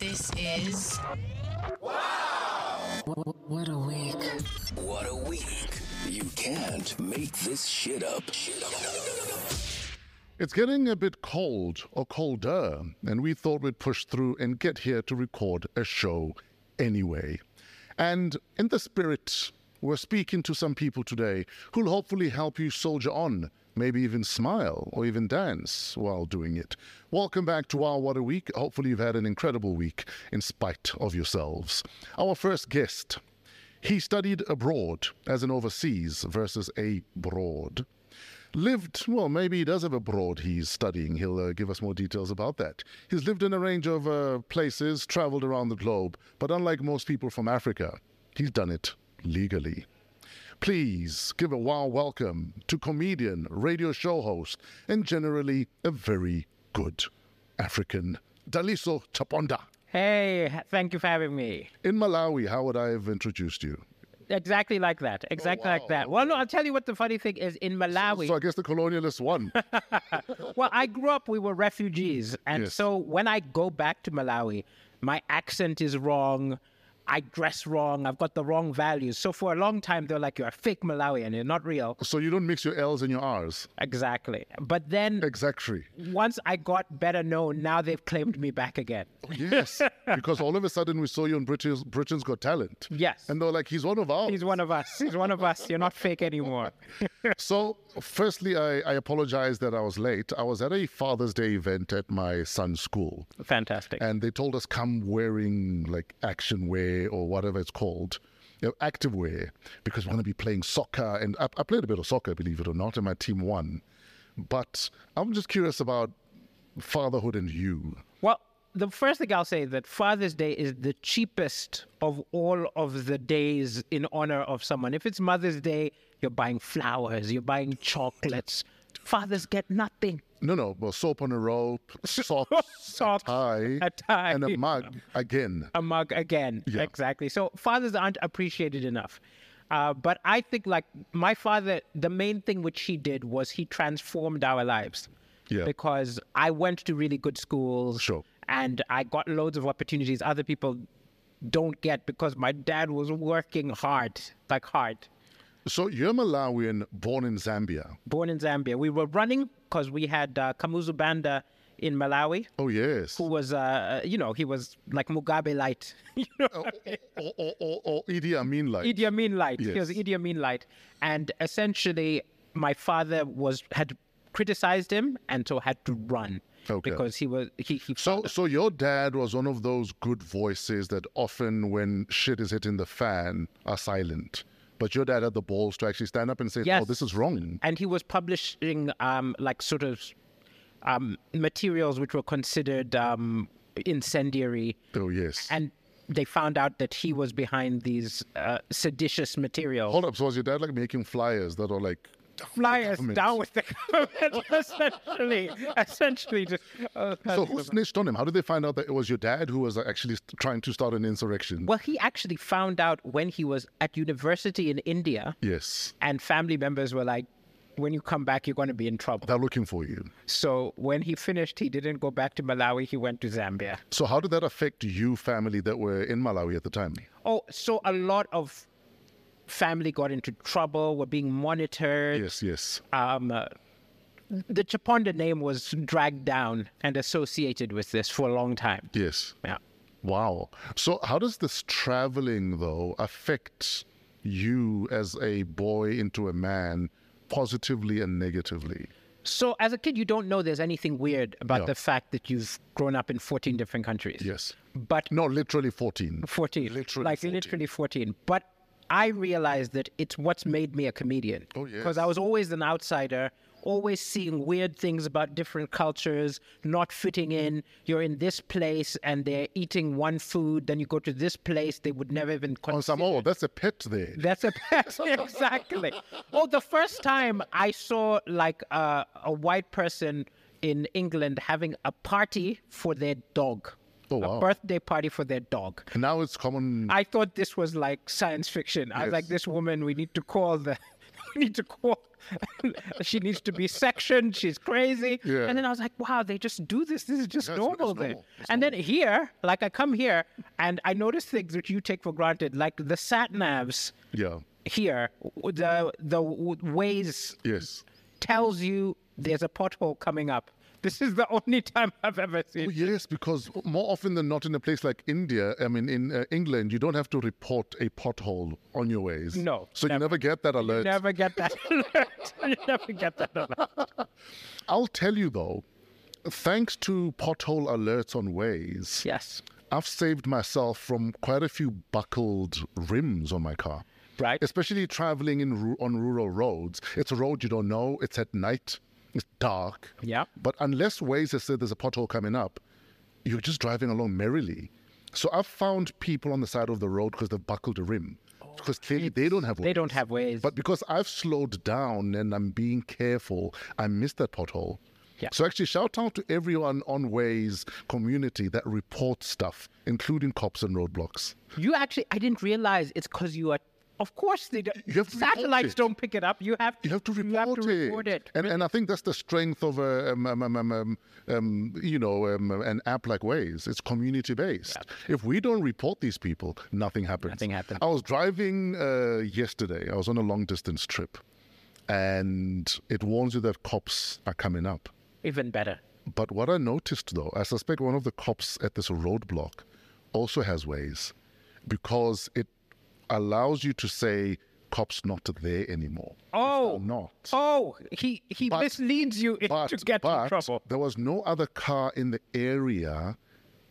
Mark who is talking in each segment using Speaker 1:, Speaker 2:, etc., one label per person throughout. Speaker 1: This is.
Speaker 2: What a week.
Speaker 3: What a week. You can't make this shit up. Shit up.
Speaker 4: It's getting a bit cold or colder, and we thought we'd push through and get here to record a show anyway. And in the spirit, we're speaking to some people today who'll hopefully help you soldier on, maybe even smile or even dance while doing it. Welcome back to our What a Week. Hopefully, you've had an incredible week in spite of yourselves. Our first guest, he studied abroad as an overseas versus a broad lived, well, maybe he does have a broad he's studying. He'll uh, give us more details about that. He's lived in a range of uh, places, traveled around the globe, but unlike most people from Africa, he's done it legally. Please give a wow welcome to comedian, radio show host, and generally a very good African, Daliso Chaponda.
Speaker 5: Hey, h- thank you for having me.
Speaker 4: In Malawi, how would I have introduced you?
Speaker 5: Exactly like that. Exactly like that. Well, no, I'll tell you what the funny thing is in Malawi.
Speaker 4: Oh, So I guess the colonialist won.
Speaker 5: well, I grew up, we were refugees. And
Speaker 4: Yes.
Speaker 5: so when I go back to Malawi, my accent is wrong. I dress wrong. I've got the wrong values. So for a long time, they're like, you're a fake Malawian. You're not real.
Speaker 4: so you don't mix your L's and your R's.
Speaker 5: Exactly. But then
Speaker 4: Exactly.
Speaker 5: once I got better known, now they've claimed me back again.
Speaker 4: Yes, because all of a sudden we saw you on Britain's, Britain's Got Talent.
Speaker 5: Yes.
Speaker 4: And they were like, he's one of ours.
Speaker 5: He's one of us. He's one of us. You're not fake anymore.
Speaker 4: so, firstly, I, I apologize that I was late. I was at a Father's Day event at my son's school,
Speaker 5: Fantastic.
Speaker 4: and they told us come wearing like action wear or whatever it's called. You know, active wear because we're going to be playing soccer. And I, I played a bit of soccer, believe it or not, and my team won. But I'm just curious about fatherhood and you.
Speaker 5: Well, the first thing I'll say is that Father's Day is the cheapest of all of the days in honor of someone. If it's Mother's Day, you're buying flowers, you're buying chocolates. Fathers get nothing.
Speaker 4: No, no, well, soap on a rope, socks,
Speaker 5: Socks,
Speaker 4: a, tie,
Speaker 5: a tie.
Speaker 4: and a mug again.
Speaker 5: A mug again. Exactly. So fathers aren't appreciated enough. Uh, but I think, like, my father, the main thing which he did was he transformed our lives.
Speaker 4: Yeah.
Speaker 5: Because I went to really good schools.
Speaker 4: Sure.
Speaker 5: And I got loads of opportunities other people don't get because my dad was working hard, like hard.
Speaker 4: So you're Malawian, born in Zambia.
Speaker 5: Born in Zambia. We were running because we had uh, Kamuzu Banda in Malawi.
Speaker 4: Oh yes,
Speaker 5: Who
Speaker 4: or,
Speaker 5: was, uh, you know, he was like Mugabe light. you know?
Speaker 4: oh, or, or, or, or oh, Idi Amin, like
Speaker 5: Idi Amin light. He was
Speaker 4: Yes.
Speaker 5: Idi Amin light, and essentially, my father was had criticized him, and so had to run
Speaker 4: Okay.
Speaker 5: because he was he. he
Speaker 4: So, so your dad was one of those good voices that often, when shit is hitting the fan, are silent. But your dad had the balls to actually stand up and say, "Oh,
Speaker 5: Yes.
Speaker 4: this is wrong."
Speaker 5: and he was publishing um, like sort of um, materials which were considered um, incendiary,
Speaker 4: Oh yes.
Speaker 5: and they found out that he was behind these uh, seditious materials.
Speaker 4: Hold up. So was your dad like making flyers that are like
Speaker 5: Flyers
Speaker 4: government.
Speaker 5: down with the government, essentially, essentially. Just, uh,
Speaker 4: So who snitched on him? How did they find out that it was your dad who was actually st- trying to start an insurrection?
Speaker 5: Well, he actually found out when he was at university in India,
Speaker 4: Yes,
Speaker 5: and family members were like, when you come back, you're going to be in trouble.
Speaker 4: they're looking for you.
Speaker 5: So when he finished, he didn't go back to Malawi, he went to Zambia.
Speaker 4: So how did that affect you, family that were in Malawi at the time?
Speaker 5: Oh, so a lot of family got into trouble, were being monitored.
Speaker 4: Yes, yes.
Speaker 5: Um, uh, the Chaponda name was dragged down and associated with this for a long time.
Speaker 4: Yes.
Speaker 5: Yeah.
Speaker 4: Wow. So, how does this traveling, though, affect you as a boy into a man positively and negatively?
Speaker 5: So as a kid, you don't know there's anything weird about
Speaker 4: No.
Speaker 5: the fact that you've grown up in 14 different countries.
Speaker 4: Yes.
Speaker 5: But
Speaker 4: No, literally 14.
Speaker 5: 14.
Speaker 4: Literally
Speaker 5: like
Speaker 4: 14.
Speaker 5: literally 14. But I realized that it's what's made me a comedian.
Speaker 4: Oh,
Speaker 5: Because I
Speaker 4: yes.
Speaker 5: was always an outsider, always seeing weird things about different cultures, not fitting in. You're in this place and they're eating one food, then you go to this place, they would never even
Speaker 4: On
Speaker 5: consider.
Speaker 4: some, oh, that's a pet there.
Speaker 5: That's a pet, exactly. Oh, the first time I saw like a a white person in England having a party for their dog,
Speaker 4: Oh, wow.
Speaker 5: a birthday party for their dog.
Speaker 4: Now it's common.
Speaker 5: I thought this was like science fiction. I was like,
Speaker 4: Yes.
Speaker 5: this woman, we need to call the, we need to call she needs to be sectioned. She's crazy.
Speaker 4: Yeah.
Speaker 5: And then I was like, wow, they just do this. This is just
Speaker 4: That's-
Speaker 5: normal
Speaker 4: that's
Speaker 5: then.
Speaker 4: normal. That's
Speaker 5: and then here, like I come here and I notice things which you take for granted, like the sat navs
Speaker 4: Yeah.
Speaker 5: here, w- the the w- ways
Speaker 4: Yes.
Speaker 5: tells you there's a pothole coming up. This is the only time I've ever seen.
Speaker 4: Oh, yes, because more often than not, in a place like India, I mean, in uh, England, you don't have to report a pothole on your ways.
Speaker 5: No,
Speaker 4: So you never get that alert.
Speaker 5: Never get that alert. you never get that alert.
Speaker 4: I'll tell you though, thanks to pothole alerts on ways,
Speaker 5: Yes.
Speaker 4: I've saved myself from quite a few buckled rims on my car.
Speaker 5: Right.
Speaker 4: Especially traveling in ru- on rural roads. It's a road you don't know. It's at night. It's dark.
Speaker 5: Yeah.
Speaker 4: But unless Waze has said there's a pothole coming up, you're just driving along merrily. So I've found people on the side of the road because they've buckled a rim. Because clearly they don't have
Speaker 5: Oh, They
Speaker 4: Waze.
Speaker 5: don't have ways.
Speaker 4: But because I've slowed down and I'm being careful, I missed that pothole.
Speaker 5: Yeah.
Speaker 4: So actually, shout out to everyone on Waze community that reports stuff, including cops and roadblocks.
Speaker 5: You actually, I didn't realize it's because you are. Of course, they don't.
Speaker 4: You have to report
Speaker 5: satellites
Speaker 4: it.
Speaker 5: don't pick it up. You have.
Speaker 4: You have to report,
Speaker 5: report it.
Speaker 4: And, and I think that's the strength of a, um, um, um, um, um, um, you know, um, an app like Waze. It's community based. If we don't report these people, nothing happens.
Speaker 5: Nothing happens.
Speaker 4: I was driving uh, yesterday. I was on a long distance trip, and it warns you that cops are coming up.
Speaker 5: Even better.
Speaker 4: But what I noticed though, I suspect one of the cops at this roadblock also has ways because it allows you to say cops not there anymore. If they're
Speaker 5: Oh.
Speaker 4: not.
Speaker 5: Oh, he he
Speaker 4: But-
Speaker 5: misleads you into
Speaker 4: But,
Speaker 5: get in
Speaker 4: but
Speaker 5: trouble.
Speaker 4: there was no other car in the area,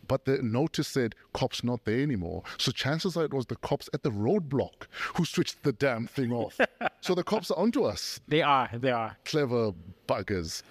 Speaker 4: but the notice said cops not there anymore. So chances are it was the cops at the roadblock who switched the damn thing off. so the cops are onto us
Speaker 5: They are. They are.
Speaker 4: clever buggers.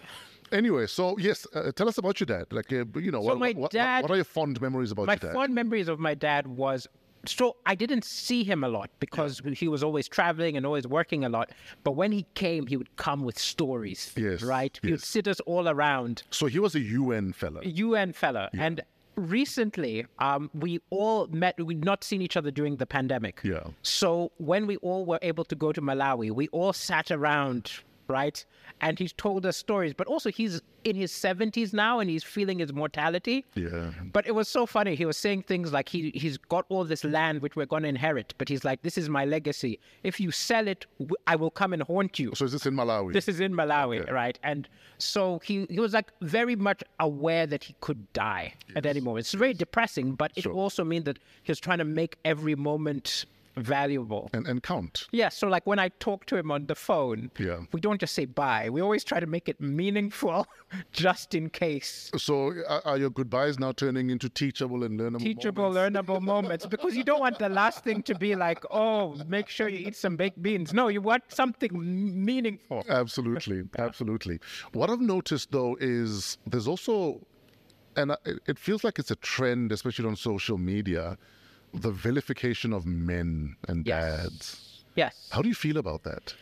Speaker 4: Anyway, so yes, uh, tell us about your dad. Like, uh, you know, what,
Speaker 5: my
Speaker 4: what, what-
Speaker 5: dad-
Speaker 4: what are your fond memories about
Speaker 5: My
Speaker 4: your dad?
Speaker 5: fond memories of my dad was so I didn't see him a lot because he was always traveling and always working a lot. But when he came, he would come with stories.
Speaker 4: Yes,
Speaker 5: Right. He would
Speaker 4: yes.
Speaker 5: sit us all around.
Speaker 4: so he was a UN fella.
Speaker 5: UN fella. And recently, um, we all met. We'd not seen each other during the pandemic.
Speaker 4: Yeah.
Speaker 5: So when we all were able to go to Malawi, we all sat around, right? And he's told us stories. But also, he's in his 70s now and he's feeling his mortality.
Speaker 4: Yeah.
Speaker 5: But it was so funny. He was saying things like he he's got all this land which we're going to inherit, but he's like, "This is my legacy. If you sell it, w- I will come and haunt you."
Speaker 4: So is this in Malawi?
Speaker 5: This is in Malawi, right? And so he, he was like very much aware that he could die at any moment. It's very depressing, but it also means that he was trying to make every moment valuable.
Speaker 4: and, and count.
Speaker 5: Yeah, so like when I talk to him on the phone,
Speaker 4: Yeah.
Speaker 5: we don't just say bye. We always try to make it meaningful just in case.
Speaker 4: So are, are your goodbyes now turning into teachable and learnable?
Speaker 5: Teachable,
Speaker 4: moments?
Speaker 5: learnable moments because you don't want the last thing to be like, oh, make sure you eat some baked beans. No, you want something m- meaningful.
Speaker 4: Absolutely, absolutely. What I've noticed though is there's also, and I- it- it feels like it's a trend, especially on social media, the vilification of men and
Speaker 5: Yes.
Speaker 4: dads.
Speaker 5: Yes.
Speaker 4: How do you feel about that?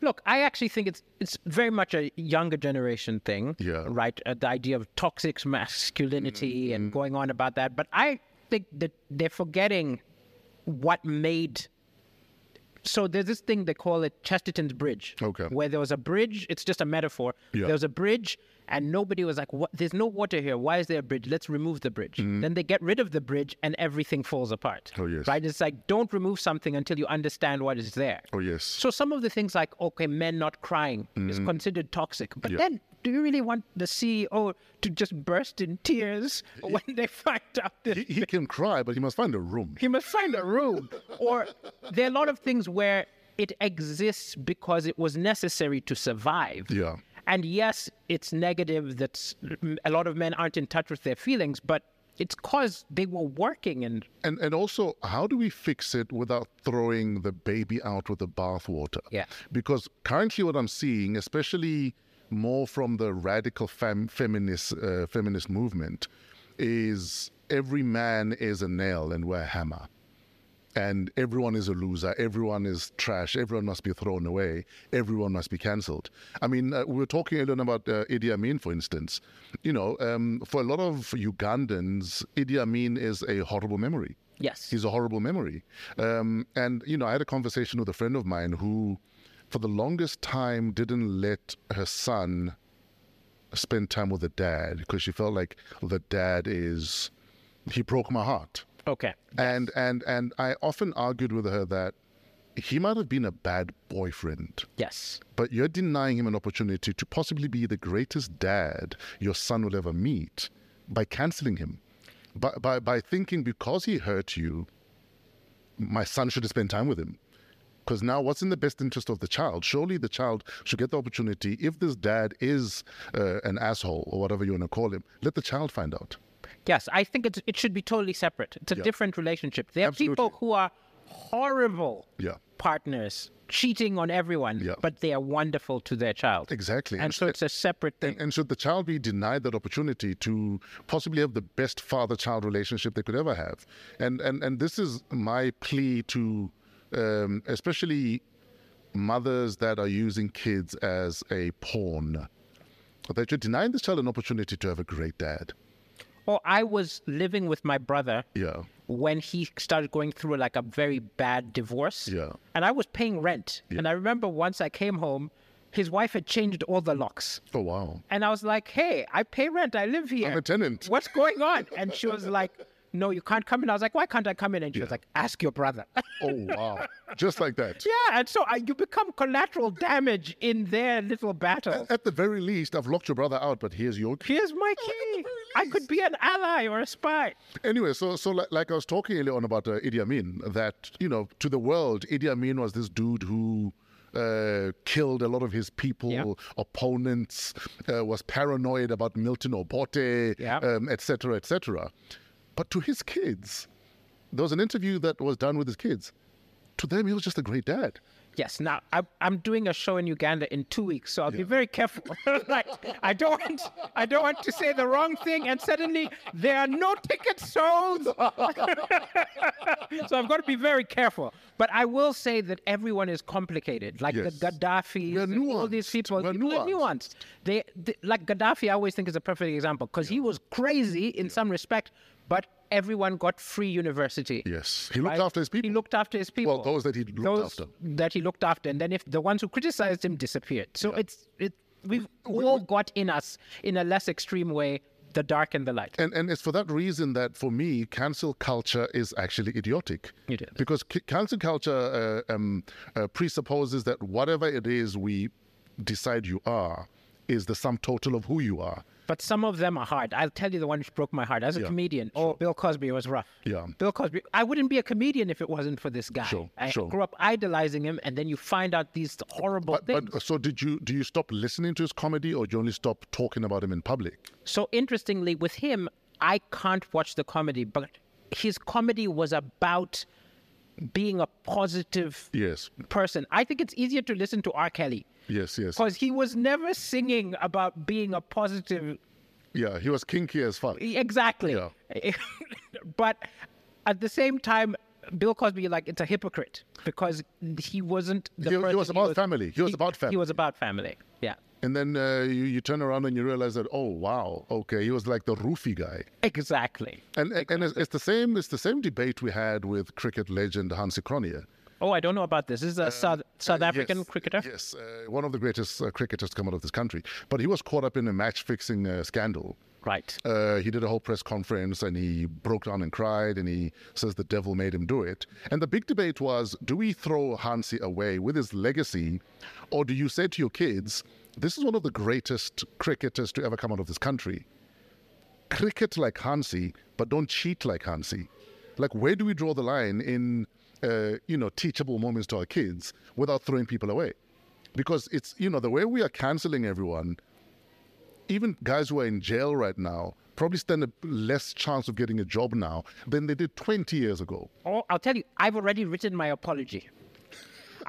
Speaker 5: Look, I actually think it's it's very much a younger generation thing,
Speaker 4: Yeah. Mm-hmm.
Speaker 5: right? Uh, the idea of toxic masculinity and going on about that, but I think that they're forgetting what made. So there's this thing they call it Chesterton's Bridge,
Speaker 4: Okay.
Speaker 5: where there was a bridge. It's just a metaphor.
Speaker 4: Yeah.
Speaker 5: There was a bridge, and nobody was like, "What? There's no water here. Why is there a bridge? Let's remove the bridge." Then they get rid of the bridge, and everything falls apart.
Speaker 4: Mm-hmm. Oh, yes.
Speaker 5: right? It's like don't remove something until you understand what is there.
Speaker 4: Oh yes.
Speaker 5: So some of the things like okay, men not crying is considered toxic.
Speaker 4: Mm-hmm.
Speaker 5: But
Speaker 4: Yeah.
Speaker 5: then, do you really want the CEO to just burst in tears when they find out that
Speaker 4: he, he can cry, but he must find a room.
Speaker 5: he must find a room? or there are a lot of things where it exists because it was necessary to survive.
Speaker 4: Yeah.
Speaker 5: And yes, it's negative that s- a lot of men aren't in touch with their feelings, but it's because they were working and
Speaker 4: And and also, how do we fix it without throwing the baby out with the bathwater?
Speaker 5: Yeah.
Speaker 4: Because currently, what I'm seeing, especially more from the radical fem- feminist uh, feminist movement, is every man is a nail and we're a hammer. and everyone is a loser, everyone is trash, everyone must be thrown away, everyone must be cancelled. I mean, uh, we were talking earlier about uh, Idi Amin, for instance. You know, um, for a lot of Ugandans, Idi Amin is a horrible memory.
Speaker 5: yes,
Speaker 4: He's a horrible memory. Um, and, you know, I had a conversation with a friend of mine who for the longest time didn't let her son spend time with the dad because she felt like the dad is he broke my heart.
Speaker 5: Okay.
Speaker 4: And and and I often argued with her that he might have been a bad boyfriend,
Speaker 5: Yes.
Speaker 4: but you're denying him an opportunity to possibly be the greatest dad your son will ever meet by canceling him. By by by thinking because he hurt you, my son should spend time with him. Because now, what's in the best interest of the child? Surely the child should get the opportunity. If this dad is uh, an asshole or whatever you want to call him, let the child find out.
Speaker 5: Yes, I think it it should be totally separate. It's a different relationship. There are people
Speaker 4: Absolutely.
Speaker 5: who are horrible
Speaker 4: Yeah.
Speaker 5: partners, cheating on everyone,
Speaker 4: Yeah.
Speaker 5: but they are wonderful to their child.
Speaker 4: Exactly.
Speaker 5: And so it's a separate thing.
Speaker 4: And should the child be denied that opportunity to possibly have the best father-child relationship they could ever have? And and and this is my plea to, um, especially mothers that are using kids as a pawn, that you're denying this child an opportunity to have a great dad.
Speaker 5: Or I was living with my brother
Speaker 4: Yeah,
Speaker 5: when he started going through like a very bad divorce.
Speaker 4: Yeah.
Speaker 5: And I was paying rent. And I remember once I came home, his wife had changed all the locks.
Speaker 4: Oh wow.
Speaker 5: And I was like, hey, I pay rent. I live here.
Speaker 4: I'm a tenant.
Speaker 5: What's going on? And she was like, no, you can't come in. I was like, why can't I come in? And she was like, ask your brother.
Speaker 4: Oh wow. Just like that.
Speaker 5: yeah. And so I, you become collateral damage in their little battle.
Speaker 4: At the very least, I've locked your brother out, but here's your key.
Speaker 5: Here's my key. I could be an ally or a spy.
Speaker 4: Anyway, so so like, like I was talking earlier on about uh, Idi Amin, that you know to the world, Idi Amin was this dude who uh, killed a lot of his people,
Speaker 5: Yeah.
Speaker 4: opponents, uh, was paranoid about Milton Obote,
Speaker 5: Yeah.
Speaker 4: um, et cetera, et cetera. But to his kids, there was an interview that was done with his kids. To them, he was just a great dad.
Speaker 5: Yes. Now I, I'm doing a show in Uganda in two weeks, so I'll be very careful. like I don't want, I don't want to say the wrong thing, and suddenly there are no tickets sold. so I've got to be very careful. But I will say that everyone is complicated. Like
Speaker 4: Yes.
Speaker 5: the Gaddafi,
Speaker 4: We're
Speaker 5: all these
Speaker 4: nuanced.
Speaker 5: people,
Speaker 4: We're
Speaker 5: people are
Speaker 4: nuanced.
Speaker 5: nuanced. They, th- like Gaddafi, I always think is a perfect example because he was crazy in some respect, but everyone got free university.
Speaker 4: Yes, he looked
Speaker 5: I-
Speaker 4: after his people.
Speaker 5: He looked after his people.
Speaker 4: those that he looked
Speaker 5: Those
Speaker 4: after.
Speaker 5: That he looked after, and then if the ones who criticized him disappeared, so it's it. We've all got in us, in a less extreme way, the dark and the light.
Speaker 4: And and it's for that reason that for me, cancel culture is actually idiotic.
Speaker 5: It is.
Speaker 4: Because c- cancel culture uh, um, uh, presupposes that whatever it is we decide you are is the sum total of who you are.
Speaker 5: But some of them are hard. I'll tell you the one which broke my heart. As a comedian, oh, Bill Cosby was rough.
Speaker 4: Yeah.
Speaker 5: Bill Cosby. I wouldn't be a comedian if it wasn't for this guy.
Speaker 4: Sure,
Speaker 5: I
Speaker 4: sure.
Speaker 5: grew up idolizing him, and then you find out these horrible
Speaker 4: But,
Speaker 5: things.
Speaker 4: but so did you? Do you stop listening to his comedy, or do you only stop talking about him in public?
Speaker 5: So interestingly, with him, I can't watch the comedy, but his comedy was about being a positive
Speaker 4: Yes,
Speaker 5: person. I think it's easier to listen to R. Kelly
Speaker 4: yes, yes.
Speaker 5: because he was never singing about being a positive. e,
Speaker 4: Yeah, he was kinky as fuck.
Speaker 5: Exactly.
Speaker 4: Yeah.
Speaker 5: but at the same time, Bill Cosby, like, it's a hypocrite because he wasn't. The
Speaker 4: He- he
Speaker 5: person
Speaker 4: was about family. He was about
Speaker 5: He
Speaker 4: family.
Speaker 5: was about family. Yeah.
Speaker 4: And then uh, you, you turn around and you realize that oh wow, okay, he was like the roofie guy.
Speaker 5: Exactly.
Speaker 4: And and it's, it's the same it's the same debate we had with cricket legend Hansi Cronier.
Speaker 5: Oh, I don't know about this. This is a South, South African
Speaker 4: Uh, yes,
Speaker 5: cricketer.
Speaker 4: Yes, uh, one of the greatest uh, cricketers to come out of this country. But he was caught up in a match fixing uh, scandal.
Speaker 5: Right.
Speaker 4: Uh, he did a whole press conference and he broke down and cried and he says the devil made him do it. And the big debate was do we throw Hansi away with his legacy or do you say to your kids, this is one of the greatest cricketers to ever come out of this country? cricket like Hansi, but don't cheat like Hansi. Like, where do we draw the line in, uh, you know, teachable moments to our kids without throwing people away? Because it's, you know, the way we are canceling everyone, even guys who are in jail right now probably stand a less chance of getting a job now than they did 20 years ago.
Speaker 5: Oh, I'll tell you, I've already written my apology.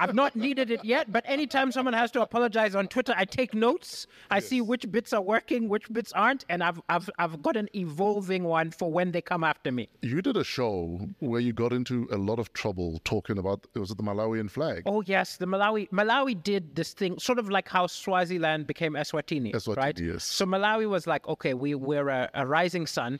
Speaker 5: I've not needed it yet, but anytime someone has to apologize on Twitter, I take notes. I see which bits are working, which bits aren't, and I've, I've, I've got an evolving one for when they come after me.
Speaker 4: You did a show where you got into a lot of trouble talking about, it was the Malawian flag.
Speaker 5: Oh yes, the Malawi Malawi did this thing, sort of like how Swaziland became Eswatini,
Speaker 4: Eswatini,
Speaker 5: right?
Speaker 4: yes.
Speaker 5: So Malawi was like, okay, we we're a, a rising sun,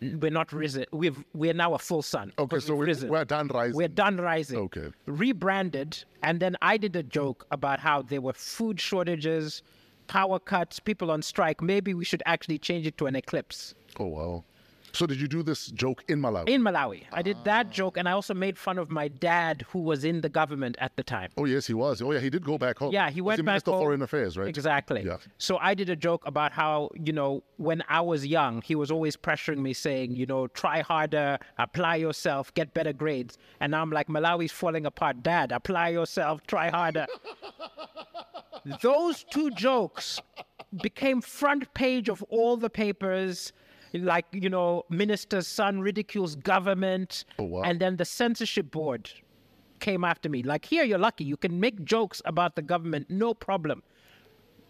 Speaker 5: we're not risen. We've we're now a full sun.
Speaker 4: Okay,
Speaker 5: 'cause
Speaker 4: so
Speaker 5: we've
Speaker 4: we,
Speaker 5: risen.
Speaker 4: we're done rising.
Speaker 5: We're done rising.
Speaker 4: Okay.
Speaker 5: Rebranded, and then I did a joke about how there were food shortages, power cuts, people on strike. Maybe we should actually change it to an eclipse
Speaker 4: oh wow! So did you do this joke in Malawi?
Speaker 5: in Malawi. I did
Speaker 4: Ah.
Speaker 5: that joke, and I also made fun of my dad, who was in the government at the time.
Speaker 4: oh yes, he was. Oh yeah, he did go back home.
Speaker 5: Yeah, he
Speaker 4: Was
Speaker 5: went back
Speaker 4: Minister of
Speaker 5: home.
Speaker 4: Foreign Affairs, right?
Speaker 5: Exactly.
Speaker 4: Yeah.
Speaker 5: So I did a joke about how, you know, when I was young, he was always pressuring me saying, you know, try harder, apply yourself, get better grades. And now I'm like, Malawi's falling apart. Dad, apply yourself, try harder. Those two jokes became front page of all the papers. Like, you know, minister's son ridicules government.
Speaker 4: Oh, wow.
Speaker 5: And then the censorship board came after me. Like, here you're lucky. You can make jokes about the government, no problem.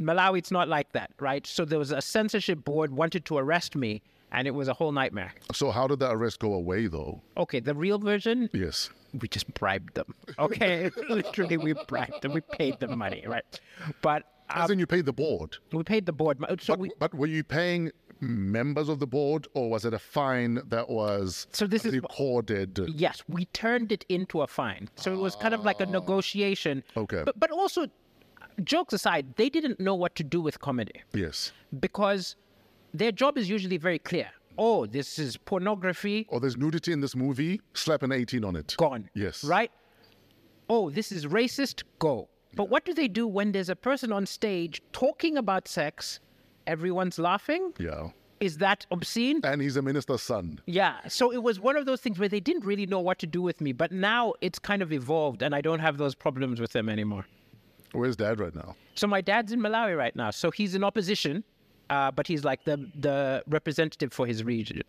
Speaker 5: Malawi, it's not like that, right? So there was a censorship board wanted to arrest me, and it was a whole nightmare.
Speaker 4: So how did that arrest go away though?
Speaker 5: Okay, the real version,
Speaker 4: Yes.
Speaker 5: we just bribed them. Okay, literally, we bribed them. We paid them money, right? But
Speaker 4: As
Speaker 5: um,
Speaker 4: in you paid the board.
Speaker 5: we paid the board. mo- So
Speaker 4: But,
Speaker 5: we.
Speaker 4: but were you paying members of the board or was it a fine that was
Speaker 5: So this is-
Speaker 4: recorded?
Speaker 5: Yes, we turned it into a fine. So it was kind of like a negotiation.
Speaker 4: Oh. Okay.
Speaker 5: But, but also, jokes aside, they didn't know what to do with comedy.
Speaker 4: Yes.
Speaker 5: because their job is usually very clear. Oh, this is pornography,
Speaker 4: Or Oh, there's nudity in this movie, slap an 18 on it.
Speaker 5: gone.
Speaker 4: Yes.
Speaker 5: Right? Oh, this is racist, go. But what do they do when there's a person on stage talking about sex, everyone's laughing?
Speaker 4: Yeah.
Speaker 5: Is that obscene?
Speaker 4: And he's a minister's son.
Speaker 5: Yeah. So it was one of those things where they didn't really know what to do with me, but now it's kind of evolved and I don't have those problems with them anymore.
Speaker 4: Where's dad right now?
Speaker 5: So my dad's in Malawi right now. So he's in opposition, uh, but he's like the, the representative for his region.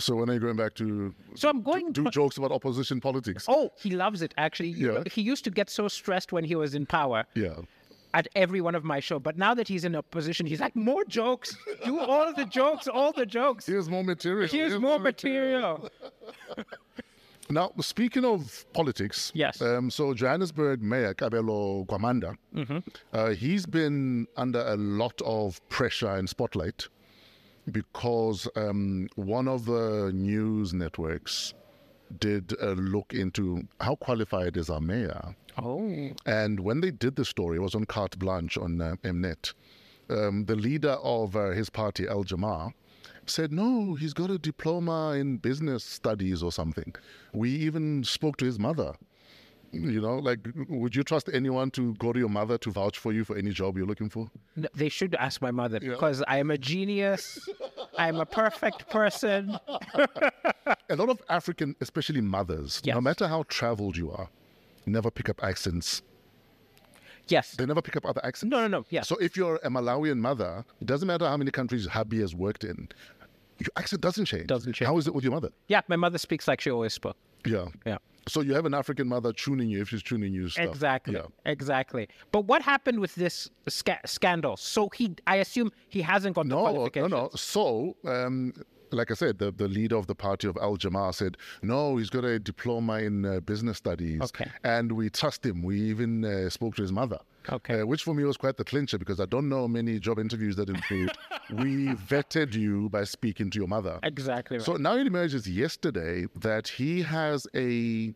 Speaker 4: So when are you going back to
Speaker 5: So I'm going
Speaker 4: do jokes about opposition politics?
Speaker 5: Oh, he loves it actually.
Speaker 4: Yeah.
Speaker 5: He used to get so stressed when he was in power
Speaker 4: Yeah.
Speaker 5: at every one of my show, but now that he's in opposition, he's like more jokes. Do all the jokes, all the jokes.
Speaker 4: Here's more material.
Speaker 5: Here's more material.
Speaker 4: Now, speaking of politics,
Speaker 5: Yes.
Speaker 4: Um, so Johannesburg Mayor Kabelo Kwamanda, uh, he's been under a lot of pressure and spotlight because um, one of the news networks did a look into how qualified is our mayor.
Speaker 5: Oh.
Speaker 4: And when they did the story, it was on Carte Blanche on uh, Mnet. Um, the leader of uh, his party, Al Jamaa, said, No, he's got a diploma in business studies or something. We even spoke to his mother. You know, like, would you trust anyone to go to your mother to vouch for you for any job you're looking for?
Speaker 5: No, they should ask my mother because I am a genius. I'm a perfect person.
Speaker 4: A lot of African, especially mothers, no
Speaker 5: Yes.
Speaker 4: matter how traveled you are, never pick up accents.
Speaker 5: Yes.
Speaker 4: They never pick up other accents.
Speaker 5: No, no, no. Yeah.
Speaker 4: So if you're a Malawian mother, it doesn't matter how many countries Habi has worked in, your accent doesn't change.
Speaker 5: Doesn't change.
Speaker 4: How is it with your mother?
Speaker 5: yeah, my mother speaks like she always spoke.
Speaker 4: Yeah.
Speaker 5: Yeah.
Speaker 4: So you have an African mother tuning you if she's tuning you stuff.
Speaker 5: Exactly.
Speaker 4: Yeah.
Speaker 5: Exactly. But what happened with this sca- scandal? So he, I assume he hasn't got the
Speaker 4: No, no,
Speaker 5: qualifications.
Speaker 4: no. So, um, like I said, the, the leader of the party of Al Jamaa said, no, he's got a diploma in uh, business studies.
Speaker 5: Okay.
Speaker 4: And we trust him. We even uh, spoke to his mother.
Speaker 5: Okay.
Speaker 4: Uh, which for me was quite the clincher because I don't know many job interviews that include, we vetted you by speaking to your mother.
Speaker 5: Exactly. Right.
Speaker 4: So now it emerges yesterday that he has a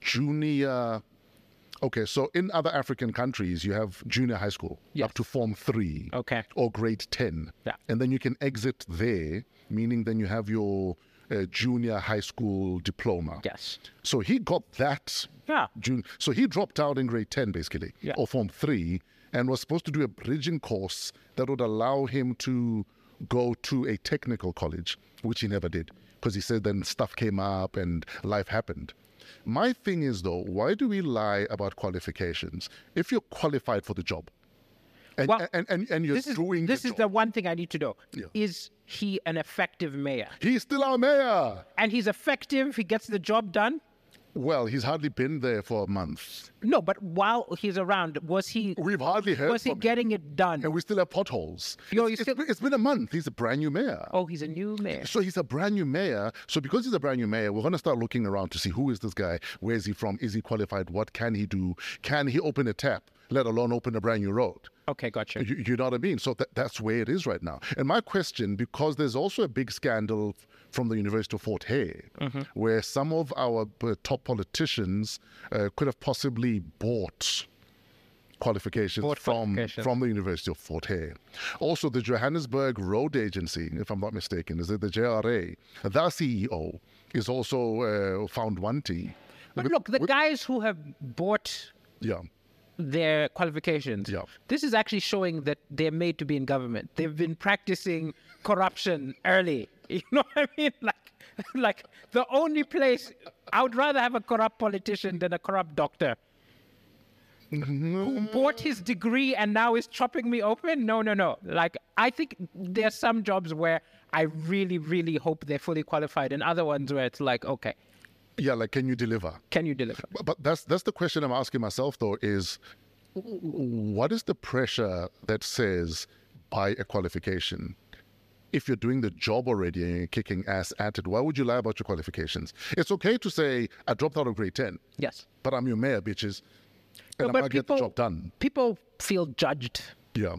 Speaker 4: junior. Okay, so in other African countries, you have junior high school
Speaker 5: Yes.
Speaker 4: up to form three.
Speaker 5: Okay.
Speaker 4: Or grade 10.
Speaker 5: Yeah.
Speaker 4: And then you can exit there, meaning then you have your uh, junior high school diploma.
Speaker 5: yes.
Speaker 4: So he got that.
Speaker 5: Yeah.
Speaker 4: June. So he dropped out in grade 10, basically,
Speaker 5: Yeah.
Speaker 4: or form three, and was supposed to do a bridging course that would allow him to go to a technical college, which he never did because he said then stuff came up and life happened. My thing is, though, why do we lie about qualifications if you're qualified for the job? And,
Speaker 5: Well,
Speaker 4: and, and, and you're
Speaker 5: this is
Speaker 4: doing
Speaker 5: this
Speaker 4: the
Speaker 5: is the
Speaker 4: job.
Speaker 5: one thing I need to know.
Speaker 4: Yeah.
Speaker 5: Is he an effective mayor?
Speaker 4: He's still our mayor.
Speaker 5: And he's effective. He gets the job done.
Speaker 4: Well, he's hardly been there for a month.
Speaker 5: No, but while he's around, was he
Speaker 4: We've hardly heard
Speaker 5: was he
Speaker 4: from him.
Speaker 5: getting it done?
Speaker 4: and we still have potholes.
Speaker 5: Yo,
Speaker 4: it's,
Speaker 5: you
Speaker 4: it's
Speaker 5: still-
Speaker 4: been- it's been a month. He's a brand new mayor.
Speaker 5: Oh, he's a new mayor.
Speaker 4: So he's a brand new mayor. So because he's a brand new mayor, we're going to start looking around to see who is this guy, where is he from, is he qualified, what can he do, can he open a tap, let alone open a brand new road.
Speaker 5: Okay, gotcha.
Speaker 4: You, you know what I mean? So that, that's where it is right now. And my question, because there's also a big scandal from the University of Fort Hare,
Speaker 5: Mm-hmm.
Speaker 4: where some of our uh, top politicians uh, could have possibly bought qualifications
Speaker 5: Bought
Speaker 4: from
Speaker 5: qualifications.
Speaker 4: from the University of Fort Hare. Also, the Johannesburg Road Agency, if I'm not mistaken, is it the JRA? Their CEO E is also uh, found wanting.
Speaker 5: But look, the guys who have bought
Speaker 4: Yeah.
Speaker 5: their qualifications.
Speaker 4: Yeah.
Speaker 5: This is actually showing that they're made to be in government. They've been practicing corruption early. You know what I mean? Like like the only place I would rather have a corrupt politician than a corrupt doctor. Who bought his degree and now is chopping me open? No, no, no. Like I think there's some jobs where I really, really hope they're fully qualified, and other ones where it's like, okay,
Speaker 4: Yeah, like can you deliver?
Speaker 5: can you deliver?
Speaker 4: But, but that's that's the question I'm asking myself though is what is the pressure that says buy a qualification? If you're doing the job already and you're kicking ass at it, why would you lie about your qualifications? It's okay to say I dropped out of grade ten,
Speaker 5: Yes.
Speaker 4: but I'm your mayor, bitches, and
Speaker 5: No,
Speaker 4: I'm
Speaker 5: but
Speaker 4: gonna get the job done.
Speaker 5: People feel judged
Speaker 4: Yeah,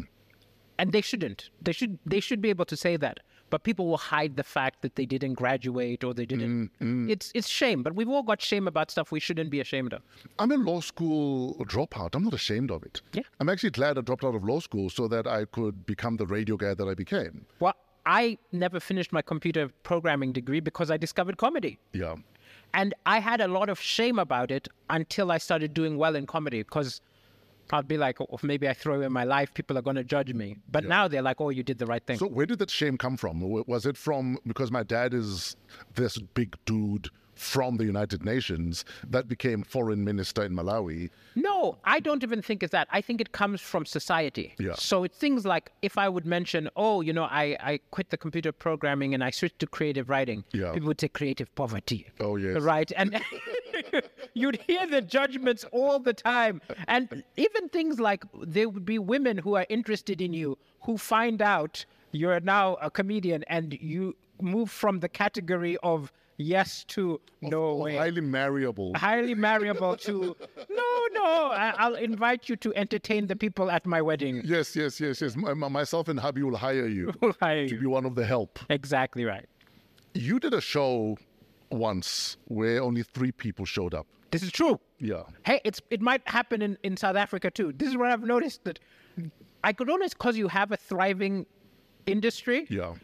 Speaker 5: and they shouldn't. They should they should be able to say that. But people will hide the fact that they didn't graduate or they didn't.
Speaker 4: Mm,
Speaker 5: It's it's shame, but we've all got shame about stuff we shouldn't be ashamed of.
Speaker 4: I'm a law school dropout. I'm not ashamed of it.
Speaker 5: Yeah.
Speaker 4: I'm actually glad I dropped out of law school so that I could become the radio guy that I became.
Speaker 5: Well, I never finished my computer programming degree because I discovered comedy.
Speaker 4: Yeah,
Speaker 5: And I had a lot of shame about it until I started doing well in comedy because I'd be like, oh, maybe I throw away my life, people are going to judge me. But now they're like, oh, you did the right thing.
Speaker 4: So where did that shame come from? W- Was it from because my dad is this big dude from the United Nations that became foreign minister in Malawi?
Speaker 5: No, I don't even think it's that. I think it comes from society.
Speaker 4: Yeah.
Speaker 5: So it's things like if I would mention, oh, you know, I, I quit the computer programming and I switched to creative writing,
Speaker 4: Yeah.
Speaker 5: people would say creative poverty.
Speaker 4: Oh, yes.
Speaker 5: Right. And you'd hear the judgments all the time. And even things like there would be women who are interested in you who find out you're now a comedian and you move from the category of yes to no
Speaker 4: Or
Speaker 5: way
Speaker 4: Oh, highly marriable.
Speaker 5: highly marriable to no no I, i'll invite you to entertain the people at my wedding
Speaker 4: Yes, yes, yes, yes. My, my- myself and hubby will hire you
Speaker 5: We'll hire
Speaker 4: to
Speaker 5: you.
Speaker 4: be one of the help.
Speaker 5: exactly right
Speaker 4: You did a show once where only three people showed up.
Speaker 5: this is true
Speaker 4: Yeah.
Speaker 5: hey it's it might happen in, in south africa too this is what i've noticed that i could almost because you have a thriving industry
Speaker 4: Yeah.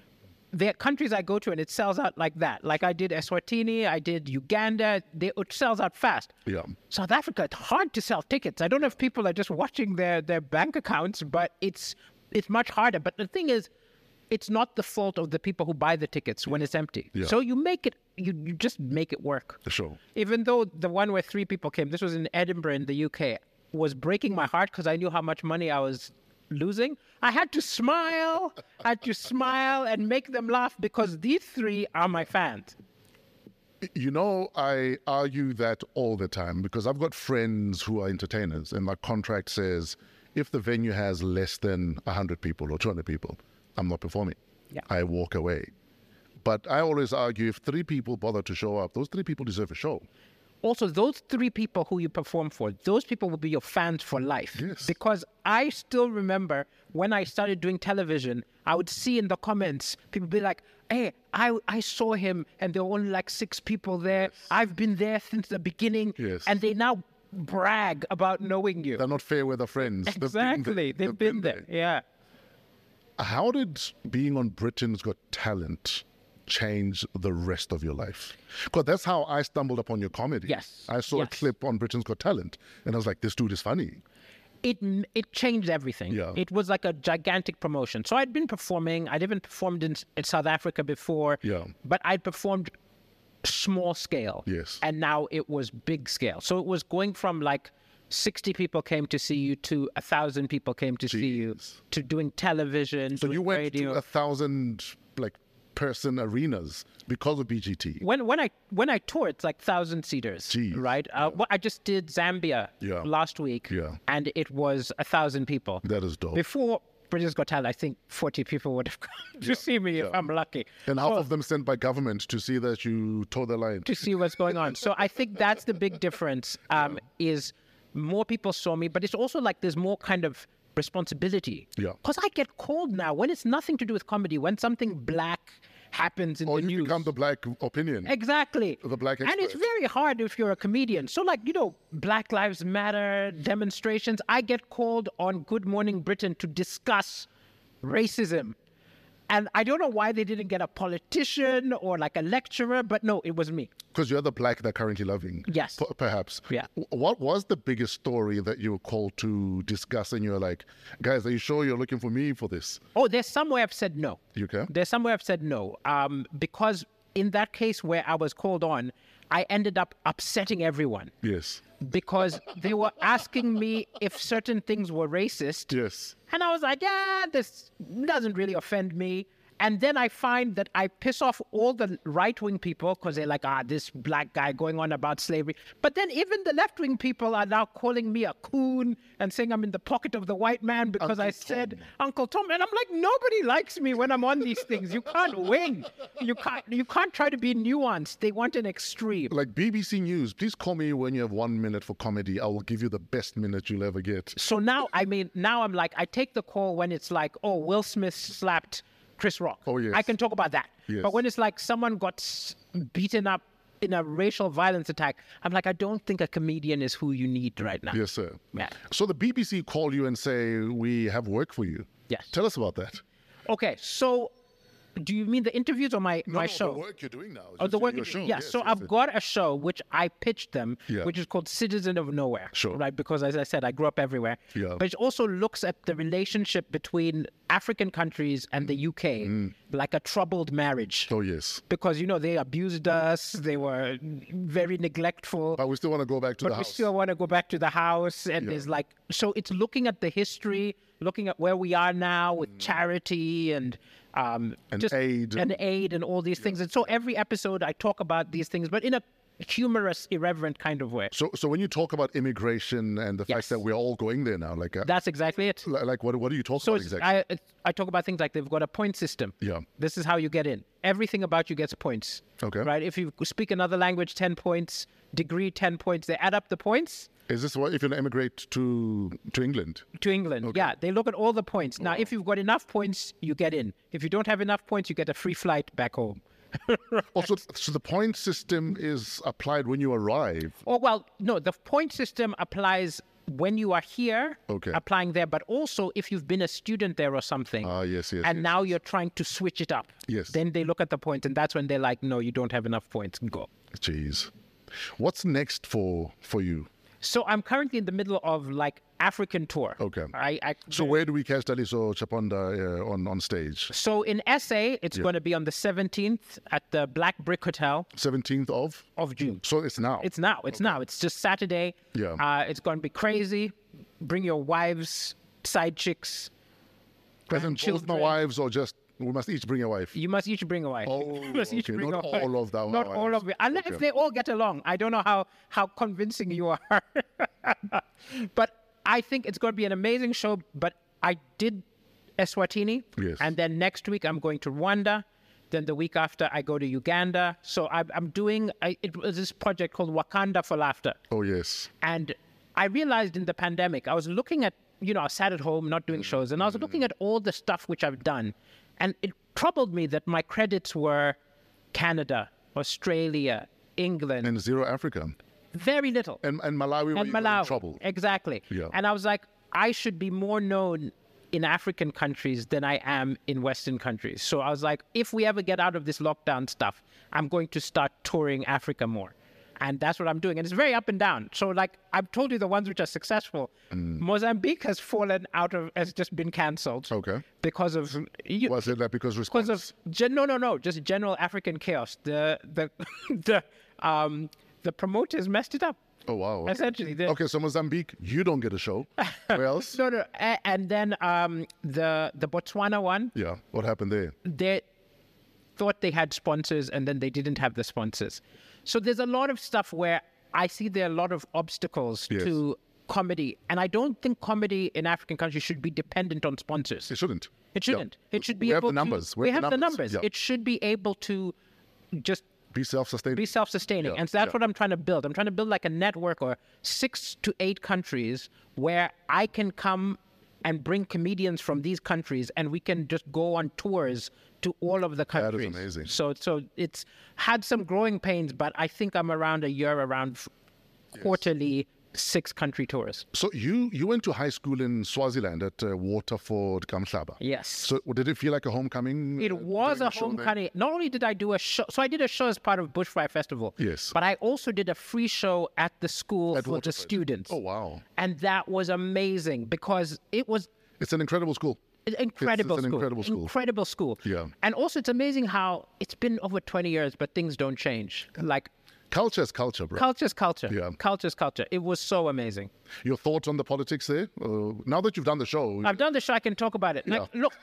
Speaker 5: there are countries i go to and it sells out like that like i did eswatini i did uganda they, it sells out fast
Speaker 4: Yeah.
Speaker 5: South Africa, it's hard to sell tickets. I don't know if people are just watching their, their bank accounts, but it's it's much harder. But the thing is, it's not the fault of the people who buy the tickets when it's empty.
Speaker 4: Yeah.
Speaker 5: So you make it you, you just make it work.
Speaker 4: Sure.
Speaker 5: Even though the one where three people came, this was in Edinburgh in the UK, was breaking my heart because I knew how much money I was losing. I had to smile, I had to smile and make them laugh because these three are my fans.
Speaker 4: You know, I argue that all the time because I've got friends who are entertainers, and my contract says if the venue has less than 100 people or 200 people, I'm not performing.
Speaker 5: Yeah.
Speaker 4: I walk away. But I always argue if three people bother to show up, those three people deserve a show.
Speaker 5: also those three people who you perform for those people will be your fans for life
Speaker 4: Yes.
Speaker 5: because i still remember when i started doing television i would see in the comments people be like hey i, I saw him and there were only like six people there i've been there since the beginning
Speaker 4: Yes.
Speaker 5: and they now brag about knowing you
Speaker 4: They're not fair weather friends. They've been there.
Speaker 5: exactly they've, been, there. yeah
Speaker 4: How did being on Britain's Got Talent change the rest of your life? Because that's how I stumbled upon your comedy.
Speaker 5: Yes,
Speaker 4: I saw a
Speaker 5: yes.
Speaker 4: clip on Britain's Got Talent, and I was like, this dude is funny.
Speaker 5: it m- it changed everything.
Speaker 4: Yeah.
Speaker 5: It was like a gigantic promotion. So I'd been performing. I'd even performed in, S- in South Africa before.
Speaker 4: Yeah.
Speaker 5: But I'd performed small scale.
Speaker 4: Yes.
Speaker 5: And now it was big scale. So it was going from like 60 people came to see you to a thousand people came to see you
Speaker 4: Jeez.
Speaker 5: to doing television.
Speaker 4: So you went
Speaker 5: radio.
Speaker 4: to a thousand like person arenas because of BGT.
Speaker 5: when when I when I tour, it's like thousand seaters,
Speaker 4: Jeez.
Speaker 5: right? Uh, well, I just did Zambia
Speaker 4: Yeah.
Speaker 5: last week,
Speaker 4: Yeah.
Speaker 5: and it was a thousand people.
Speaker 4: That is dope.
Speaker 5: Before Britain's Got Talent, I think forty people would have come to see me if I'm lucky.
Speaker 4: and half
Speaker 5: So-
Speaker 4: of them sent by government to see that you toe the line.
Speaker 5: to see what's going on. So I think that's the big difference. Um, Is more people saw me, but it's also like there's more kind of responsibility.
Speaker 4: Yeah.
Speaker 5: Because I get called now when it's nothing to do with comedy, when something black happens in
Speaker 4: Or
Speaker 5: the
Speaker 4: you
Speaker 5: news.
Speaker 4: become the black opinion.
Speaker 5: Exactly.
Speaker 4: The black
Speaker 5: And it's
Speaker 4: expert.
Speaker 5: very hard if you're a comedian. So, like, you know, Black Lives Matter demonstrations, I get called on Good Morning Britain to discuss racism. And I don't know why they didn't get a politician or like a lecturer, but no, it was me.
Speaker 4: Because you're the black they're currently loving.
Speaker 5: Yes.
Speaker 4: P- perhaps.
Speaker 5: Yeah.
Speaker 4: W- What was the biggest story that you were called to discuss and you're like, guys, are you sure you're looking for me for this?
Speaker 5: Oh, there's somewhere I've said no.
Speaker 4: You okay?
Speaker 5: There's somewhere I've said no. Um, because in that case where I was called on, I ended up upsetting everyone
Speaker 4: Yes.
Speaker 5: because they were asking me if certain things were racist.
Speaker 4: Yes.
Speaker 5: And I was like, yeah, this doesn't really offend me. And then I find that I piss off all the right wing people because they're like, ah, this black guy going on about slavery. But then even the left wing people are now calling me a coon and saying I'm in the pocket of the white man because I said Uncle Tom. And I'm like, nobody likes me when I'm on these things. You can't win. You can't you can't try to be nuanced. They want an extreme.
Speaker 4: Like BBC News, please call me when you have one minute for comedy. I will give you the best minute you'll ever get.
Speaker 5: So now, I mean, now I'm like, I take the call when it's like, oh, Will Smith slapped Chris Rock.
Speaker 4: Oh, yes.
Speaker 5: I can talk about that.
Speaker 4: Yes.
Speaker 5: But when it's like someone got s- beaten up in a racial violence attack, I'm like, I don't think a comedian is who you need right now.
Speaker 4: Yes, sir.
Speaker 5: Yeah.
Speaker 4: So the BBC call you and say, we have work for you.
Speaker 5: Yes.
Speaker 4: Tell us about that.
Speaker 5: Okay, so do you mean the interviews or my, my show?
Speaker 4: work you're doing now.
Speaker 5: Oh, the work. yeah. so I've got a show which I pitched them,
Speaker 4: Yeah.
Speaker 5: which is called Citizen of Nowhere.
Speaker 4: Sure.
Speaker 5: Right, because as I said, I grew up everywhere.
Speaker 4: Yeah.
Speaker 5: But it also looks at the relationship between African countries and the UK,
Speaker 4: Mm.
Speaker 5: like a troubled marriage.
Speaker 4: Oh, yes.
Speaker 5: Because you know they abused us, they were very neglectful
Speaker 4: But we still want to go back to the
Speaker 5: but we
Speaker 4: house.
Speaker 5: still want to go back to the house and there's like so it's looking at the history looking at where we are now with charity and um
Speaker 4: Mm. And
Speaker 5: just
Speaker 4: aid.
Speaker 5: and aid and all these things and so every episode i talk about these things but in a humorous irreverent kind of way
Speaker 4: So, so when you talk about immigration and the fact
Speaker 5: Yes.
Speaker 4: that we're all going there now, like, uh,
Speaker 5: that's exactly it
Speaker 4: li- like what, what are you talking
Speaker 5: so
Speaker 4: about
Speaker 5: it's,
Speaker 4: exactly?
Speaker 5: I it's- I talk about things like they've got a point system.
Speaker 4: Yeah.
Speaker 5: This is how you get in. Everything about you gets points.
Speaker 4: Okay.
Speaker 5: Right. If you speak another language, ten points. Degree, ten points. They add up the points.
Speaker 4: Is this what if you emigrate to to England?
Speaker 5: to England. Yeah, they look at all the points. Now,
Speaker 4: Oh.
Speaker 5: if you've got enough points, you get in. If you don't have enough points, you get a free flight back home.
Speaker 4: Also, Oh, so the point system is applied when you arrive.
Speaker 5: Or, Oh, well, no, the point system applies when you are here,
Speaker 4: Okay.
Speaker 5: applying there, but also if you've been a student there or something.
Speaker 4: Ah, yes, yes,
Speaker 5: And
Speaker 4: yes,
Speaker 5: now you're trying to switch it up.
Speaker 4: Yes.
Speaker 5: Then they look at the points, and that's when they're like, no, you don't have enough points, go.
Speaker 4: Jeez, what's next for for you?
Speaker 5: So I'm currently in the middle of like African tour.
Speaker 4: Okay.
Speaker 5: I, I
Speaker 4: So where do we catch Daliso Chaponda uh, on on stage?
Speaker 5: so in SA, it's going to be on the 17th at the Black Brick Hotel
Speaker 4: Seventeenth of.
Speaker 5: of June.
Speaker 4: So it's now.
Speaker 5: It's now. It's now. It's just Saturday.
Speaker 4: Yeah.
Speaker 5: Uh, it's going to be crazy. Bring your wives, side chicks.
Speaker 4: As in both my
Speaker 5: grandchildren.
Speaker 4: wives or just we must each bring a wife.
Speaker 5: You must each bring a wife.
Speaker 4: Oh,
Speaker 5: you must each
Speaker 4: okay.
Speaker 5: bring
Speaker 4: Not
Speaker 5: a wife.
Speaker 4: all of our
Speaker 5: Not all
Speaker 4: wives.
Speaker 5: of it. Unless
Speaker 4: Okay.
Speaker 5: they all get along. I don't know how how convincing you are. but I think it's going to be an amazing show. But I did Eswatini.
Speaker 4: Yes.
Speaker 5: And then next week I'm going to Rwanda. Then the week after I go to Uganda. So I'm, I'm doing. I, it was this project called Wakanda for Laughter.
Speaker 4: Oh yes.
Speaker 5: And I realized in the pandemic, I was looking at, you know, I sat at home not doing shows, and I was looking at all the stuff which I've done. And it troubled me that my credits were Canada, Australia, England,
Speaker 4: And zero Africa.
Speaker 5: very little.
Speaker 4: And and Malawi. where
Speaker 5: And
Speaker 4: you got in
Speaker 5: Malawi.
Speaker 4: Trouble.
Speaker 5: Exactly.
Speaker 4: Yeah.
Speaker 5: And I was like, I should be more known in African countries than I am in Western countries. So I was like, if we ever get out of this lockdown stuff, I'm going to start touring Africa more. And that's what I'm doing. And it's very up and down. So, like, I've told you the ones which are successful.
Speaker 4: Mm.
Speaker 5: Mozambique has fallen out of, has just been cancelled.
Speaker 4: Okay.
Speaker 5: Because of, you,
Speaker 4: Was it that because response?
Speaker 5: because of gen- no no no just general african chaos the the the um the promoters messed it up
Speaker 4: Oh wow.
Speaker 5: essentially the,
Speaker 4: Okay, so Mozambique, you don't get a show. Where else?
Speaker 5: no no a- and then um the the botswana one
Speaker 4: Yeah. What happened there?
Speaker 5: they thought they had sponsors and then they didn't have the sponsors so there's a lot of stuff where i see there are a lot of obstacles
Speaker 4: Yes.
Speaker 5: to comedy and i don't think comedy in african countries should be dependent on sponsors
Speaker 4: It shouldn't.
Speaker 5: It
Speaker 4: Yeah.
Speaker 5: shouldn't. It should be
Speaker 4: We have
Speaker 5: able
Speaker 4: the numbers.
Speaker 5: To, we have the numbers.
Speaker 4: Yeah.
Speaker 5: It should be able to just
Speaker 4: Be self-sustained.
Speaker 5: be self-sustaining,
Speaker 4: Yeah,
Speaker 5: and so that's
Speaker 4: yeah.
Speaker 5: what I'm trying to build. I'm trying to build like a network or six to eight countries where I can come and bring comedians from these countries, and we can just go on tours to all of the
Speaker 4: is
Speaker 5: countries.
Speaker 4: amazing.
Speaker 5: So, so it's had some growing pains, but I think I'm around a year around f- quarterly six country tours.
Speaker 4: So you you went to high school in Swaziland at uh, Waterford Kamhlaba.
Speaker 5: Yes.
Speaker 4: So did it feel like a homecoming?
Speaker 5: It
Speaker 4: uh,
Speaker 5: was
Speaker 4: doing
Speaker 5: a
Speaker 4: show there?
Speaker 5: homecoming. Not only did I do a show, so I did a show as part of Bushfire Festival.
Speaker 4: Yes.
Speaker 5: But I also did a free show at the school
Speaker 4: At
Speaker 5: for the
Speaker 4: Waterford.
Speaker 5: students.
Speaker 4: Oh wow!
Speaker 5: And that was amazing because it was
Speaker 4: It's an incredible school.
Speaker 5: an incredible
Speaker 4: it's an
Speaker 5: school.
Speaker 4: incredible school.
Speaker 5: Incredible school.
Speaker 4: Yeah.
Speaker 5: And also, it's amazing how it's been over 20 years, but things don't change. Like,
Speaker 4: Culture is culture, bro.
Speaker 5: culture's culture.
Speaker 4: Yeah.
Speaker 5: Culture's culture. It was so amazing.
Speaker 4: Your thoughts on the politics there? Uh, now that you've done the show,
Speaker 5: I've done the show. I can talk about it. Like, look,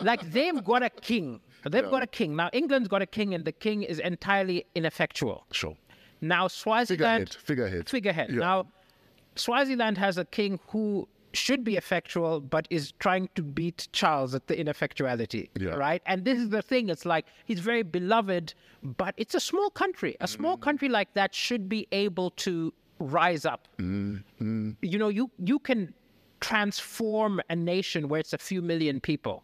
Speaker 5: like they've got a king. They've got a king. Now England's got a king, and the king is entirely ineffectual.
Speaker 4: show
Speaker 5: Now Swaziland
Speaker 4: figurehead, figurehead,
Speaker 5: figurehead.
Speaker 4: Yeah.
Speaker 5: Now Swaziland has a king who should be effectual, but is trying to beat Charles at the ineffectuality.
Speaker 4: Yeah.
Speaker 5: Right, and this is the thing. It's like he's very beloved, but it's a small country. A
Speaker 4: Mm.
Speaker 5: small country like that should be able to rise up
Speaker 4: Mm-hmm.
Speaker 5: you know you you can transform a nation where it's a few million people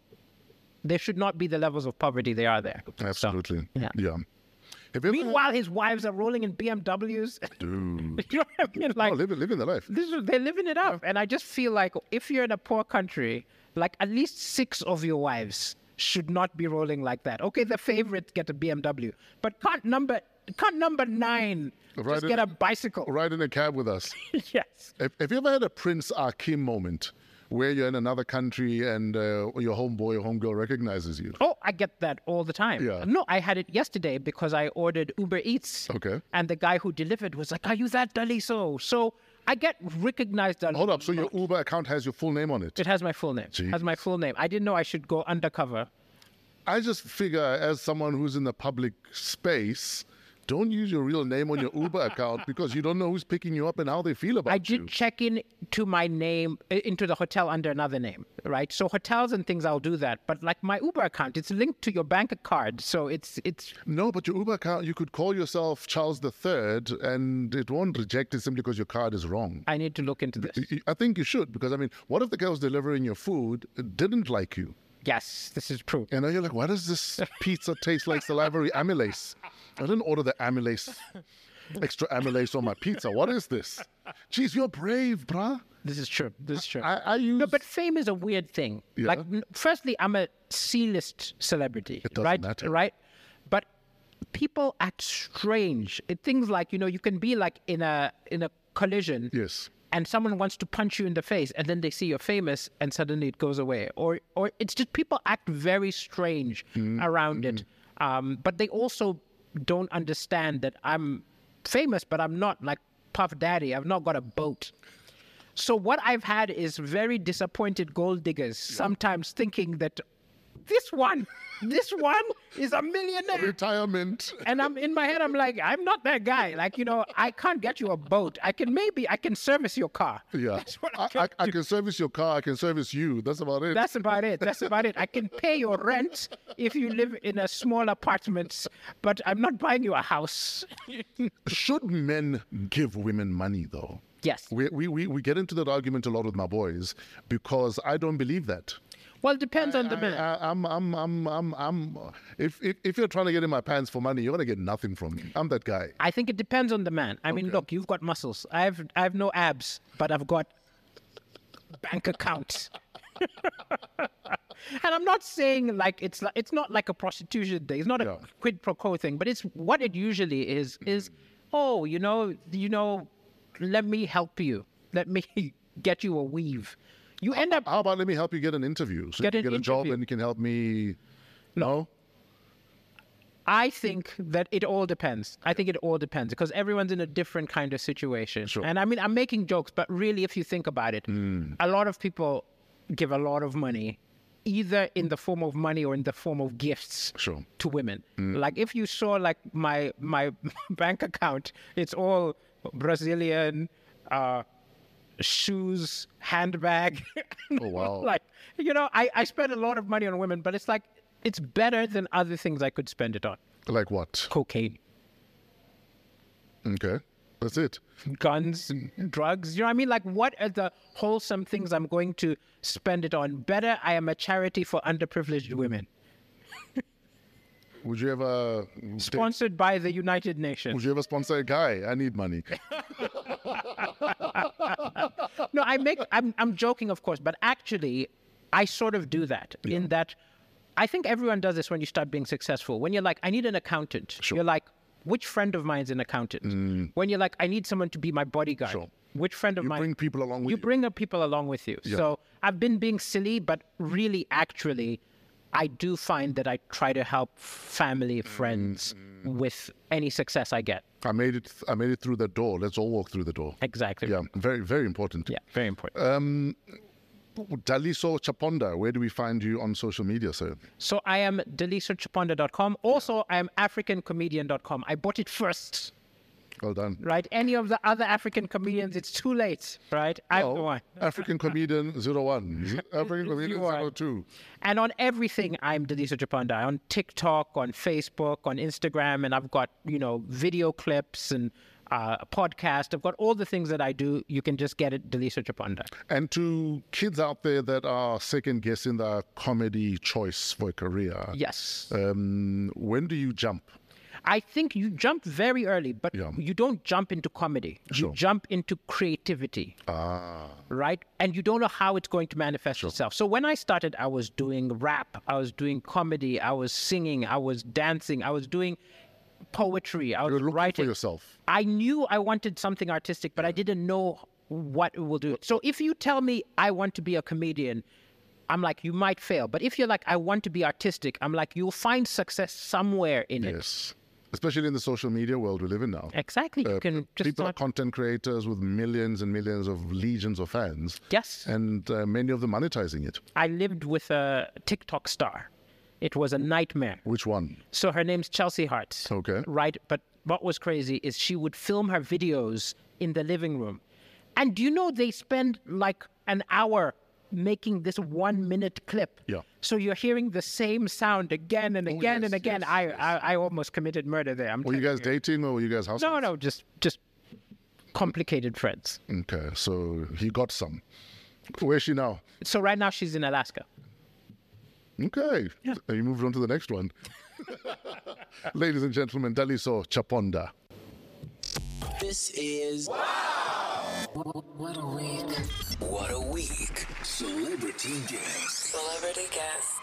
Speaker 5: there should not be the levels of poverty they are there So-
Speaker 4: Absolutely.
Speaker 5: yeah.
Speaker 4: Have you ever-
Speaker 5: meanwhile his wives are rolling in bmws
Speaker 4: Mm-hmm. Dude.
Speaker 5: you know what i mean like
Speaker 4: Oh, living, living the life.
Speaker 5: this is, they're living it up and i just feel like if you're in a poor country like at least six of your wives should not be rolling like that okay the favorites get a bmw but can't number can't number nine
Speaker 4: Right
Speaker 5: just
Speaker 4: in-
Speaker 5: get a bicycle
Speaker 4: Ride in a cab with us.
Speaker 5: yes
Speaker 4: Have, have you ever had a Prince Akim moment where you're in another country and uh, your homeboy or homegirl recognizes you?
Speaker 5: Oh, I get that all the time.
Speaker 4: Yeah.
Speaker 5: No, I had it yesterday because I ordered Uber Eats.
Speaker 4: Okay.
Speaker 5: And the guy who delivered was like, Are you that Daliso? So I get recognized. A
Speaker 4: Hold up. So your Uber account has your full name on it.
Speaker 5: It has my full name. It Has my full name. I didn't know I should go undercover.
Speaker 4: I just figure, as someone who's in the public space, don't use your real name on your Uber account because you don't know who's picking you up and how they feel about
Speaker 5: I did
Speaker 4: you.
Speaker 5: check in to my name i- into the hotel under another name, right? So hotels and things, I'll do that. But like my Uber account, it's linked to your bank card, so it's it's
Speaker 4: No, but your Uber account, you could call yourself Charles III and it won't reject it simply because your card is wrong.
Speaker 5: I need to look into this.
Speaker 4: I- I think you should because I mean, what if the girl who's delivering your food didn't like you?
Speaker 5: Yes, this is true.
Speaker 4: And now you're like, why does this pizza taste like salivary amylase? I didn't order the amylase, extra amylase on my pizza. What is this? Jeez, you're brave, bruh.
Speaker 5: This is true. This is true.
Speaker 4: I, I use.
Speaker 5: No, but fame is a weird thing.
Speaker 4: Yeah.
Speaker 5: Like, n- firstly, I'm a C-list celebrity,
Speaker 4: It doesn't
Speaker 5: right?
Speaker 4: matter.
Speaker 5: Right, but people act strange. It, things like you know, you can be like in a in a collision,
Speaker 4: Yes.
Speaker 5: and someone wants to punch you in the face, and then they see you're famous, and suddenly it goes away. Or or it's just people act very strange around it. Um, but they also don't understand that I'm famous, but I'm not like Puff Daddy. I've not got a boat. So what I've had is very disappointed gold diggers sometimes thinking that this one, this one is a millionaire.
Speaker 4: Retirement.
Speaker 5: And I'm in my head, I'm like, I'm not that guy. Like, you know, I can't get you a boat. I can maybe I can service your car.
Speaker 4: Yeah.
Speaker 5: That's what I
Speaker 4: I,
Speaker 5: can
Speaker 4: I, I can service your car. I can service you. That's about it.
Speaker 5: That's about it. That's about it. I can pay your rent if you live in a small apartment, but I'm not buying you a house.
Speaker 4: Should men give women money, though?
Speaker 5: Yes.
Speaker 4: We, we, we, we get into that argument a lot with my boys because I don't believe that.
Speaker 5: Well, it depends on the man.
Speaker 4: I, I'm, I'm, I'm, I'm, I'm. If, if if you're trying to get in my pants for money, you're gonna get nothing from me. I'm that guy.
Speaker 5: I think it depends on the man. I mean, look, you've got muscles. I've I've no abs, but I've got bank accounts. and I'm not saying like it's like, it's not like a prostitution thing. It's not a
Speaker 4: Yeah.
Speaker 5: quid pro quo thing, but it's what it usually is is oh, you know, you know, let me help you. Let me get you a weave. You end up
Speaker 4: How about let me help you get an interview? So
Speaker 5: Get
Speaker 4: you
Speaker 5: an
Speaker 4: can get a job
Speaker 5: interview.
Speaker 4: and you can help me. No.
Speaker 5: I think that it all depends. I think it all depends because everyone's in a different kind of situation.
Speaker 4: Sure. Mm.
Speaker 5: And I mean, I'm making jokes, but really, if you think about it, a lot of people give a lot of money, either in the form of money or in the form of gifts
Speaker 4: Sure. Mm.
Speaker 5: to women. Like if you saw like my my bank account, it's all Brazilian. Uh, shoes, handbag.
Speaker 4: Oh, wow.
Speaker 5: like, you know, I, I spend a lot of money on women, but it's like, it's better than other things I could spend it on.
Speaker 4: Like what?
Speaker 5: Cocaine.
Speaker 4: Okay. That's it.
Speaker 5: guns, drugs. You know what I mean? Like, what are the wholesome things I'm going to spend it on? Better, I am a charity for underprivileged women,
Speaker 4: Would you ever
Speaker 5: sponsored by the United
Speaker 4: would
Speaker 5: Nations.
Speaker 4: you ever sponsor a guy? I need money.
Speaker 5: No, I make. I'm I'm joking, of course, but actually, I sort of do that in that. I think everyone does this when you start being successful. When you're like, I need an accountant.
Speaker 4: Sure. Mm.
Speaker 5: You're like, which friend of mine's an accountant? When you're like, I need someone to be my bodyguard.
Speaker 4: Sure.
Speaker 5: Which friend of
Speaker 4: You
Speaker 5: mine?
Speaker 4: bring people along with
Speaker 5: you
Speaker 4: you.
Speaker 5: bring the people along with you. So I've been being silly, but really, actually, I do find that I try to help family, friends
Speaker 4: Mm-hmm.
Speaker 5: with any success I get.
Speaker 4: I made it. I made it through the door. Let's all walk through the door.
Speaker 5: Exactly.
Speaker 4: Yeah, very, very important.
Speaker 5: Yeah, Very important.
Speaker 4: Daliso Chaponda, where do we find you on social media, sir?
Speaker 5: so I am delisochaponda.com. Also, I am africancomedian.com. I bought it first,
Speaker 4: Well done.
Speaker 5: right? Any of the other African comedians, it's too late, right? I'm the one.
Speaker 4: African comedian 01, African comedian
Speaker 5: You are.
Speaker 4: 02.
Speaker 5: And on everything, I'm Delisa Japanda. On TikTok, on Facebook, on Instagram, and I've got you know video clips and uh, a podcast. I've got all the things that I do. You can just get it, Delisa Japanda.
Speaker 4: And to kids out there that are second guessing their comedy choice for a career,
Speaker 5: Yes,
Speaker 4: um, when do you jump?
Speaker 5: I think you jump very early, but
Speaker 4: Yeah.
Speaker 5: you don't jump into comedy.
Speaker 4: Sure.
Speaker 5: You jump into creativity.
Speaker 4: Ah,
Speaker 5: right? And you don't know how it's going to manifest itself. So when I started, I was doing rap, I was doing comedy, I was singing, I was dancing, I was doing poetry, I was
Speaker 4: you're looking
Speaker 5: writing.
Speaker 4: for yourself.
Speaker 5: I knew I wanted something artistic, but I didn't know what it will do. So if you tell me I want to be a comedian, I'm like, you might fail. But if you're like, I want to be artistic, I'm like, you'll find success somewhere in it.
Speaker 4: Yes. Especially in the social media world we live in now.
Speaker 5: Exactly. You can just
Speaker 4: Uh, People are
Speaker 5: start.
Speaker 4: content creators with millions and millions of legions of fans.
Speaker 5: Yes.
Speaker 4: And uh, many of them monetizing it.
Speaker 5: I lived with a TikTok star. It was a nightmare.
Speaker 4: Which one?
Speaker 5: So her name's Chelsea Hart.
Speaker 4: Okay.
Speaker 5: Right. But what was crazy is she would film her videos in the living room. And do you know they spend like an hour making this one minute clip?
Speaker 4: Yeah. Oh,
Speaker 5: So you're hearing the same sound again and again
Speaker 4: yes,
Speaker 5: and again.
Speaker 4: yes,
Speaker 5: I, I I almost committed murder there. I'm
Speaker 4: Were you guys dating or were you guys housemates?
Speaker 5: no, no, just just complicated friends.
Speaker 4: Okay, so he got some. Where's she now?
Speaker 5: So right now she's in Alaska.
Speaker 4: Okay, you moved on to the next one. Ladies and gentlemen, Daliso Chaponda.
Speaker 3: This is. Wow!
Speaker 1: What a week.
Speaker 3: What a week. Celebrity guest.
Speaker 1: Celebrity guest.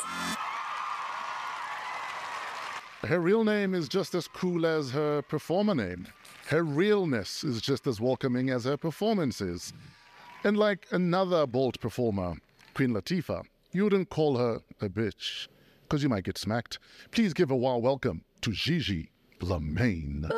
Speaker 4: Her real name is just as cool as her performer name. Her realness is just as welcoming as her performance is. And like another bold performer, Queen Latifah, you wouldn't call her a bitch, because you might get smacked. Please give a warm welcome to Gigi Lamaine.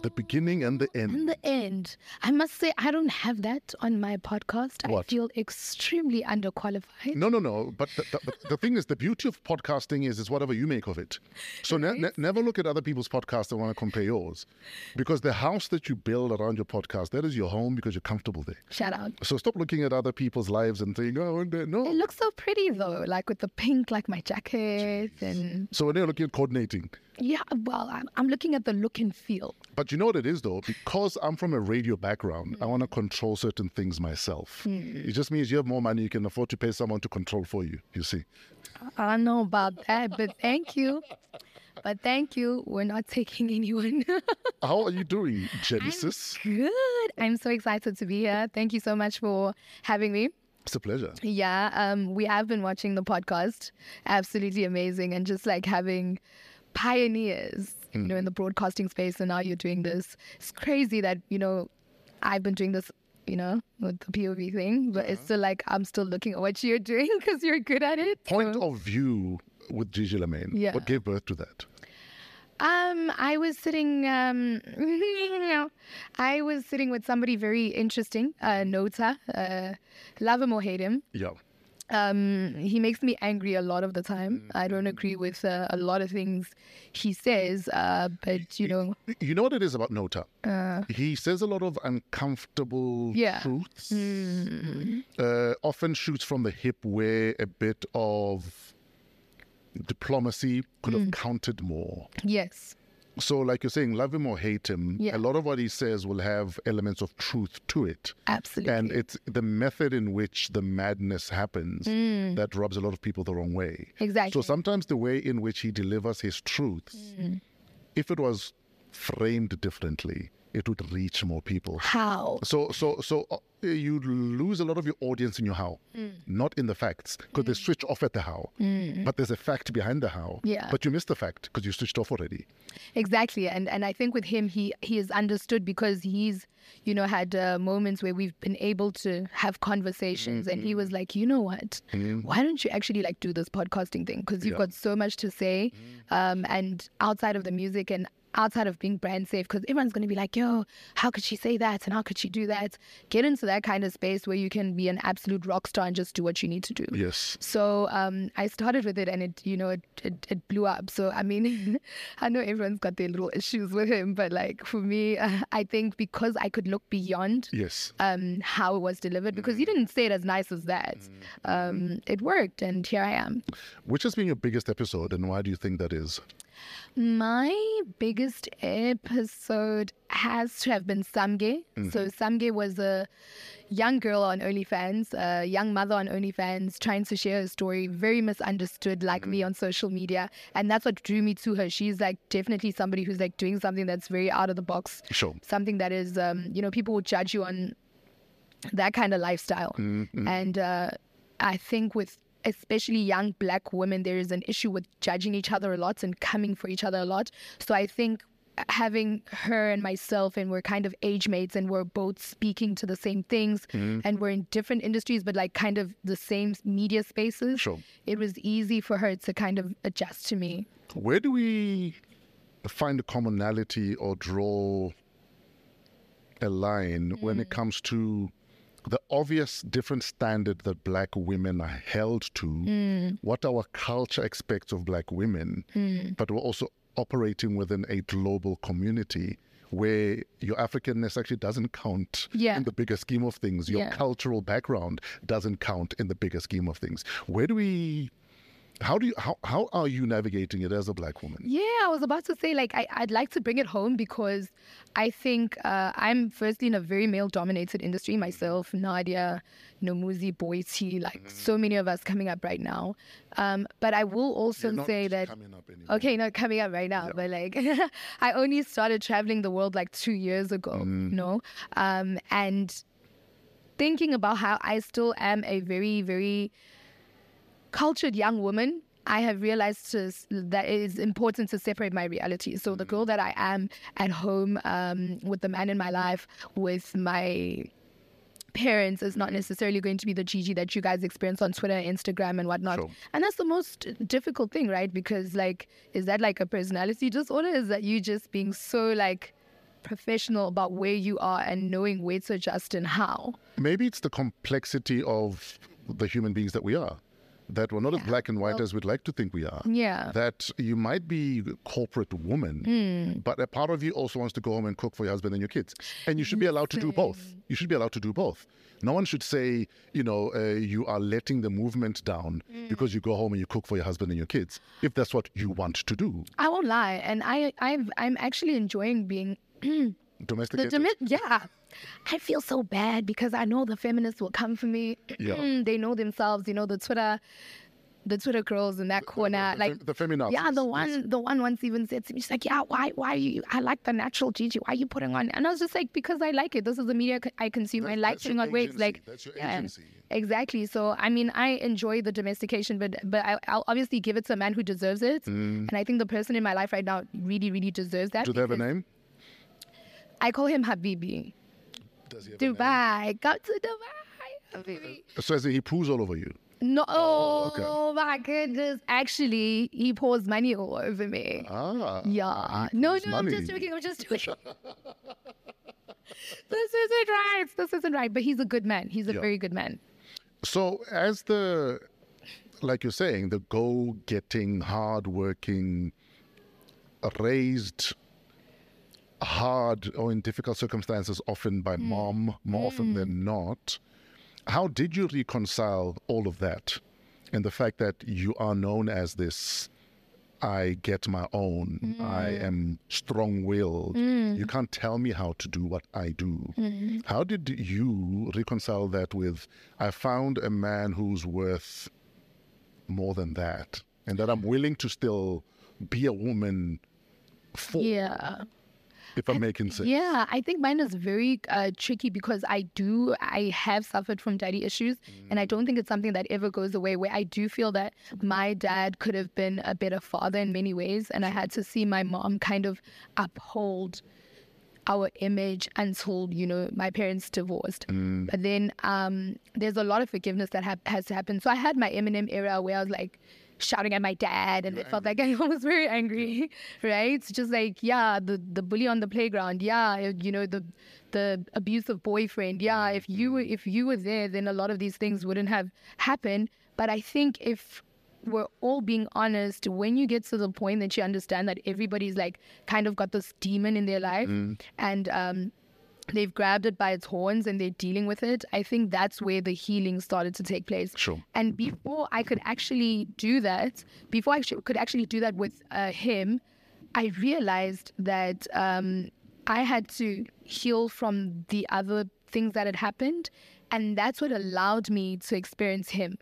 Speaker 4: The beginning and the end.
Speaker 2: In the end, I must say I don't have that on my podcast.
Speaker 4: What?
Speaker 2: I feel extremely underqualified.
Speaker 4: No, no, no. But the, the, but the thing is, the beauty of podcasting is it's whatever you make of it. So ne- ne- never look at other people's podcasts and want to compare yours, because the house that you build around your podcast that is your home because you're comfortable there.
Speaker 2: Shout out.
Speaker 4: So stop looking at other people's lives and think, oh, and they-
Speaker 2: It
Speaker 4: no.
Speaker 2: looks so pretty though, like with the pink, like my jacket, and
Speaker 4: So when you're looking at coordinating,
Speaker 2: yeah. Well, I'm, I'm looking at the look and feel.
Speaker 4: But you know what it is though, because I'm from a radio background, I want to control certain things myself. It just means you have more money, you can afford to pay someone to control for you. You see,
Speaker 2: I don't know about that, but thank you. But thank you. We're not taking anyone.
Speaker 4: how are you doing, Genesis?
Speaker 2: Good. I'm so excited to be here. Thank you so much for having me.
Speaker 4: It's a pleasure.
Speaker 2: Yeah, um, we have been watching the podcast. Absolutely amazing. And just like having pioneers, you know, in the broadcasting space, and now you're doing this. It's crazy that, you know, I've been doing this, you know, with the POV thing, but it's still like I'm still looking at what you're doing because you're good at it.
Speaker 4: point of view with Gigi Lamaine?
Speaker 2: Mm-hmm. Yeah.
Speaker 4: What gave birth to that?
Speaker 2: Um, I was sitting. Um, I was sitting with somebody very interesting, uh, Nota. Uh, love him or hate him,
Speaker 4: Yeah.
Speaker 2: um, he makes me angry a lot of the
Speaker 4: Mm-hmm.
Speaker 2: time. I don't agree with uh, a lot of things he says, uh, but you know,
Speaker 4: You know what it is about Nota? he says a lot of uncomfortable
Speaker 2: Uh. Yeah. Mm-hmm.
Speaker 4: truths. Uh, often shoots from the hip where a bit
Speaker 2: Mm.
Speaker 4: of diplomacy could have counted more.
Speaker 2: yes,
Speaker 4: So, like you're saying, love him or hate him,
Speaker 2: Yeah.
Speaker 4: a lot of what he says will have elements of truth to it.
Speaker 2: Absolutely.
Speaker 4: And it's the method in which the madness happens that rubs a lot of people the wrong way. So
Speaker 2: Mm. Exactly. Mm.
Speaker 4: sometimes the way in which he delivers his truths, if it was framed differently, it would reach more people.
Speaker 2: How?
Speaker 4: So, so, so uh, you lose a lot of your audience in your how,
Speaker 2: Mm.
Speaker 4: not in the facts, because they switch off at the how. But there's a fact behind the how.
Speaker 2: Yeah.
Speaker 4: But you missed the fact because you switched off already.
Speaker 2: Exactly, and and I think with him, he he is understood because he's you know had uh, moments where we've been able to have conversations, and he was like, you know what, why don't you actually like do this podcasting thing? Because you've
Speaker 4: Yeah.
Speaker 2: got so much to say, um, and outside of the music and outside of being brand safe, because everyone's gonna be like, yo, how could she say that and how could she do that? Get into that kind of space where you can be an absolute rock star and just do what you need to do.
Speaker 4: Yes.
Speaker 2: So um, I started with it, and it, you know, it it, it blew up. So I mean, I know everyone's got their little issues with him, but like for me, I think because I could look beyond
Speaker 4: Yes.
Speaker 2: um, how it was delivered, because he didn't say it as nice as that, um, it worked, and here I am.
Speaker 4: Which has been your biggest episode, and why do you think that is?
Speaker 2: My biggest episode has to have been Samge. So Samge was a young girl on OnlyFans, a young mother on OnlyFans, trying to share her story, very misunderstood like me on social media. And that's what drew me to her. She's like definitely somebody who's like doing something that's very out of the box.
Speaker 4: Sure.
Speaker 2: Something that is, um, you know, people will judge you on that kind of lifestyle. And uh, I think with especially young black women, there is an issue with judging each other a lot and coming for each other a lot. So I think having her and myself and we're kind of age mates and we're both speaking to the same things and we're in different industries but like kind of the same media spaces
Speaker 4: Sure.
Speaker 2: it was easy for her to kind of adjust to me
Speaker 4: Where do we find a commonality or draw a line when
Speaker 2: Hmm.
Speaker 4: it comes to the obvious different standard that black women are held to,
Speaker 2: Hmm.
Speaker 4: what our culture expects of black women,
Speaker 2: Hmm.
Speaker 4: but we're also operating within a global community where your Africanness actually doesn't count
Speaker 2: Yeah.
Speaker 4: in the bigger scheme of things. Your
Speaker 2: Yeah.
Speaker 4: cultural background doesn't count in the bigger scheme of things. Where do we how do you how, how are you navigating it as a black woman?
Speaker 2: Yeah, I was about to say, like, I, I'd like to bring it home because I think uh, I'm firstly in a very male dominated industry myself, Nadia, Nomuzi, Boiti,
Speaker 4: Mm-hmm.
Speaker 2: like, so many of us coming up right now. Um, but I will also say that.
Speaker 4: coming up anymore.
Speaker 2: Okay, not coming up right now, but like I only started traveling the world like two years ago,
Speaker 4: Mm-hmm.
Speaker 2: you know? Um, and thinking about how I still am a very, very cultured young woman, I have realized to, s- that it is important to separate my reality. So the girl that I am at home um, with the man in my life, with my parents is not necessarily going to be the Gigi that you guys experience on Twitter, Instagram, and whatnot.
Speaker 4: Sure.
Speaker 2: And that's the most difficult thing, right? Because like, is that like a personality disorder? Is that you just being so like professional about where you are and knowing where to adjust and how?
Speaker 4: Maybe it's the complexity of the human beings that we are. That we're not as black and white as we'd like to think we are.
Speaker 2: Yeah.
Speaker 4: That you might be a corporate woman,
Speaker 2: Hmm.
Speaker 4: but a part of you also wants to go home and cook for your husband and your kids. And you should be
Speaker 2: Mm,
Speaker 4: allowed to do both. You should be allowed to do both. No one should say, you know, uh, you are letting the movement down
Speaker 2: Mm.
Speaker 4: because you go home and you cook for your husband and your kids, if that's what you want to do.
Speaker 2: I won't lie, and I I've, I'm actually enjoying being the
Speaker 4: Domesticated.
Speaker 2: domi- yeah. I feel so bad because I know the feminists will come for me.
Speaker 4: Yeah.
Speaker 2: they know themselves. You know the Twitter, the Twitter girls in that corner,
Speaker 4: the
Speaker 2: like
Speaker 4: fem- the feminazis,
Speaker 2: Yeah, the
Speaker 4: yes.
Speaker 2: one, the one once even said to me, she's like, "Yeah, why, why are you? I like the natural Gigi. Why are you putting on?" And I was just like, "Because I like it. This is the media c- I consume. I
Speaker 4: That's-
Speaker 2: like
Speaker 4: that's your
Speaker 2: putting on wigs.
Speaker 4: agency.
Speaker 2: Like
Speaker 4: That's your
Speaker 2: yeah,
Speaker 4: agency.
Speaker 2: Exactly. So I mean, I enjoy the domestication, but but I, I'll obviously give it to a man who deserves it. And I think the person in my life right now really, really deserves that.
Speaker 4: Mm. Do they have a
Speaker 2: because-
Speaker 4: name?
Speaker 2: I call him Habibi.
Speaker 4: Does he have
Speaker 2: Dubai, come to Dubai, Habibi.
Speaker 4: So as in he poos all over you.
Speaker 2: No, oh,
Speaker 4: okay.
Speaker 2: my goodness. Actually, he pours money all over me.
Speaker 4: Ah.
Speaker 2: yeah. No, no,
Speaker 4: pours
Speaker 2: I'm
Speaker 4: money.
Speaker 2: just joking. I'm just joking. this isn't right. This isn't right. But he's a good man. He's a
Speaker 4: Yeah.
Speaker 2: very good man.
Speaker 4: So as the like you're saying, the goal getting, hard working, raised hard or in difficult circumstances, often by
Speaker 2: Hmm.
Speaker 4: mom, more often than not. How did you reconcile all of that and the fact that you are known as this I get my own. I
Speaker 2: Hmm.
Speaker 4: am strong willed. You can't tell me how to do what I do.
Speaker 2: Hmm.
Speaker 4: How did you reconcile that with I found a man who's worth more than that and that I'm willing to still be a woman for,
Speaker 2: Yeah.
Speaker 4: if I'm making sense?
Speaker 2: Yeah, I think mine is very uh, tricky because I do, I have suffered from daddy issues, and I don't think it's something that ever goes away. Where I do feel that my dad could have been a better father in many ways, and I had to see my mom kind of uphold our image until you know my parents divorced. But then um, there's a lot of forgiveness that hap has happened. So I had my Eminem era where I was like shouting at my dad, and it felt like I was very angry, right? It's just like yeah, the the bully on the playground, yeah, uh, you know the the abusive boyfriend, yeah. If you were if you were there, then a lot of these things wouldn't have happened. But I think if we're all being honest when you get to the point that you understand that everybody's like kind of got this demon in their life and um they've grabbed it by its horns and they're dealing with it i think that's where the healing started to take place
Speaker 4: Sure.
Speaker 2: and before i could actually do that before i actu- could actually do that with uh, him i realized that um i had to heal from the other things that had happened and that's what allowed me to experience him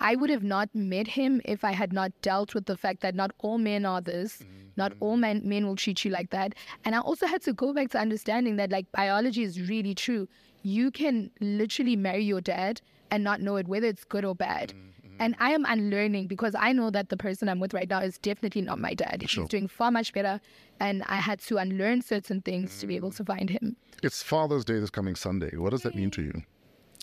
Speaker 2: I would have not met him if I had not dealt with the fact that not all men are this, not all men, men will treat you like that. And I also had to go back to understanding that, like, biology is really true. You can literally marry your dad and not know it, whether it's good or bad. And I am unlearning because I know that the person I'm with right now is definitely not my dad.
Speaker 4: Sure.
Speaker 2: He's doing far much better. And I had to unlearn certain things to be able to find him.
Speaker 4: It's Father's Day this coming Sunday. What does that mean to you?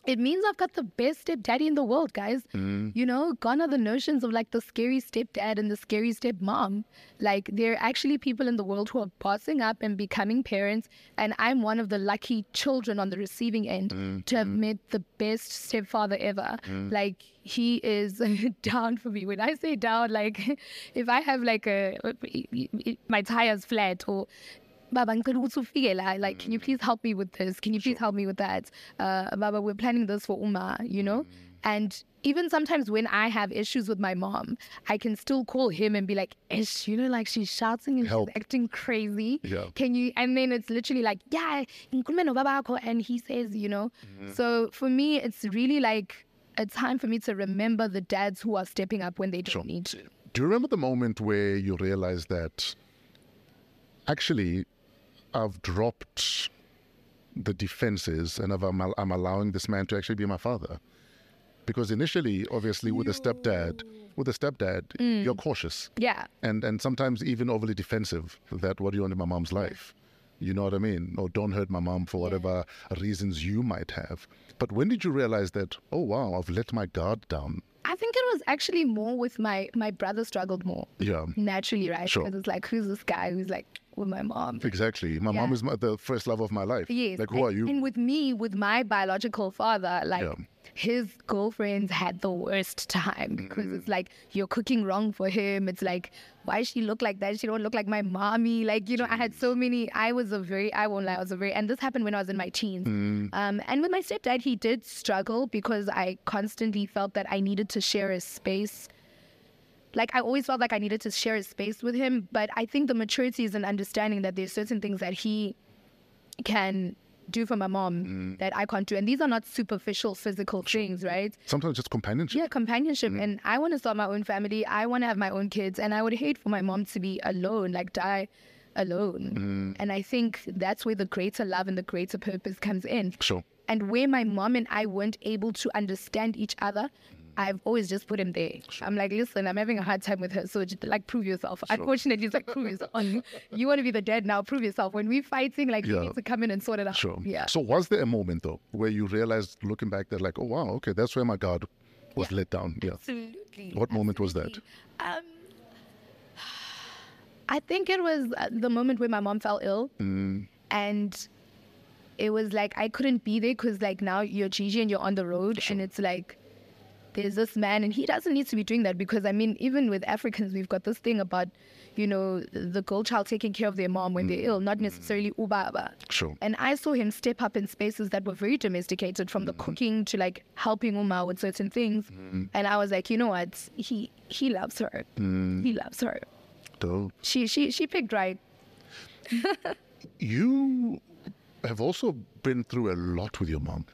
Speaker 2: It means I've got the best stepdaddy in the world, guys. You know, gone are the notions of like the scary stepdad and the scary stepmom. Like, there are actually people in the world who are bossing up and becoming parents. And I'm one of the lucky children on the receiving end to have met the best stepfather ever. Like, he is down for me. When I say down, like, if I have like a, my tire's flat or Baba, ngicela ukuthi ufike la. Like, can you
Speaker 4: Mm.
Speaker 2: please help me with this? Can you please help me with that? Uh, Baba, we're planning this for Uma, you know?
Speaker 4: Mm.
Speaker 2: And even sometimes when I have issues with my mom, I can still call him and be like, Ish, you know, like she's shouting and
Speaker 4: Help.
Speaker 2: she's acting crazy.
Speaker 4: Yeah.
Speaker 2: Can you? And then it's literally like, yeah, ngikhulume nobaba wakho," and he says, you know.
Speaker 4: Mm-hmm.
Speaker 2: So for me, it's really like a time for me to remember the dads who are stepping up when they don't need to.
Speaker 4: Do you remember the moment where you realized that actually I've dropped the defenses and I've, I'm, I'm allowing this man to actually be my father? Because initially, obviously, with a stepdad, with a stepdad, you're cautious
Speaker 2: Yeah.
Speaker 4: and and sometimes even overly defensive that what do you want in my mom's life you know what i mean or don't hurt my mom for whatever reasons you might have but when did you realize that oh wow i've let my guard down
Speaker 2: I think it was actually more with my my brother struggled more.
Speaker 4: yeah
Speaker 2: naturally, right?
Speaker 4: um, Sure.
Speaker 2: Because it's like, who's this guy who's like with my mom?
Speaker 4: exactly my mom
Speaker 2: Yeah.
Speaker 4: is my, the first love of my life
Speaker 2: Yes.
Speaker 4: like who
Speaker 2: and,
Speaker 4: are you
Speaker 2: And with me, with my biological father, like
Speaker 4: Yeah.
Speaker 2: his girlfriends had the worst time
Speaker 4: Mm.
Speaker 2: because it's like you're cooking wrong for him. It's like why she look like that? She don't look like my mommy. Like you know, I had so many. I was a very I won't lie, I was a very and this happened when I was in my teens.
Speaker 4: Mm.
Speaker 2: Um, and with my stepdad, he did struggle because I constantly felt that I needed to share a space like I always felt like I needed to share a space with him, but I think the maturity is an understanding that there's certain things that he can do for my mom that I can't do. And these are not superficial physical things, right?
Speaker 4: sometimes just companionship Mm-hmm.
Speaker 2: Yeah, companionship. And I want to start my own family. I want to have my own kids. And I would hate for my mom to be alone, like die
Speaker 4: Mm.
Speaker 2: alone. And I think that's where the greater love and the greater purpose comes in.
Speaker 4: sure
Speaker 2: And where my mom and I weren't able to understand each other, I've always just put him there. I'm like, listen, I'm having a hard time with her. So, just, like, prove yourself. Unfortunately, it's like, prove yourself. you want to be the dad now, prove yourself. When we're fighting, like,
Speaker 4: Yeah.
Speaker 2: you need to come in and sort it out.
Speaker 4: sure
Speaker 2: Yeah.
Speaker 4: so was there a moment though where you realized looking back that like oh wow okay that's where my guard was let down yeah
Speaker 2: Absolutely.
Speaker 4: What moment was that?
Speaker 2: Um, I think it was uh, the moment when my mom fell ill,
Speaker 4: Mm.
Speaker 2: and it was like I couldn't be there because like now you're Gigi and you're on the road, and it's like there's this man and he doesn't need to be doing that because I mean even with Africans we've got this thing about you know the girl child taking care of their mom when they're ill, not necessarily ubaba.
Speaker 4: Sure.
Speaker 2: And I saw him step up in spaces that were very domesticated, from the cooking to like helping Uma with certain things. And I was like, you know what? He he loves her. He loves her.
Speaker 4: Dope.
Speaker 2: She she she picked right.
Speaker 4: You have also been through a lot with your mom.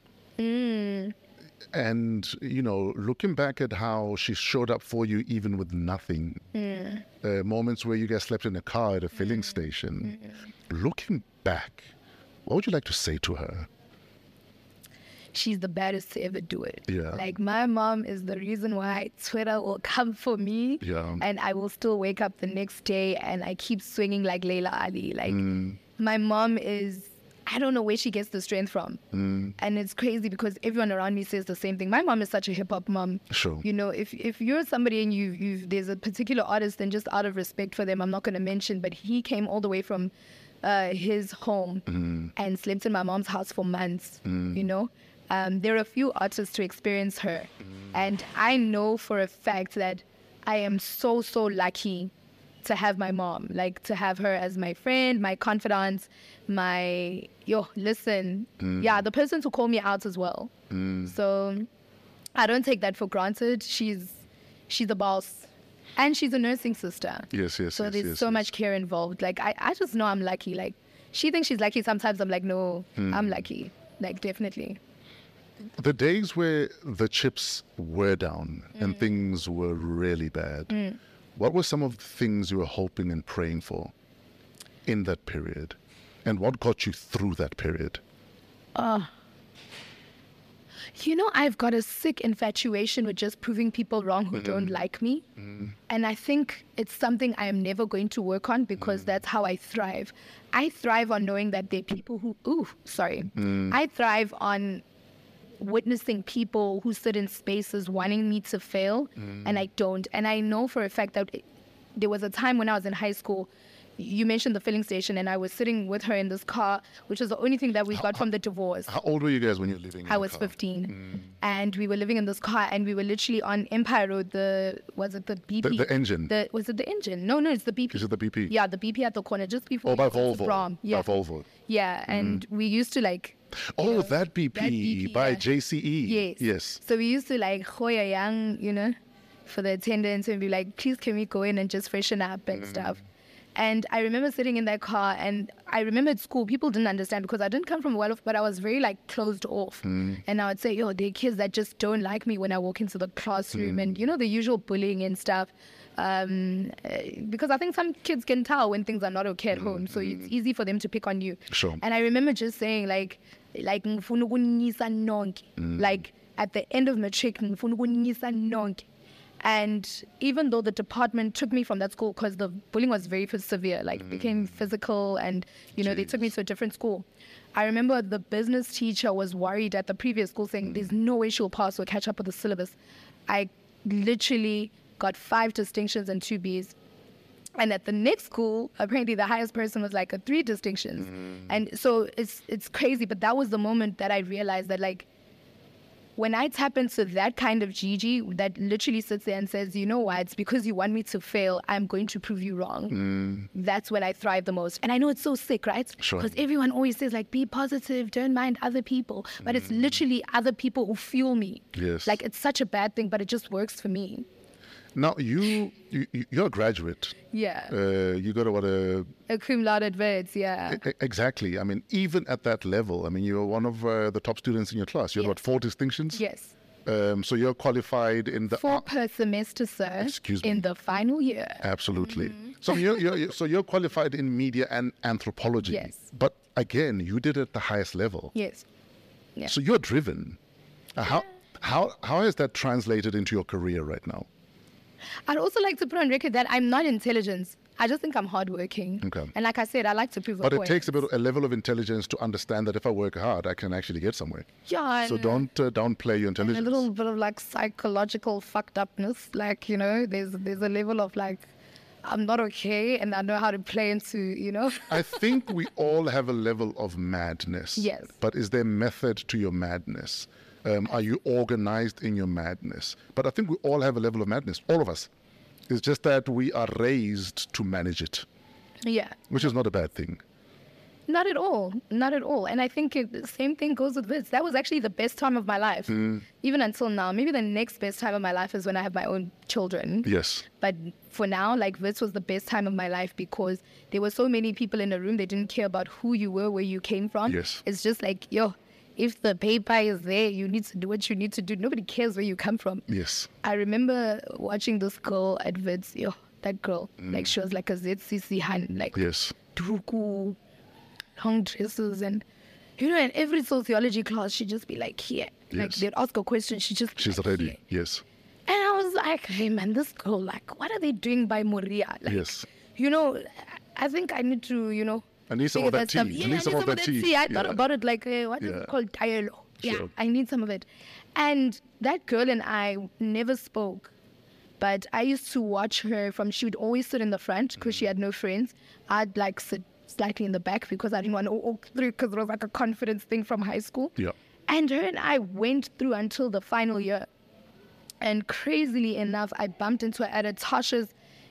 Speaker 4: And, you know, looking back at how she showed up for you even with nothing, uh, moments where you guys slept in a car at a filling station, looking back, what would you like to say to her?
Speaker 2: She's the baddest to ever do it.
Speaker 4: Yeah.
Speaker 2: Like my mom is the reason why Twitter will come for me.
Speaker 4: Yeah.
Speaker 2: And I will still wake up the next day and I keep swinging like Layla Ali. Like
Speaker 4: Mm.
Speaker 2: my mom is. I don't know where she gets the strength from.
Speaker 4: Mm.
Speaker 2: And it's crazy because everyone around me says the same thing. My mom is such a hip hop mom.
Speaker 4: Sure.
Speaker 2: You know, if if you're somebody and you you there's a particular artist, and just out of respect for them, I'm not going to mention, but he came all the way from uh, his home and slept in my mom's house for months. You know, um, there are a few artists to experience her, and I know for a fact that I am so so lucky to have my mom, like to have her as my friend, my confidant, my yo. Listen, yeah, the person to call me out as well.
Speaker 4: Mm.
Speaker 2: So I don't take that for granted. She's she's a boss, and she's a nursing sister.
Speaker 4: Yes, yes,
Speaker 2: So
Speaker 4: yes,
Speaker 2: there's
Speaker 4: yes,
Speaker 2: so
Speaker 4: yes.
Speaker 2: much care involved. Like I, I just know I'm lucky. Like she thinks she's lucky. Sometimes I'm like, no,
Speaker 4: Hmm.
Speaker 2: I'm lucky. Like definitely.
Speaker 4: The days where the chips were down
Speaker 2: Mm.
Speaker 4: and things were really bad, what were some of the things you were hoping and praying for in that period? And what got you through that period?
Speaker 2: You know, I've got a sick infatuation with just proving people wrong who don't like me. And I think it's something I am never going to work on because that's how I thrive. I thrive on knowing that there are people who, ooh, sorry. I thrive on witnessing people who sit in spaces wanting me to fail and I don't. And I know for a fact that it- there was a time when I was in high school. You mentioned the filling station, and I was sitting with her in this car, which was the only thing that we got from the divorce.
Speaker 4: How old were you guys when you were living? in
Speaker 2: I
Speaker 4: the
Speaker 2: was
Speaker 4: car?
Speaker 2: 15,
Speaker 4: Mm.
Speaker 2: and we were living in this car, and we were literally on Empire Road. The was it the BP?
Speaker 4: the engine.
Speaker 2: The, was it the engine? No, no, it's the BP.
Speaker 4: Is it the BP?
Speaker 2: Yeah, the BP at the corner just before.
Speaker 4: Oh,
Speaker 2: you
Speaker 4: by
Speaker 2: go to
Speaker 4: Volvo.
Speaker 2: Brom. Yeah,
Speaker 4: By Mm. Volvo.
Speaker 2: Yeah, and we used to like
Speaker 4: Oh, that BP,
Speaker 2: BP,
Speaker 4: by
Speaker 2: yeah.
Speaker 4: JCE.
Speaker 2: Yes.
Speaker 4: Yes.
Speaker 2: So we used to like hoya yang, you know, for the attendants and be like, please can we go in and just freshen up
Speaker 4: Mm.
Speaker 2: and stuff. And I remember sitting in that car and I remember at school people didn't understand because I didn't come from well off, but I was very like closed off.
Speaker 4: Mm.
Speaker 2: And I would say, yo, there are kids that just don't like me when I walk into the
Speaker 4: Mm.
Speaker 2: classroom and you know the usual bullying and stuff. Um, eh, because I think some kids can tell when things are not okay at home, so it's easy for them to pick on you.
Speaker 4: Mm, Sure.
Speaker 2: And I remember just saying like, like ngifuna ukunyisa nonke. Like at the end of matric ngifuna ukunyisa nonke. And even though the department took me from that school because the bullying was very severe, like it became physical, and you know they took me to a different school. I remember the business teacher was worried at the previous school, saying, "There's no way she'll pass or catch up with the syllabus." I literally got five distinctions and two B's. And at the next school, apparently the highest person was like a three distinctions.
Speaker 4: Mm.
Speaker 2: And so it's it's crazy, but that was the moment that I realized that like when I tap into that kind of Gigi that literally sits there and says, you know what, it's because you want me to fail, I'm going to prove you wrong. That's when I thrive the most. And I know it's so sick, right?
Speaker 4: Mm. Sure.
Speaker 2: Because everyone always says, like, be positive, don't mind other people. But it's literally other people who fuel me.
Speaker 4: Mm. Yes.
Speaker 2: Like, it's such a bad thing, but it just works for me.
Speaker 4: Now you, you you- you're a graduate.
Speaker 2: Yeah.
Speaker 4: Uh, you got a what a
Speaker 2: a cum laude adverts, yeah.
Speaker 4: e- exactly. I mean, even at that level, I mean, you're one of uh, the top students in your class. You had
Speaker 2: Yes.
Speaker 4: what four distinctions.
Speaker 2: Yes.
Speaker 4: Um, so you're qualified in the
Speaker 2: Four
Speaker 4: ar-
Speaker 2: per semester, sir.
Speaker 4: Excuse me. Uh,
Speaker 2: In the final year.
Speaker 4: Absolutely.
Speaker 2: Mm-hmm.
Speaker 4: So you're, you're, you're- so you're qualified in media and anthropology.
Speaker 2: Yes.
Speaker 4: But again, you did it at the highest level.
Speaker 2: Yes. Yeah.
Speaker 4: So you're driven. Uh, How how how has that translated into your career right now?
Speaker 2: I'd also like to put on record that I'm not intelligent. I just think I'm hardworking.
Speaker 4: Okay.
Speaker 2: And like I said, I like to prove a
Speaker 4: But it
Speaker 2: point.
Speaker 4: takes a bit a level of intelligence to understand that if I work hard, I can actually get somewhere.
Speaker 2: Yeah,
Speaker 4: So
Speaker 2: and-
Speaker 4: don't uh, downplay your
Speaker 2: and
Speaker 4: intelligence.
Speaker 2: a little bit of like psychological fucked upness. Like, you know, there's there's a level of like I'm not okay and I know how to play into, you know.
Speaker 4: I think we all have a level of madness.
Speaker 2: Yes.
Speaker 4: But is there method to your madness? Um, are you organized in your madness? But I think we all have a level of madness, all of us. It's just that we are raised to manage it,
Speaker 2: yeah.
Speaker 4: which is not a bad thing.
Speaker 2: Not at all. Not at all. And I think it, the same thing goes with Vids. That was actually the best time of my life,
Speaker 4: Hmm.
Speaker 2: even until now. Maybe the next best time of my life is when I have my own children.
Speaker 4: Yes.
Speaker 2: But for now, like this was the best time of my life because there were so many people in the room. They didn't care about who you were, where you came from.
Speaker 4: Yes.
Speaker 2: It's just like, yo, if the paper is there, you need to do what you need to do. Nobody cares where you come from.
Speaker 4: Yes.
Speaker 2: I remember watching this girl at Vids, yo, that girl.
Speaker 4: Mm.
Speaker 2: Like she was like a ZCC hand, like
Speaker 4: Yes.
Speaker 2: druku, long dresses, and you know, in every sociology class, she'd just be like, here. Like
Speaker 4: Yes.
Speaker 2: they'd ask a question, she just be
Speaker 4: She's
Speaker 2: like,
Speaker 4: ready.
Speaker 2: "Here."
Speaker 4: Yes.
Speaker 2: And I was like, hey man, this girl, like, what are they doing by Moria? Like,
Speaker 4: Yes.
Speaker 2: You know, I think I need to, you know,
Speaker 4: I need some
Speaker 2: figure
Speaker 4: of that
Speaker 2: stuff-
Speaker 4: tea. I
Speaker 2: Yeah,
Speaker 4: need some of that tea.
Speaker 2: I thought
Speaker 4: Yeah.
Speaker 2: about it like, eh, what is
Speaker 4: Yeah.
Speaker 2: it called? Dialogue. Yeah,
Speaker 4: Sure.
Speaker 2: I need some of it. And that girl and I never spoke. But I used to watch her from, she would always sit in the front because
Speaker 4: Mm.
Speaker 2: she had no friends. I'd like sit slightly in the back because I didn't want to walk through because it was like a confidence thing from high school.
Speaker 4: Yeah.
Speaker 2: And her and I went through until the final year. And crazily enough, I bumped into her at a Tasha's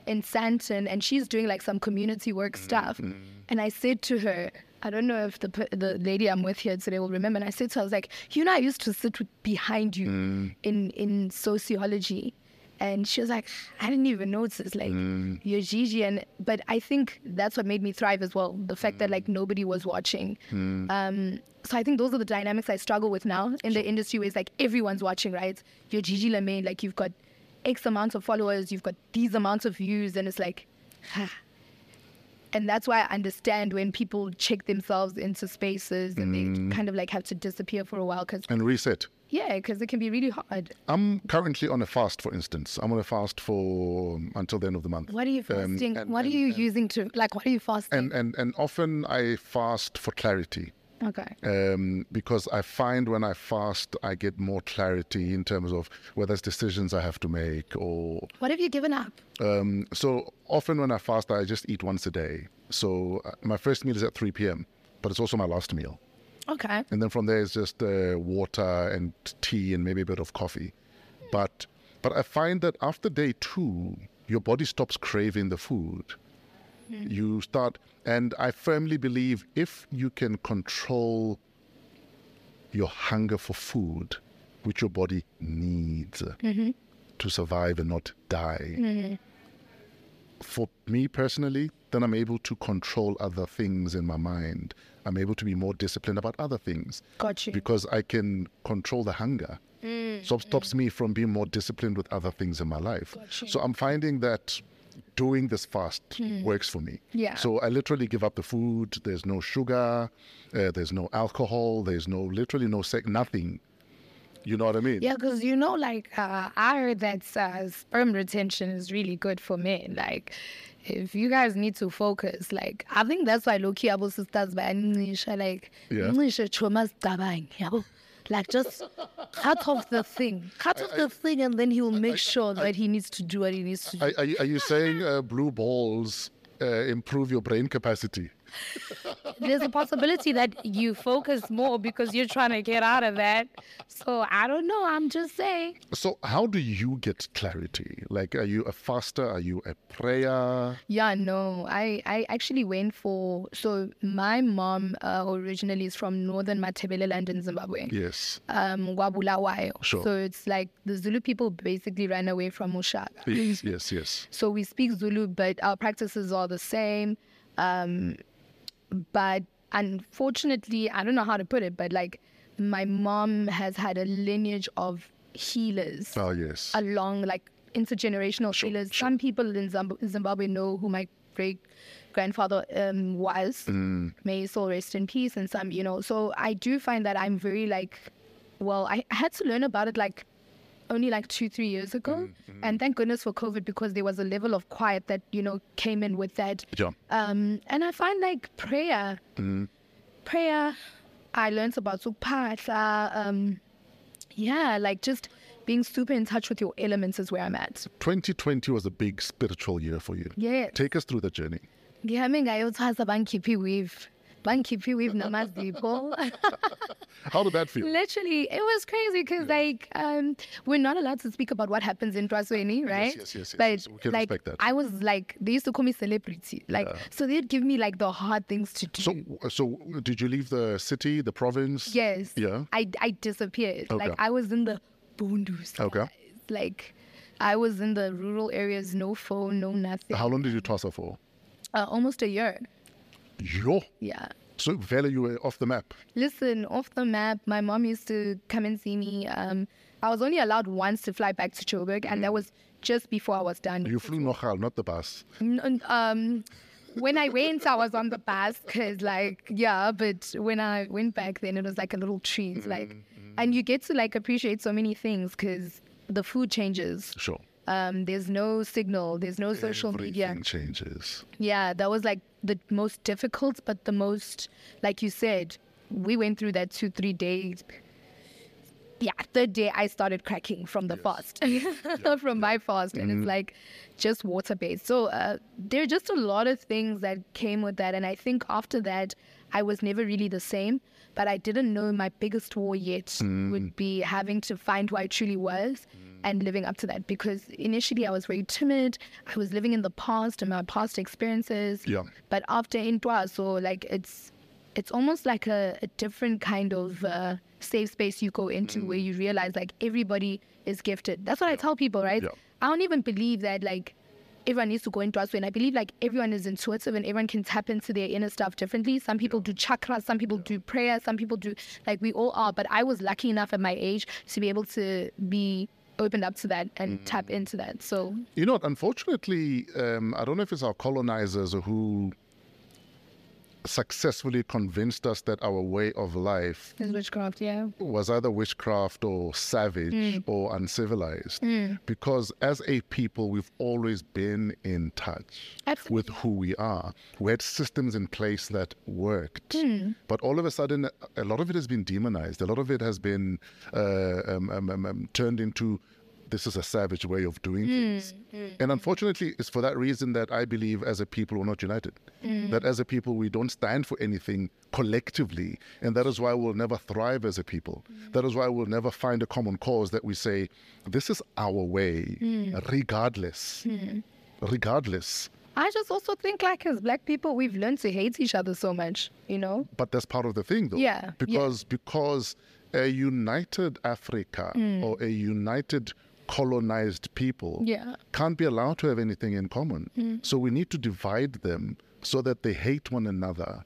Speaker 2: in Santon, and she's doing like some community work stuff. And I said to her, I don't know if the per- the lady I'm with here today will remember. And I said to her, I was like, you know, I used to sit with, behind you in in sociology. And she was like, I didn't even notice, like you're Gigi, and but I think that's what made me thrive as well. The fact that like nobody was watching. Um, so I think those are the dynamics I struggle with now in the industry. Where it's like everyone's watching, right? You're Gigi Lemaine, like you've got X amounts of followers, you've got these amounts of views, and it's like, ha. And that's why I understand when people check themselves into spaces and they kind of like have to disappear for a while, because
Speaker 4: And reset.
Speaker 2: yeah, because it can be really hard.
Speaker 4: I'm currently on a fast, for instance. I'm on a fast for um, until the end of the month.
Speaker 2: What are you
Speaker 4: Um,
Speaker 2: fasting?
Speaker 4: and-
Speaker 2: what
Speaker 4: and-
Speaker 2: are you using to like? What are you fasting?
Speaker 4: And, and and often I fast for clarity.
Speaker 2: okay.
Speaker 4: um, because I find when I fast, I get more clarity in terms of whether it's decisions I have to make or.
Speaker 2: What have you given up?
Speaker 4: Um, so often when I fast, I just eat once a day. So uh, my first meal is at 3 p.m., but it's also my last meal.
Speaker 2: Okay.
Speaker 4: And then from there, it's just uh, water and tea and maybe a bit of coffee. But but I find that after day two, your body stops craving the food. You start, and I firmly believe if you can control your hunger for food, which your body needs
Speaker 2: Mm-hmm.
Speaker 4: to survive and not die. For me personally, then I'm able to control other things in my mind. I'm able to be more disciplined about other things
Speaker 2: Got you.
Speaker 4: because I can control the hunger.
Speaker 2: Mm,
Speaker 4: So it stops me from being more disciplined with other things in my life. So I'm finding that doing this fast works for me.
Speaker 2: Mm. Yeah.
Speaker 4: So I literally give up the food. There's no sugar. Uh, there's no alcohol. There's no literally no sex. Nothing. You know what I mean?
Speaker 2: Yeah, because you know, like uh, I heard that uh, sperm retention is really good for men. Like, if you guys need to focus, like I think that's why Loki Abu sisters by Nisha, like
Speaker 4: Yeah.
Speaker 2: Nisha Chuma's dabang, yabo. Like just cut off the thing, cut off the thing, and then he'll make sure that he needs to do what he needs to do.
Speaker 4: Are, are, you, are you saying uh, blue balls uh, improve your brain capacity?
Speaker 2: There's a possibility that you focus more because you're trying to get out of that. So I don't know. I'm just saying.
Speaker 4: So how do you get clarity? Like, are you a faster? Are you a prayer?
Speaker 2: Yeah, no, I, I actually went for. So my mom uh, originally is from northern Matabeleland in Zimbabwe.
Speaker 4: Yes.
Speaker 2: Um, Wabulawayo.
Speaker 4: Sure.
Speaker 2: So it's like the Zulu people basically ran away from Mushaka.
Speaker 4: Yes. Yes. Yes.
Speaker 2: So we speak Zulu, but our practices are the same. Um, but unfortunately, I don't know how to put it, but like my mom has had a lineage of healers
Speaker 4: Oh yes.
Speaker 2: along like intergenerational healers. Some people in Zimb- Zimbabwe know who my great grandfather um, was. May his soul rest in peace. And some, you know, so I do find that I'm very like, well, I had to learn about it like only like two, three years ago. And thank goodness for COVID because there was a level of quiet that, you know, came in with that.
Speaker 4: Yeah.
Speaker 2: Um, and I find like prayer,
Speaker 4: Mm-hmm.
Speaker 2: prayer. I learned about Sukpatha, um, yeah, like just being super in touch with your elements is where I'm at.
Speaker 4: 2020 was a big spiritual year for you.
Speaker 2: Yes.
Speaker 4: Take us through the journey.
Speaker 2: Ngihambe ngayothwasa bangikhiphe i-wave. bunky pee with namaz people.
Speaker 4: How did that feel?
Speaker 2: Literally, it was crazy because like um, we're not allowed to speak about what happens in Trasweni, right?
Speaker 4: yes, yes, yes,
Speaker 2: But
Speaker 4: yes, we can
Speaker 2: like
Speaker 4: respect that.
Speaker 2: I was like, they used to call me celebrity, like so they'd give me like the hard things to do.
Speaker 4: So, so did you leave the city, the province?
Speaker 2: yes,
Speaker 4: Yeah.
Speaker 2: I I disappeared. Like
Speaker 4: Okay.
Speaker 2: I was in the boondoos.
Speaker 4: Okay.
Speaker 2: guys. Like I was in the rural areas, no phone, no nothing.
Speaker 4: How long did you toss her for?
Speaker 2: uh, almost a year.
Speaker 4: Yo.
Speaker 2: Yeah.
Speaker 4: So Vela, you were off the map.
Speaker 2: Listen, off the map, my mom used to come and see me. Um, I was only allowed once to fly back to Joburg, and that was just before I was done.
Speaker 4: Mm. You flew Nochal, not the bus.
Speaker 2: N- n- Um, when I went, I was on the bus because, like, yeah, but when I went back, then it was like a little treat. Like, and you get to like appreciate so many things because the food changes.
Speaker 4: Sure.
Speaker 2: Um, there's no signal, there's no social media.
Speaker 4: Everything changes.
Speaker 2: Yeah, that was like the most difficult, but the most, like you said, we went through that two, three days. Yeah, third day I started cracking from the fast, from my fast, and it's like just water based. So uh, there are just a lot of things that came with that, and I think after that I was never really the same. But I didn't know my biggest war yet would be having to find who I truly was and living up to that because initially I was very timid. I was living in the past and my past experiences.
Speaker 4: Yeah.
Speaker 2: But after Intwa, so like it's it's almost like a, a different kind
Speaker 4: Mm-hmm.
Speaker 2: of uh, safe space you go into where you realize like everybody is gifted. That's what I tell people, right?
Speaker 4: Mm. Yeah.
Speaker 2: I don't even believe that like everyone needs to go into us and I believe like everyone is intuitive and everyone can tap into their inner stuff differently. Some people do chakras, some people do prayer, some people do like we all are. But I was lucky enough at my age to be able to be opened up to that and tap
Speaker 4: Mm.
Speaker 2: into that. So
Speaker 4: You know, what, unfortunately, um, I don't know if it's our colonizers who successfully convinced us that our way of life
Speaker 2: there's witchcraft, yeah.
Speaker 4: was either witchcraft or savage or uncivilized. Because as a people, we've always been in touch
Speaker 2: Absolutely.
Speaker 4: with who we are. We had systems in place that worked. But all of a sudden, a lot of it has been demonized. A lot of it has been uh, um, um, um, um, turned into this is a savage way of doing things. And unfortunately, it's for that reason that I believe as a people we're not united. That as a people we don't stand for anything collectively. And that is why we'll never thrive as a people. That is why we'll never find a common cause that we say, this is our way, regardless. Regardless.
Speaker 2: I just also think like as black people we've learned to hate each other so much, you know?
Speaker 4: but that's part of the thing though
Speaker 2: Yeah, yeah.
Speaker 4: because because a united africa
Speaker 2: Mm.
Speaker 4: or a united colonized people
Speaker 2: Yeah. Mm.
Speaker 4: can't be allowed to have anything in common so we need to divide them so that they hate one another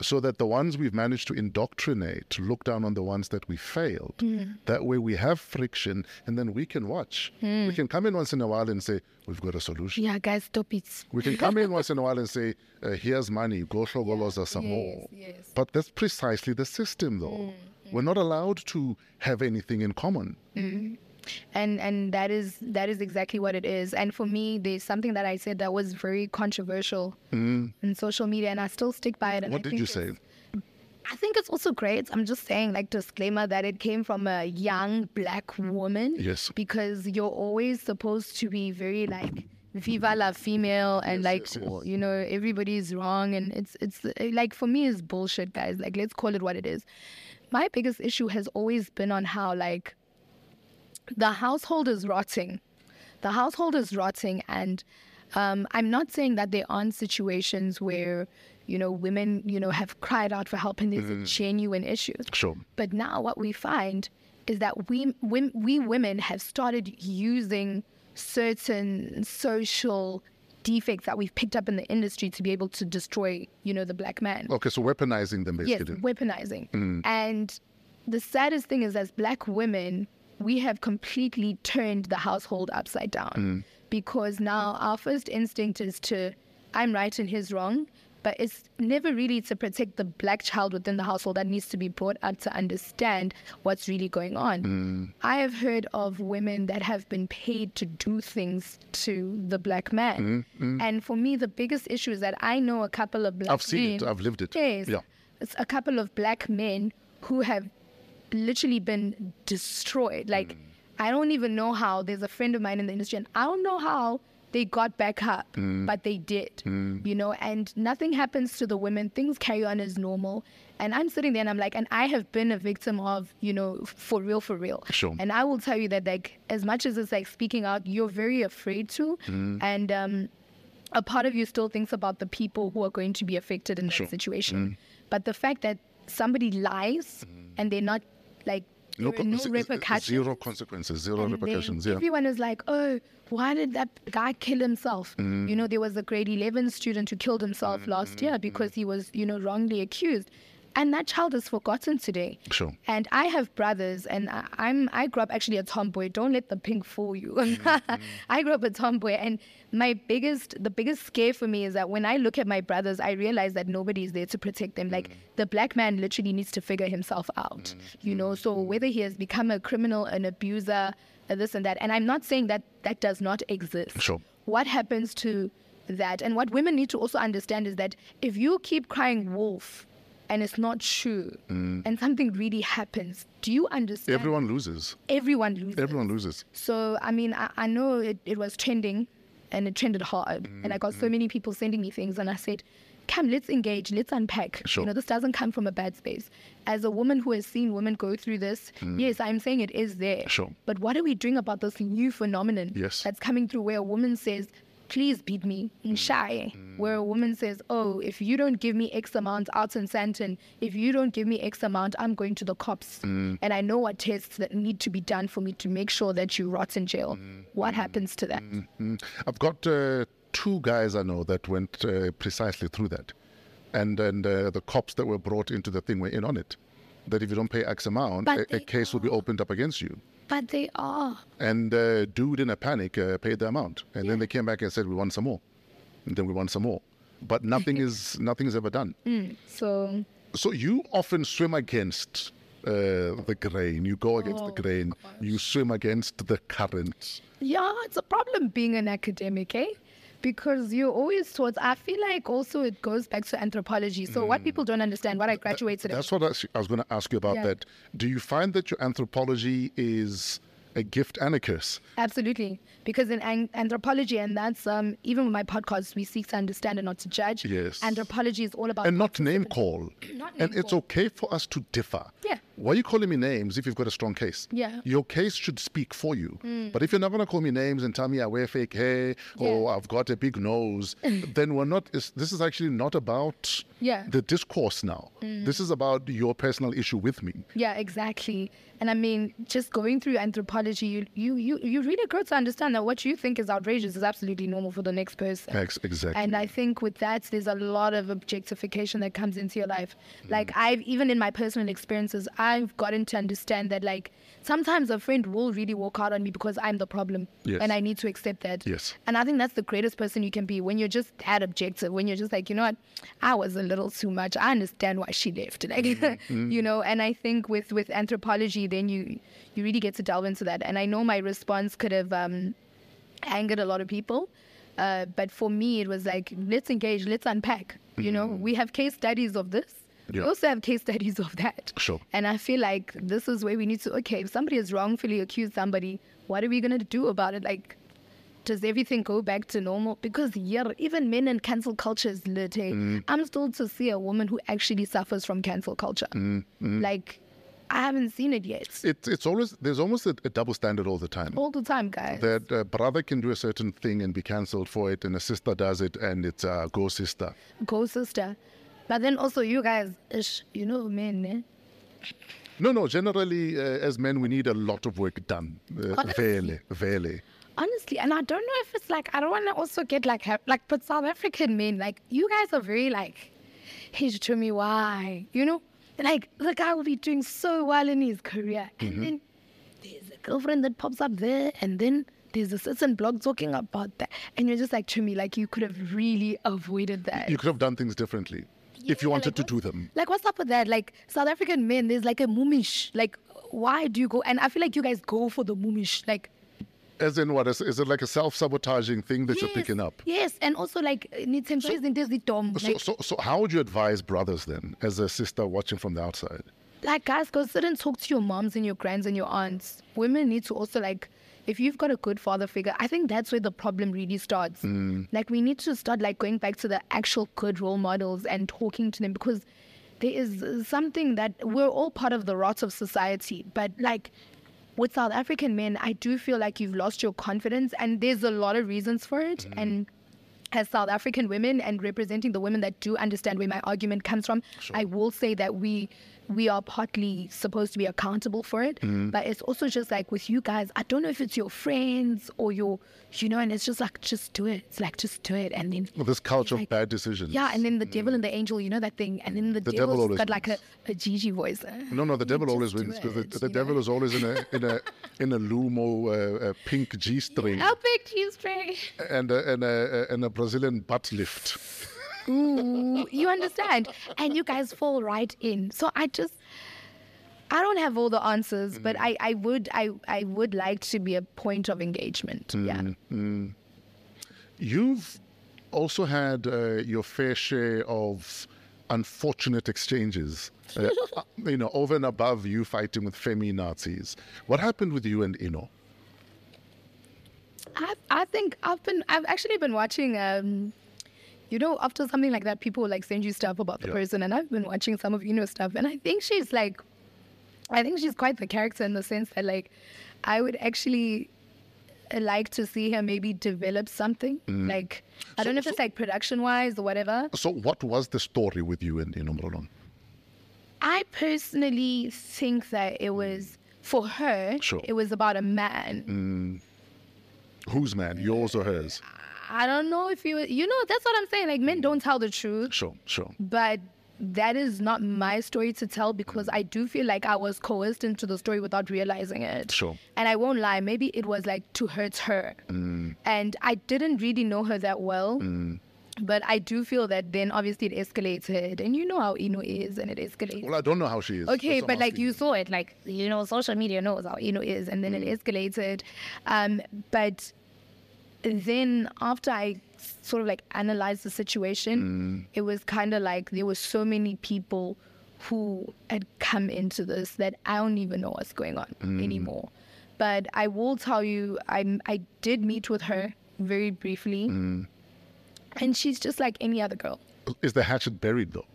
Speaker 4: so that the ones we've managed to indoctrinate look down on the ones that we failed.
Speaker 2: Mm.
Speaker 4: That way we have friction and then we can watch.
Speaker 2: Mm.
Speaker 4: We can come in once in a while and say, We've got a solution.
Speaker 2: Yeah, guys, stop it.
Speaker 4: We can come in once in a while and say, uh, here's money, go shogoloza some
Speaker 2: yes,
Speaker 4: more.
Speaker 2: yes. Mm,
Speaker 4: But that's precisely the system, though. We're not allowed to have anything in common.
Speaker 2: and and that is that is exactly what it is and for me there's something that i said that was very controversial in social media and i still stick by it and
Speaker 4: Mm. What did
Speaker 2: I think
Speaker 4: you
Speaker 2: it's-
Speaker 4: say?
Speaker 2: i think it's also great i'm just saying like disclaimer that it came from a young black woman
Speaker 4: Yes.
Speaker 2: because you're always supposed to be very like viva la female and like
Speaker 4: yes, yes.
Speaker 2: you know everybody's wrong and it's it's uh, like for me it's bullshit guys like let's call it what it is my biggest issue has always been on how like the household is rotting. The household is rotting, and um, I'm not saying that there aren't situations where you know women you know have cried out for help and there's a genuine issues.
Speaker 4: Sure.
Speaker 2: But now what we find is that we, we we women have started using certain social defects that we've picked up in the industry to be able to destroy you know the black man.
Speaker 4: Okay, so weaponizing them
Speaker 2: Yes,
Speaker 4: basically. Mm.
Speaker 2: weaponizing. And the saddest thing is, as black women, we have completely turned the household upside down
Speaker 4: Mm.
Speaker 2: because now our first instinct is to, I'm right and he's wrong. But it's never really to protect the black child within the household that needs to be brought up to understand what's really going on.
Speaker 4: Mm.
Speaker 2: I have heard of women that have been paid to do things to the black man. And for me, the biggest issue is that I know a couple of black
Speaker 4: Mm, I've seen it,
Speaker 2: men-
Speaker 4: I've lived it.
Speaker 2: Mm. Yes.
Speaker 4: Yeah.
Speaker 2: It's a couple of black men who have literally been
Speaker 4: Mm.
Speaker 2: destroyed. Like, I don't even know how. There's a friend of mine in the industry, and I don't know how They got back up,
Speaker 4: Mm.
Speaker 2: but they did, you know, and nothing happens to the women. Things carry on as normal. And I'm sitting there and I'm like, and I have been a victim of, you know, f- for real, for real.
Speaker 4: Sure.
Speaker 2: And I will tell you that, like, as much as it's like speaking out, you're very afraid to.
Speaker 4: Mm.
Speaker 2: And, um, a part of you still thinks about the people who are going to be affected in that situation.
Speaker 4: Mm.
Speaker 2: But the fact that somebody lies and they're not like there are
Speaker 4: con-
Speaker 2: no
Speaker 4: z- z-
Speaker 2: repercussions.
Speaker 4: Zero consequences, zero
Speaker 2: and then
Speaker 4: repercussions. Yeah.
Speaker 2: Everyone is like, oh, why did that guy kill himself?
Speaker 4: Mm.
Speaker 2: You know, there was a grade 11 student who killed himself last year because
Speaker 4: mm.
Speaker 2: he was, you know, wrongly accused. And that child is forgotten today.
Speaker 4: Sure.
Speaker 2: And I have brothers, and I, I'm I grew up actually a tomboy. Don't let the pink fool you. I grew up a tomboy, and my biggest the biggest scare for me is that when I look at my brothers, I realize that nobody is there to protect them. Like the black man literally needs to figure himself out, you know. So whether he has become a criminal, an abuser, uh, this and that, and I'm not saying that that does not exist.
Speaker 4: Sure.
Speaker 2: What happens to that? And what women need to also understand is that if you keep crying wolf and it's not true and something really happens, do you understand?
Speaker 4: Mm. Everyone loses.
Speaker 2: Everyone loses.
Speaker 4: Everyone loses.
Speaker 2: So, I mean, I, I know it, it was trending and it trended hard. And I
Speaker 4: Mm-hmm.
Speaker 2: got so many people sending me things, and I said, Come, let's engage, let's unpack.
Speaker 4: Sure.
Speaker 2: You know, this doesn't come from a bad space. As a woman who has seen women go through this, yes, I'm saying it is there.
Speaker 4: Mm. Sure.
Speaker 2: But what are we doing about this new phenomenon
Speaker 4: Yes. Mm.
Speaker 2: that's coming through where a woman says, Please beat me, I'm shy. Where a woman says, Oh, if you don't give me X amount out in Santon, if you don't give me X amount, I'm going to the cops.
Speaker 4: Mm.
Speaker 2: And I know what tests that need to be done for me to make sure that you rot in jail. What happens to that?
Speaker 4: Mm. I've got uh, two guys I know that went uh, precisely through that, and and uh, the cops that were brought into the thing were in on it. That if you don't pay X amount,
Speaker 2: But
Speaker 4: a, a
Speaker 2: they
Speaker 4: case will be opened up against you.
Speaker 2: But they are.
Speaker 4: And uh, dude in a panic uh, paid the amount, and then they came back and said, "We want some more," and then we want some more, but nothing is nothing is ever done.
Speaker 2: Mm. So
Speaker 4: So you often swim against uh, the grain. You go against
Speaker 2: Oh,
Speaker 4: the grain. You swim against the current.
Speaker 2: Yeah, it's a problem being an academic, eh? Because you're always taught. I feel like also it goes back to anthropology. So what people don't understand, what I graduated in,
Speaker 4: Mm. That's what I s- I was going to ask you about.
Speaker 2: Yeah.
Speaker 4: That do you find that your anthropology is a gift and a curse?
Speaker 2: absolutely, because in an- anthropology, and that's um, even with my podcast, we seek to understand and not to judge.
Speaker 4: Yes.
Speaker 2: Anthropology is all about
Speaker 4: And not name call.
Speaker 2: Not
Speaker 4: and
Speaker 2: name
Speaker 4: it's
Speaker 2: call.
Speaker 4: okay for us to differ.
Speaker 2: Yeah.
Speaker 4: Why are you calling me names if you've got a strong case?
Speaker 2: Yeah. Mm.
Speaker 4: Your case should speak for you. But if you're not going to call me names and tell me I wear fake hair or I've got a big nose, then we're not. it's- This is actually not about
Speaker 2: Yeah. Mm.
Speaker 4: the discourse now. This is about your personal issue with me.
Speaker 2: Yeah, exactly. And I mean, just going through anthropology, you you you, you really grow to understand that what you think is outrageous is absolutely normal for the next person.
Speaker 4: Ex- Exactly.
Speaker 2: And I think with that, there's a lot of objectification that comes into your life.
Speaker 4: Mm.
Speaker 2: Like I've even in my personal experiences, I've gotten to understand that like sometimes a friend will really walk out on me because I'm the problem,
Speaker 4: Yes.
Speaker 2: and I need to accept that.
Speaker 4: Yes.
Speaker 2: And I think that's the greatest person you can be when you're just that objective. When you're just like, you know what, I was a little too much. I understand why she left. Like,
Speaker 4: Mm-hmm.
Speaker 2: you know. And I think with with anthropology, then you you really get to delve into that. And I know my response could have. um angered a lot of people. Uh, but for me, it was like, let's engage, let's unpack. You know, we have case studies of this. We
Speaker 4: Mm. Yeah.
Speaker 2: also have case studies of that.
Speaker 4: Sure.
Speaker 2: And I feel like this is where we need to, okay, if somebody has wrongfully accused somebody, what are we going to do about it? Like, does everything go back to normal? Because yeah, even men in cancel culture is lit. eh?
Speaker 4: Mm.
Speaker 2: I'm still to see a woman who actually suffers from cancel culture.
Speaker 4: Mm,
Speaker 2: Like, I haven't seen it yet.
Speaker 4: It's it's always there's almost a, a double standard all the time.
Speaker 2: All the time, guys.
Speaker 4: that a brother can do a certain thing and be cancelled for it, and a sister does it, and it's uh, go sister.
Speaker 2: go sister. But then also you guys, ish, you know men, eh?
Speaker 4: No, no. Generally, uh, as men, we need a lot of work done. Uh,
Speaker 2: Honestly.
Speaker 4: vele, vele.
Speaker 2: honestly, and I don't know if it's like I don't want to also get like ha- like but South African men like you guys are very like, he should tell me why you know like the guy will be doing so well in his career and then there's a girlfriend that pops up there and then. There's a certain blog talking about that, and you're just like to me, like you could have really avoided that.
Speaker 4: You could have done things differently if you
Speaker 2: Yeah,
Speaker 4: wanted
Speaker 2: like
Speaker 4: to do them.
Speaker 2: Like, what's up with that? Like, South African men, there's like a moomish. Like, why do you go? And I feel like you guys go for the moomish. Like,
Speaker 4: As in, what is, is it like a self-sabotaging thing that you're picking up?
Speaker 2: Yes, and also like, Nitsembo is in the e dom.
Speaker 4: So,
Speaker 2: Like,
Speaker 4: so, so, how would you advise brothers then, as a sister watching from the outside?
Speaker 2: like, guys, go sit and talk to your moms and your grands and your aunts. Women need to also like if you've got a good father figure, I think that's where the problem really starts.
Speaker 4: Mm.
Speaker 2: Like we need to start like going back to the actual good role models and talking to them because there is something that we're all part of the rot of society, but like with South African men, I do feel like you've lost your confidence, and there's a lot of reasons for it.
Speaker 4: Mm.
Speaker 2: And as South African women and representing the women that do understand where my argument comes from, I will say that we we are partly supposed to be accountable for it.
Speaker 4: Mm.
Speaker 2: But it's also just like with you guys, I don't know if it's your friends or your you know, and it's just like just do it. It's like just do it and then
Speaker 4: Well, this culture of
Speaker 2: like-
Speaker 4: bad decisions.
Speaker 2: yeah, and then the devil and the angel, you know that thing, and then the,
Speaker 4: The devil
Speaker 2: devil's
Speaker 4: always
Speaker 2: got like a,
Speaker 4: wins.
Speaker 2: a Gigi voice.
Speaker 4: No, no, the devil
Speaker 2: just
Speaker 4: always
Speaker 2: do
Speaker 4: wins because the,
Speaker 2: it,
Speaker 4: the
Speaker 2: you know?
Speaker 4: devil is always in a in a in a Lumo uh, uh, pink G string
Speaker 2: How big do you spray?
Speaker 4: and a, and a and a Brazilian butt lift.
Speaker 2: Ooh, you understand? And you guys fall right in. So I just I don't have all the answers, but I, I would I, I would like to be a point of engagement. Yeah.
Speaker 4: You've also had uh, your fair share of unfortunate exchanges, uh, uh, you know, over and above you fighting with femi Nazis. What happened with you and Ino?
Speaker 2: I I think I've been I've actually been watching um you know, after something like that, people will like send you stuff about the
Speaker 4: Yeah.
Speaker 2: person, and I've been watching some of Ino's stuff, and I think she's like, I think she's quite the character in the sense that like, I would actually uh, like to see her maybe develop something. Like, I don't know if it's like production wise or whatever.
Speaker 4: So, what was the story with you and Ino Mrolong?
Speaker 2: I personally think that it was for her.
Speaker 4: Sure. Mm.
Speaker 2: It was about a man.
Speaker 4: Whose man, yours or hers?
Speaker 2: Uh, I don't know if you you know that's what I'm saying. Like men don't tell the truth.
Speaker 4: Sure, sure.
Speaker 2: but that is not my story to tell because
Speaker 4: Mm.
Speaker 2: I do feel like I was coerced into the story without realizing it.
Speaker 4: Sure.
Speaker 2: And I won't lie, maybe it was like to hurt her.
Speaker 4: Mm.
Speaker 2: And I didn't really know her that well. But I do feel that then obviously it escalated. And you know how Ino is and it escalates.
Speaker 4: Well, I don't know how she is.
Speaker 2: Okay,
Speaker 4: That's what
Speaker 2: but
Speaker 4: I'm
Speaker 2: like
Speaker 4: asking
Speaker 2: you saw it, like you know, social media knows how Eno is, and then
Speaker 4: Mm.
Speaker 2: it escalated. Um, but then after I sort of like analyzed the
Speaker 4: Mm.
Speaker 2: situation, it was kind of like there were so many people who had come into this that I don't even know what's going on
Speaker 4: Mm.
Speaker 2: anymore. But I will tell you, I I did meet with her very briefly,
Speaker 4: Mm.
Speaker 2: and she's just like any other girl.
Speaker 4: Is the hatchet buried though?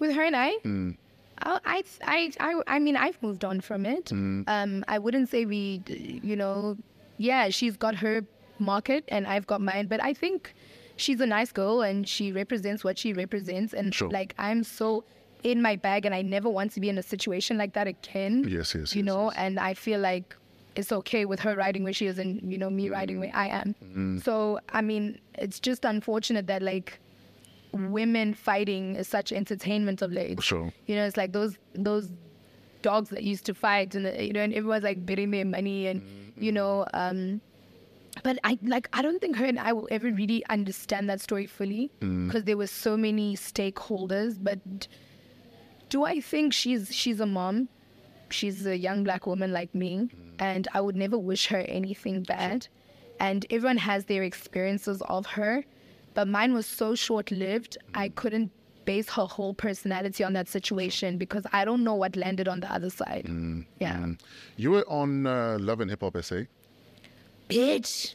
Speaker 2: with her and I.
Speaker 4: Mm.
Speaker 2: I, I, I, I, I mean, I've moved on from it.
Speaker 4: Mm.
Speaker 2: Um, I wouldn't say we, d- you know, yeah, she's got her market and I've got mine, but I think she's a nice girl and she represents what she represents. And
Speaker 4: Sure.
Speaker 2: like, I'm so in my bag and I never want to be in a situation like that again.
Speaker 4: Yes, yes,
Speaker 2: You
Speaker 4: yes,
Speaker 2: know,
Speaker 4: yes.
Speaker 2: and I feel like it's okay with her riding where she is and, you know, me riding where I am.
Speaker 4: Mm.
Speaker 2: So, I mean, it's just unfortunate that, like, women fighting is such entertainment of late.
Speaker 4: Sure.
Speaker 2: You know, it's like those those dogs that used to fight, and uh, you know, and everyone's like bidding their money, and you know, um, but I like I don't think her and I will ever really understand that story fully because there were so many stakeholders. But d- do I think she's she's a mom? She's a young black woman like me, and I would never wish her anything bad. And everyone has their experiences of her, but mine was so short lived. I couldn't base her whole personality on that situation because I don't know what landed on the other side. Yeah,
Speaker 4: You were on uh, Love and Hip Hop SA.
Speaker 2: bitch.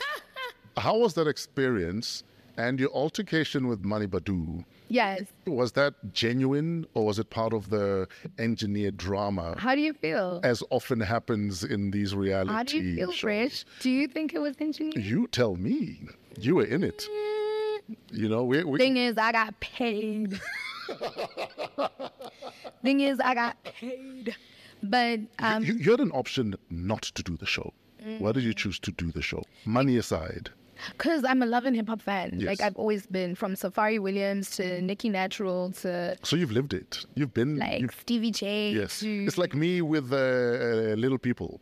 Speaker 4: How was that experience? And your altercation with Mani Badu,
Speaker 2: Yes.
Speaker 4: was that genuine or was it part of the engineered drama?
Speaker 2: How do you feel?
Speaker 4: as often happens in these reality
Speaker 2: How do you feel,
Speaker 4: shows.
Speaker 2: Fresh? Do you think it was engineered?
Speaker 4: You tell me. You were in it.
Speaker 2: Mm.
Speaker 4: You know, we, we
Speaker 2: Thing is, I got paid. Thing is, I got paid. But um, Mm.
Speaker 4: you, you had an option not to do the show. Why did you choose to do the show? Money aside.
Speaker 2: Because I'm a love and hip hop fan.
Speaker 4: Yes. Mm-hmm.
Speaker 2: Like I've always been, from Safari Williams to Nicki Natural to
Speaker 4: So you've lived it. You've been
Speaker 2: like
Speaker 4: you've-
Speaker 2: Stevie J.
Speaker 4: yes.
Speaker 2: To,
Speaker 4: It's like me with uh, uh, Little People.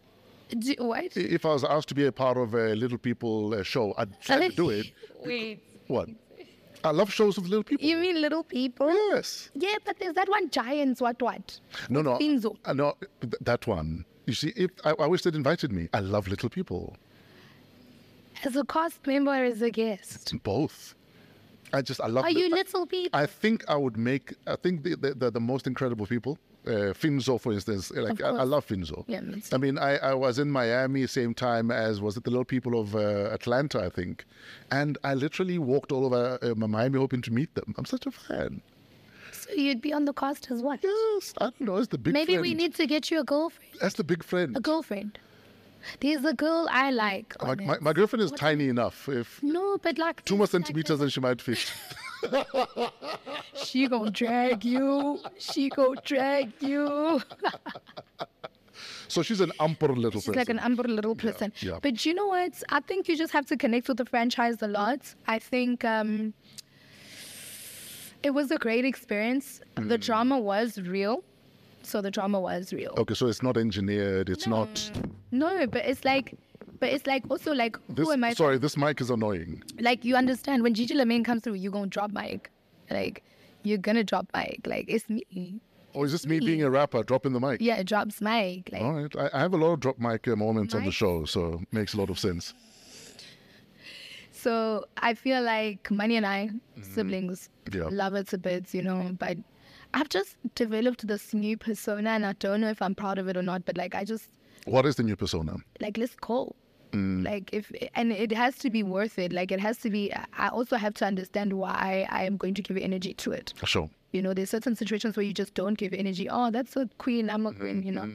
Speaker 2: do, what?
Speaker 4: I- If I was asked to be a part of a Little People uh, show, I'd try to do it.
Speaker 2: Wait.
Speaker 4: What? I love shows with little people. Oh,
Speaker 2: You mean little people?
Speaker 4: Mm-hmm. yes.
Speaker 2: Yeah, but there's that one giants. What what?
Speaker 4: No, no.
Speaker 2: Finzo.
Speaker 4: uh, No, th- that one. You see, if I, I wish they'd invited me. I love little people.
Speaker 2: As a cast member, as a guest.
Speaker 4: Both. I just I love.
Speaker 2: Are
Speaker 4: the-
Speaker 2: you
Speaker 4: I-
Speaker 2: little people?
Speaker 4: I think I would make. I think the the, the, the most incredible people. Uh, Finzo, for instance, eh, like I, I
Speaker 2: course.
Speaker 4: love Finzo.
Speaker 2: Yeah, me too.
Speaker 4: I mean, I, I was in Miami same time as was it the little people of uh, Atlanta, I think, and I literally walked all over uh, Miami hoping to meet them. I'm such a fan.
Speaker 2: So you'd be on the cast as well.
Speaker 4: Yes, I don't know. It's the big.
Speaker 2: Maybe we
Speaker 4: friend.
Speaker 2: need to get you a girlfriend.
Speaker 4: That's the big friend.
Speaker 2: A girlfriend. There's a girl I like.
Speaker 4: my,
Speaker 2: on
Speaker 4: my,
Speaker 2: it.
Speaker 4: my girlfriend is tiny enough. If
Speaker 2: no, but like
Speaker 4: two more
Speaker 2: things like
Speaker 4: centimeters, and she might fit.
Speaker 2: that. She gonna drag you. She gonna drag you.
Speaker 4: so she's an umper little
Speaker 2: She's
Speaker 4: person.
Speaker 2: like an humble little person.
Speaker 4: yeah.
Speaker 2: But you know what? I think you just have to connect with the franchise a lot. I think um, it was a great experience. The
Speaker 4: Mm.
Speaker 2: drama was real. So the drama was real.
Speaker 4: okay, so it's not engineered. It's not.
Speaker 2: No, but it's like, but it's like also like,
Speaker 4: This,
Speaker 2: who am I?
Speaker 4: sorry, this mic is annoying.
Speaker 2: Like, you understand when Gigi Lamaine comes through, you're going to drop mic. Like, you're going to drop mic. Like, it's me.
Speaker 4: Or Oh, is this me being a rapper dropping the mic?
Speaker 2: Yeah, it drops mic. Like,
Speaker 4: All right. I, I have a lot of drop mic uh, moments on the
Speaker 2: Mic.
Speaker 4: show, so it makes a lot of sense.
Speaker 2: So I feel like Money and I, siblings,
Speaker 4: Yeah.
Speaker 2: love it to bits, you know. But I've just developed this new persona, and I don't know if I'm proud of it or not. But like, I just
Speaker 4: What is the new persona?
Speaker 2: like let's go. Like if and it has to be worth it. Like it has to be. I also have to understand why I am going to give energy to it.
Speaker 4: Sure.
Speaker 2: You know, there's certain situations where you just don't give energy. Oh, that's a queen. I'm a queen. You know,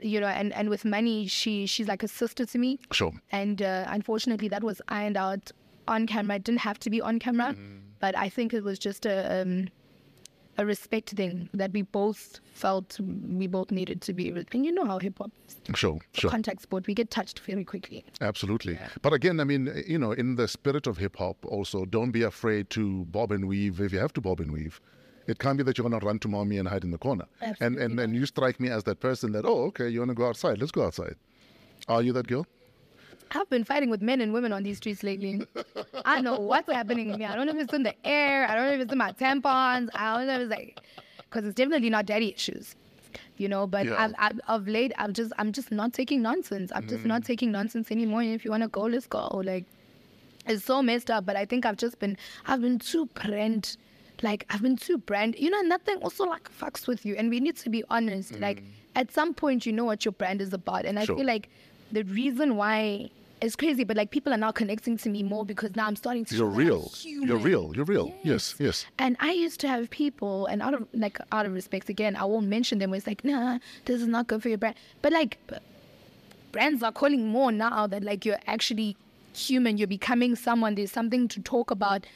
Speaker 2: you know. And and with money, she she's like a sister to me.
Speaker 4: Sure.
Speaker 2: And uh, unfortunately, that was ironed out on camera. It didn't have to be on camera, but I think it was just a um, a respect thing that we both felt we both needed to be. And you know how hip hop is
Speaker 4: Sure. Sure.
Speaker 2: contact sport. We get touched very quickly.
Speaker 4: Absolutely. But again, I mean, eh, you know, in the spirit of hip hop, also, don't be afraid to bob and weave if you have to bob and weave. It can't be that you're going to run to mommy and hide in the corner. And,
Speaker 2: Absolutely
Speaker 4: and and you strike me as that person that, oh, okay, you want to go outside? Let's go outside. Are you that girl?
Speaker 2: I've been fighting with men and women on these streets lately. I know what's happening to me. I don't know if it's in the air. I don't know if it's in my tampons. I don't know if it's like, because it's definitely not daddy issues, you know. But
Speaker 4: Yeah.
Speaker 2: I've, I've, of late, I'm just, I'm just not taking nonsense. I'm just not taking nonsense anymore. And if you want to go, let's go. Like, it's so messed up. But I think I've just been, I've been too brand, like I've been too brand. You know, nothing also like fucks with you. And we need to be honest. Like, at some point, you know what your brand is about. And I
Speaker 4: Mm. Sure.
Speaker 2: feel like the reason why. It's crazy, but like people are now connecting to me more because now I'm starting to
Speaker 4: You're
Speaker 2: feel like I'm
Speaker 4: real. You're
Speaker 2: human.
Speaker 4: real. You're real. Yes. Yes.
Speaker 2: And I used to have people, and out of like out of respect, again, I won't mention them. It's like, nah, this is not good for your brand. But like, b- brands are calling more now that like you're actually human. You're becoming someone. There's something to talk about.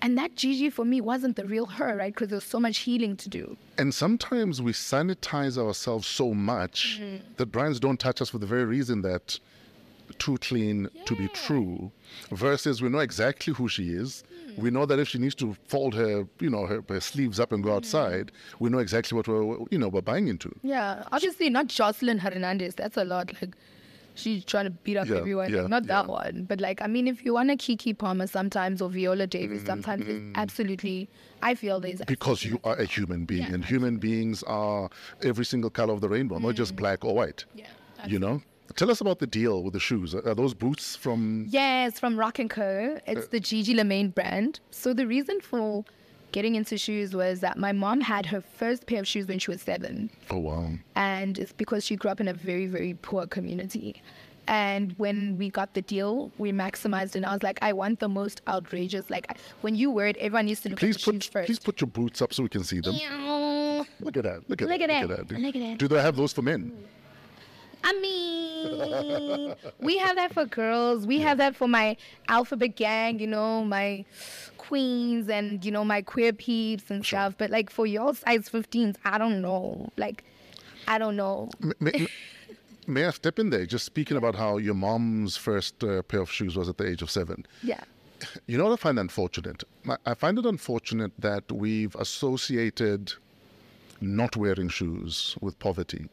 Speaker 2: And that Gigi for me wasn't the real her, right? Because there's so much healing to do.
Speaker 4: And sometimes we sanitize ourselves so much
Speaker 2: Mm-hmm.
Speaker 4: that brands don't touch us for the very reason that too clean to be true versus we know exactly who she is
Speaker 2: Hmm.
Speaker 4: we know that if she needs to fold her you know her, her sleeves up
Speaker 2: Hmm.
Speaker 4: and go outside we know exactly what we're you know we're buying into
Speaker 2: Yeah, obviously not Jocelyn Hernandez. That's a lot. Like, she's trying to beat up
Speaker 4: Yeah,
Speaker 2: everyone.
Speaker 4: yeah,
Speaker 2: not that
Speaker 4: yeah.
Speaker 2: one, but like, I mean, if you want a Kiki Palmer sometimes or Viola Davis, sometimes it's absolutely. I feel there's
Speaker 4: Mm-hmm. because you are a human being and human beings are every single color of the rainbow not just black or white
Speaker 2: Hmm. Yeah,
Speaker 4: you know tell us about the deal with the shoes are are those boots from
Speaker 2: Yes, from Rock and Co.
Speaker 4: Uh,
Speaker 2: It's the Gigi Lemaine brand. So the reason for getting into shoes was that my mom had her first pair of shoes when she was seven,
Speaker 4: oh wow
Speaker 2: and it's because she grew up in a very very poor community. And when we got the deal, we maximized, and I was like, I want the most outrageous. Like I- when you wear it, everyone needs to look
Speaker 4: please
Speaker 2: at the
Speaker 4: put
Speaker 2: shoes first.
Speaker 4: please put your boots up so we can see them
Speaker 2: Meow.
Speaker 4: Look at that. Look at
Speaker 2: Look
Speaker 4: that.
Speaker 2: at
Speaker 4: Look at
Speaker 2: that.
Speaker 4: that.
Speaker 2: Look at that.
Speaker 4: Do they have those for men?
Speaker 2: I mean, we have that for girls. We have that for my alphabet gang, you know, my queens and, you know, my queer peeps and stuff. But like for your size 15s, I don't know. Like, I don't know.
Speaker 4: M- May, may- may I step in there? Just speaking about how your mom's first uh, pair of shoes was at the age of seven.
Speaker 2: Yeah.
Speaker 4: You know what I find unfortunate? I- I find it unfortunate that we've associated not wearing shoes with poverty.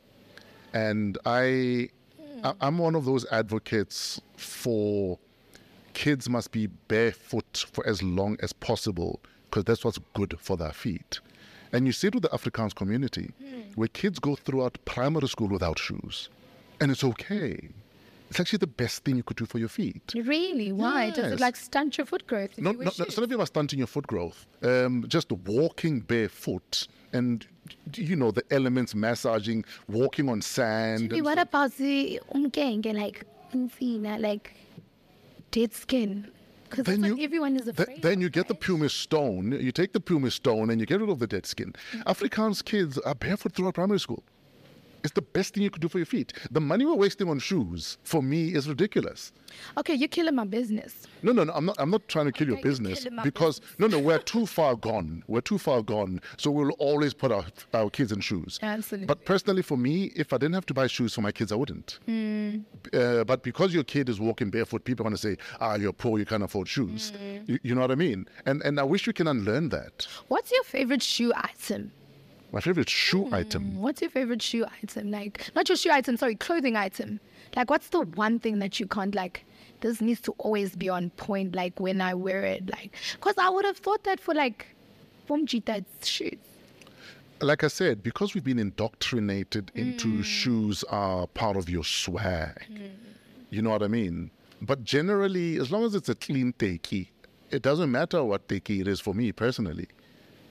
Speaker 4: And I, I I'm one of those advocates for kids must be barefoot for as long as possible because that's what's good for their feet. And you see it with the Afrikaans community where kids go throughout primary school without shoes. And it's okay. It's actually the best thing you could do for your feet.
Speaker 2: Really? Why? Does
Speaker 4: Yes.
Speaker 2: it like stunt your foot growth? if
Speaker 4: No,
Speaker 2: you wear
Speaker 4: no, no, it's
Speaker 2: shoes?
Speaker 4: not about stunting your foot growth. Um, just walking barefoot and, d- you know, the elements massaging, walking on sand.
Speaker 2: Hey,
Speaker 4: and
Speaker 2: what
Speaker 4: stuff.
Speaker 2: about the umgenge, like umfina, like dead skin? Because that's what everyone is
Speaker 4: th-
Speaker 2: afraid.
Speaker 4: then you get the pumice stone. You take the pumice stone and you get rid of the dead skin.
Speaker 2: Mm-hmm.
Speaker 4: Afrikaans kids are barefoot throughout primary school. It's the best thing you could do for your feet. The money we're wasting on shoes for me is ridiculous.
Speaker 2: okay, you're killing my business.
Speaker 4: No, no, no. I'm not. I'm not trying to kill your
Speaker 2: Okay, you're
Speaker 4: business
Speaker 2: killing my
Speaker 4: because no, no. We're too far gone. We're too far gone. So we'll always put our our kids in shoes.
Speaker 2: Absolutely.
Speaker 4: But personally, for me, if I didn't have to buy shoes for my kids, I wouldn't.
Speaker 2: Hmm.
Speaker 4: Uh, but because your kid is walking barefoot, people want to say, "Ah, you're poor. You can't afford shoes."
Speaker 2: Hmm.
Speaker 4: You, you know what I mean? And and I wish we can unlearn that.
Speaker 2: What's your favorite shoe item?
Speaker 4: My favorite shoe item.
Speaker 2: What's your favorite shoe item? Like, not your shoe item, sorry, clothing item. Like, what's the one thing that you can't, like, this needs to always be on point, like, when I wear it? Like, because I would have thought that for, like, Fumjita's shoes.
Speaker 4: Like I said, because we've been indoctrinated
Speaker 2: Hmm.
Speaker 4: into shoes are part of your swag. You know what I mean? But generally, as long as it's a clean teki, it doesn't matter what teki it is for me personally.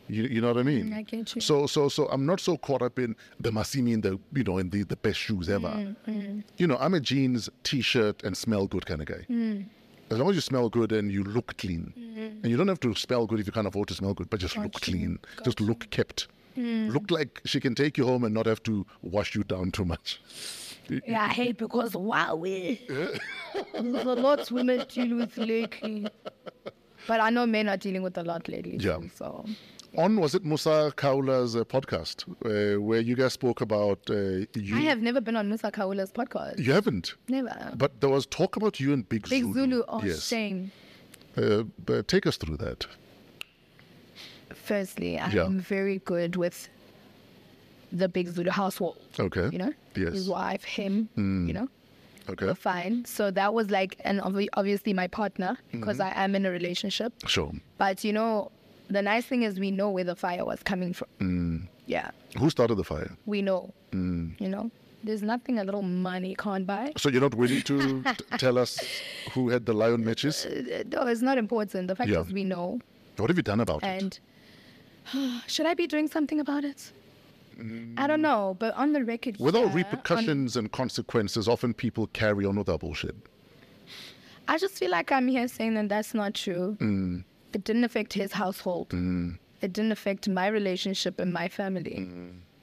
Speaker 4: You, you know what I mean?
Speaker 2: Hmm, I get you.
Speaker 4: So so so I'm not so caught up in the masimi in the you know in the, the best shoes ever.
Speaker 2: Hmm,
Speaker 4: You know, I'm a jeans, t-shirt, and smell good kind of guy.
Speaker 2: Hmm,
Speaker 4: As long as you smell good and you look clean,
Speaker 2: Mm-hmm.
Speaker 4: and you don't have to smell good if you can't afford to smell good, but just look clean, just look kept,
Speaker 2: Mm.
Speaker 4: look like she can take you home and not have to wash you down too much.
Speaker 2: Yeah, I hate because wow, eh. There's a lot women deal with lately. But I know men are dealing with a lot lately.
Speaker 4: Yeah.
Speaker 2: too, so
Speaker 4: On was it Musa Kaula's uh, podcast uh, where you guys spoke about uh, you?
Speaker 2: I have never been on Musa Kaula's podcast.
Speaker 4: You haven't,
Speaker 2: Never.
Speaker 4: but there was talk about you and Big,
Speaker 2: Big Zulu, oh
Speaker 4: yes.
Speaker 2: shame.
Speaker 4: Uh, but take us through that.
Speaker 2: Firstly, I'm
Speaker 4: Yeah.
Speaker 2: very good with the Big Zulu household.
Speaker 4: Okay.
Speaker 2: You know?
Speaker 4: Yes. Mm.
Speaker 2: His wife, him, you know?
Speaker 4: Okay.
Speaker 2: Fine. So that was like and obvi- obviously my partner because
Speaker 4: Mm-hmm.
Speaker 2: I am in a relationship.
Speaker 4: Sure.
Speaker 2: But you know, the nice thing is we know where the fire was coming from.
Speaker 4: Mm.
Speaker 2: Yeah,
Speaker 4: Who started the fire?
Speaker 2: we know.
Speaker 4: Mm.
Speaker 2: You know, there's nothing a little money can't buy.
Speaker 4: So you're not willing to t- tell us who had the lion matches?
Speaker 2: Uh, No, it's not important. The fact
Speaker 4: Yeah.
Speaker 2: is we know.
Speaker 4: What have you done about it?
Speaker 2: And should I be doing something about it? I don't know. But on the record,
Speaker 4: Mm. Without
Speaker 2: here, on-
Speaker 4: repercussions and consequences, often people carry on with that bullshit.
Speaker 2: I just feel like I'm here saying that that's not true. It didn't affect his household. It didn't affect my relationship and my family.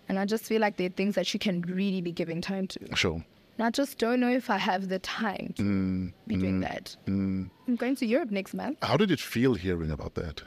Speaker 2: And I just feel like there are things that you can really be giving time to.
Speaker 4: Sure.
Speaker 2: And I just don't know if I have the time to be doing that. I'm going to Europe next month.
Speaker 4: How did it feel hearing about that?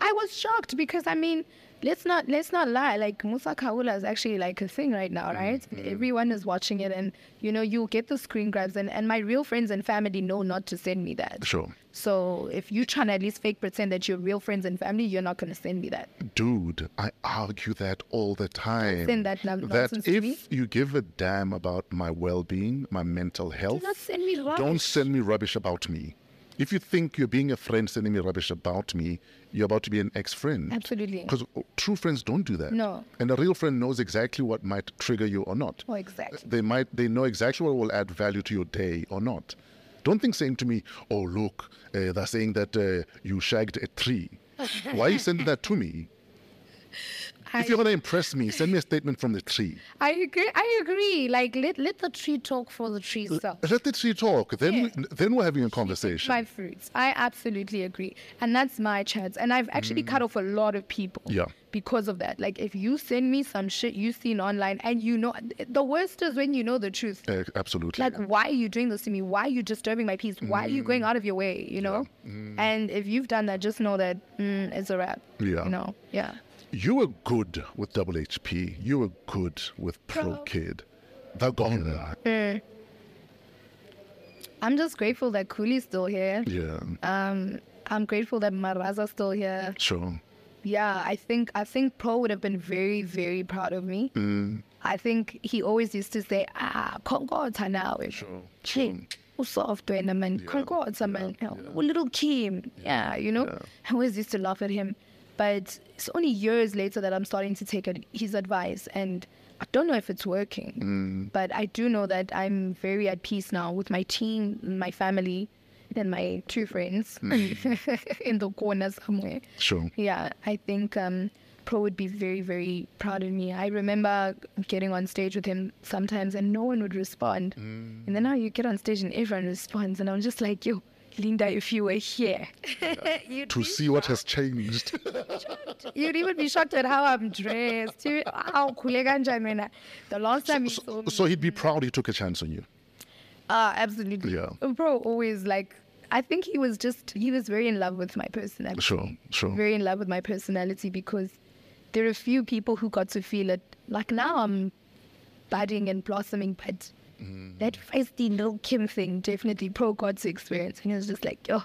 Speaker 2: I was shocked because I mean, let's not let's not lie. Like Musa Kaula is actually like a thing right now, right? Everyone is watching it, and you know you get the screen grabs, and and my real friends and family know not to send me that.
Speaker 4: Sure.
Speaker 2: So if you're trying to at least fake pretend that you're real friends and family, you're not gonna send me that.
Speaker 4: Dude, I argue that all the time.
Speaker 2: send that non-
Speaker 4: that
Speaker 2: nonsense to
Speaker 4: if
Speaker 2: me.
Speaker 4: you give a damn about my well being, my mental health,
Speaker 2: not send me
Speaker 4: don't
Speaker 2: rubbish.
Speaker 4: send me rubbish about me. If you think you're being a friend sending me rubbish about me, you're about to be an ex friend.
Speaker 2: Absolutely.
Speaker 4: Because true friends don't do that.
Speaker 2: No.
Speaker 4: And a real friend knows exactly what might trigger you or not.
Speaker 2: Oh, exactly.
Speaker 4: They might they know exactly what will add value to your day or not. Don't think saying to me, "Oh look, uh, they're saying that uh, you shagged a tree." Why are you sending that to me?
Speaker 2: I,
Speaker 4: If you're gonna impress me, send me a statement from the tree.
Speaker 2: I agree. I agree. Like let let the tree talk for the tree itself.
Speaker 4: Let the tree talk. Then
Speaker 2: Yeah.
Speaker 4: then we're having a conversation.
Speaker 2: My fruits. I absolutely agree. And that's my chance. And I've actually cut off a lot of people.
Speaker 4: Mm. Yeah.
Speaker 2: Because of that. Like if you send me some shit you seen online and you know the worst is when you know the truth.
Speaker 4: Uh, absolutely.
Speaker 2: Like why are you doing this to me? Why are you disturbing my peace? Why are you
Speaker 4: Mm.
Speaker 2: going out of your way? You know? And if you've done that, just know that mm, it's a wrap.
Speaker 4: Yeah.
Speaker 2: You know? Yeah.
Speaker 4: You were good with double HP. You were good with pro
Speaker 2: Pro.
Speaker 4: kid. They're gone. now.
Speaker 2: I'm just grateful that Cooley's still here.
Speaker 4: Yeah.
Speaker 2: Um I'm grateful that Maraza's still here.
Speaker 4: Sure.
Speaker 2: Yeah, I think I think Pro would have been very, very proud of me.
Speaker 4: Mm.
Speaker 2: I think he always used to say, "Ah, Kongota now,
Speaker 4: Sure,
Speaker 2: Chin, soft man, man, Kongota man, a little Kim." Yeah, you know, I always used to laugh at him. But it's only years later that I'm starting to take ad- his advice, and I don't know if it's
Speaker 4: Mm.
Speaker 2: working. But I do know that I'm very at peace now with my team, my family, and my two friends in the corner somewhere.
Speaker 4: Mm. Sure.
Speaker 2: Yeah, I think um, Pro would be very, very proud of me. I remember getting on stage with him sometimes and no one would respond.
Speaker 4: Mm.
Speaker 2: And then now you get on stage and everyone responds. And I'm just like, yo, Linda, if you were here, you'd,
Speaker 4: To
Speaker 2: be,
Speaker 4: see what has changed.
Speaker 2: you'd even be shocked at how I'm dressed. You- Ow, khule kanjani wena? the last time you saw
Speaker 4: so,
Speaker 2: me.
Speaker 4: so he'd be proud he took a chance on you.
Speaker 2: Ah, absolutely.
Speaker 4: Yeah.
Speaker 2: Bro always like, I think he was just, he was very in love with my personality.
Speaker 4: Sure, sure.
Speaker 2: very in love with my personality because there are few people who got to feel it. Like now I'm budding and blossoming, but that feisty little Kim thing definitely pro got to experience. And it was just like, oh,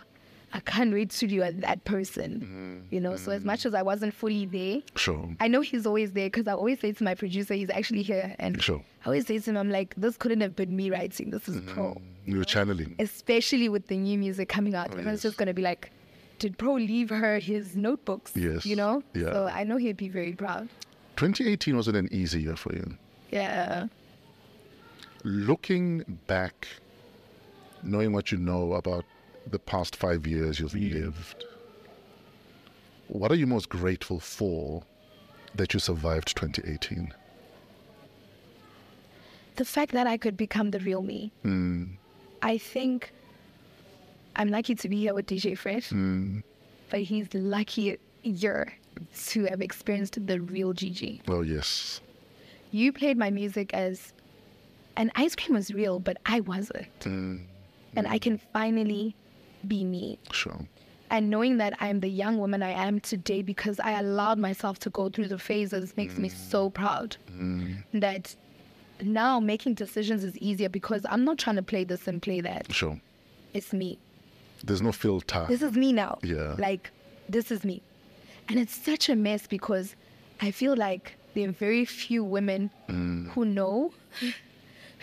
Speaker 2: I can't wait till you are that person. You know, so as much as I wasn't fully there,
Speaker 4: sure.
Speaker 2: I know he's always there because I always say to my producer, he's actually here. And
Speaker 4: Sure.
Speaker 2: I always say to him, I'm like, this couldn't have been me writing. This is pro
Speaker 4: you were channeling.
Speaker 2: especially with the new music coming out. and I was
Speaker 4: Oh, yes.
Speaker 2: just going to be like, did Pro leave her his notebooks?
Speaker 4: Yes,
Speaker 2: You know?
Speaker 4: yeah.
Speaker 2: So I know he'd be very proud.
Speaker 4: 2018 wasn't an easy year for you.
Speaker 2: Yeah.
Speaker 4: Looking back, knowing what you know about the past five years you've lived, what are you most grateful for that you survived 2018?
Speaker 2: The fact that I could become the real me.
Speaker 4: Hmm.
Speaker 2: I think I'm lucky to be here with DJ Fresh,
Speaker 4: Hmm.
Speaker 2: but he's lucky here to have experienced the real Gigi.
Speaker 4: Oh, yes.
Speaker 2: you played my music as and ice cream was real but i wasn't
Speaker 4: Hmm.
Speaker 2: and i can finally be me
Speaker 4: Sure.
Speaker 2: and knowing that i'm the young woman i am today because i allowed myself to go through the phases makes me so proud that now making decisions is easier because i'm not trying to play this and play that
Speaker 4: Sure.
Speaker 2: it's me
Speaker 4: There's no filter.
Speaker 2: this is me now.
Speaker 4: Yeah.
Speaker 2: Like, this is me. And it's such a mess because I feel like there are very few women who know,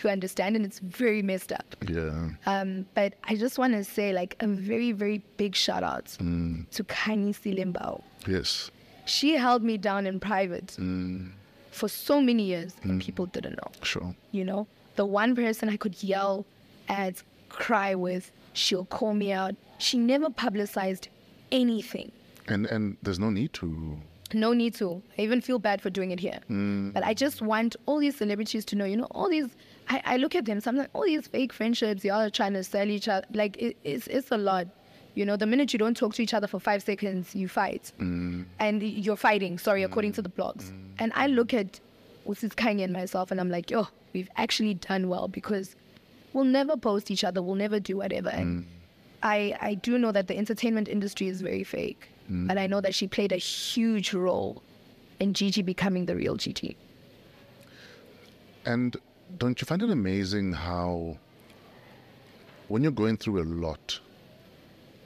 Speaker 2: who understand, and it's very messed up.
Speaker 4: yeah.
Speaker 2: Um, but I just want to say, like, a very, very big shout out to Kanye Silimbao.
Speaker 4: Yes.
Speaker 2: She held me down in private for so many years, and people didn't know
Speaker 4: Sure.
Speaker 2: you know the one person i could yell at cry with she'll call me out she never publicized anything
Speaker 4: And and there's no need to.
Speaker 2: no need to i even feel bad for doing it here but i just want all these celebrities to know you know all these i, I look at them sometimes all these fake friendships y'all are trying to sell each other like it, it's, it's a lot you know the minute you don't talk to each other for five seconds you fight and you're fighting sorry according to the blogs and i look at with this kanye and myself and i'm like oh we've actually done well because we'll never post each other we'll never do whatever and I, I do know that the entertainment industry is very fake,
Speaker 4: Mm.
Speaker 2: but I know that she played a huge role in Gigi becoming the real Gigi.
Speaker 4: And don't you find it amazing how, when you're going through a lot,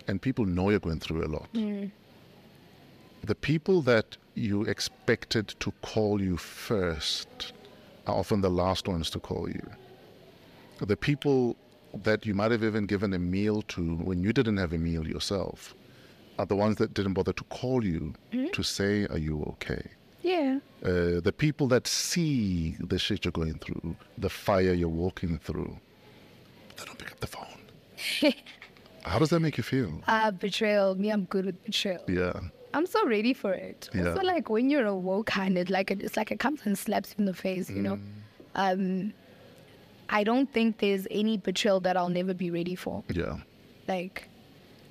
Speaker 4: and people know you're going through a lot, the people that you expected to call you first are often the last ones to call you. The people that you might have even given a meal to when you didn't have a meal yourself are the ones that didn't bother to call you to say, Are you okay?
Speaker 2: Yeah.
Speaker 4: uh, the people that see the shit you're going through, the fire you're walking through, they don't pick up the phone. How does that make you feel?
Speaker 2: Uh, betrayal. Me, I'm good with betrayal.
Speaker 4: yeah,
Speaker 2: I'm so ready for it.
Speaker 4: Yeah.
Speaker 2: Also, like when you're a woke kind, it like it's like it comes and slaps you in the face. You
Speaker 4: Mm.
Speaker 2: know, um, I don't think there's any betrayal that I'll never be ready for.
Speaker 4: yeah.
Speaker 2: Like,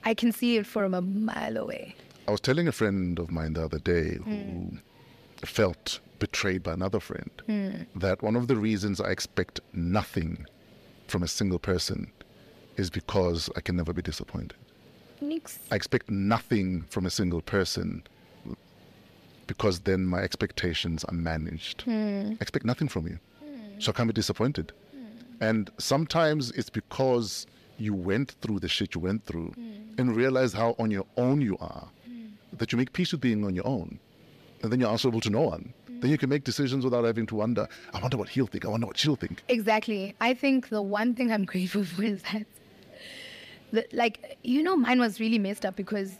Speaker 2: I can see it from a mile away.
Speaker 4: I was telling a friend of mine the other day who felt betrayed by another friend that one of the reasons I expect nothing from a single person is because I can never be disappointed.
Speaker 2: Next.
Speaker 4: I expect nothing from a single person because then my expectations are managed. I expect nothing from you. So I can't be disappointed. And sometimes it's because you went through the shit you went through and realized how on your own you are that you make peace with being on your own. And then you're answerable to no one. Then you can make decisions without having to wonder, I wonder what he'll think, I wonder what she'll think.
Speaker 2: Exactly. I think the one thing I'm grateful for is that, that like, you know, mine was really messed up because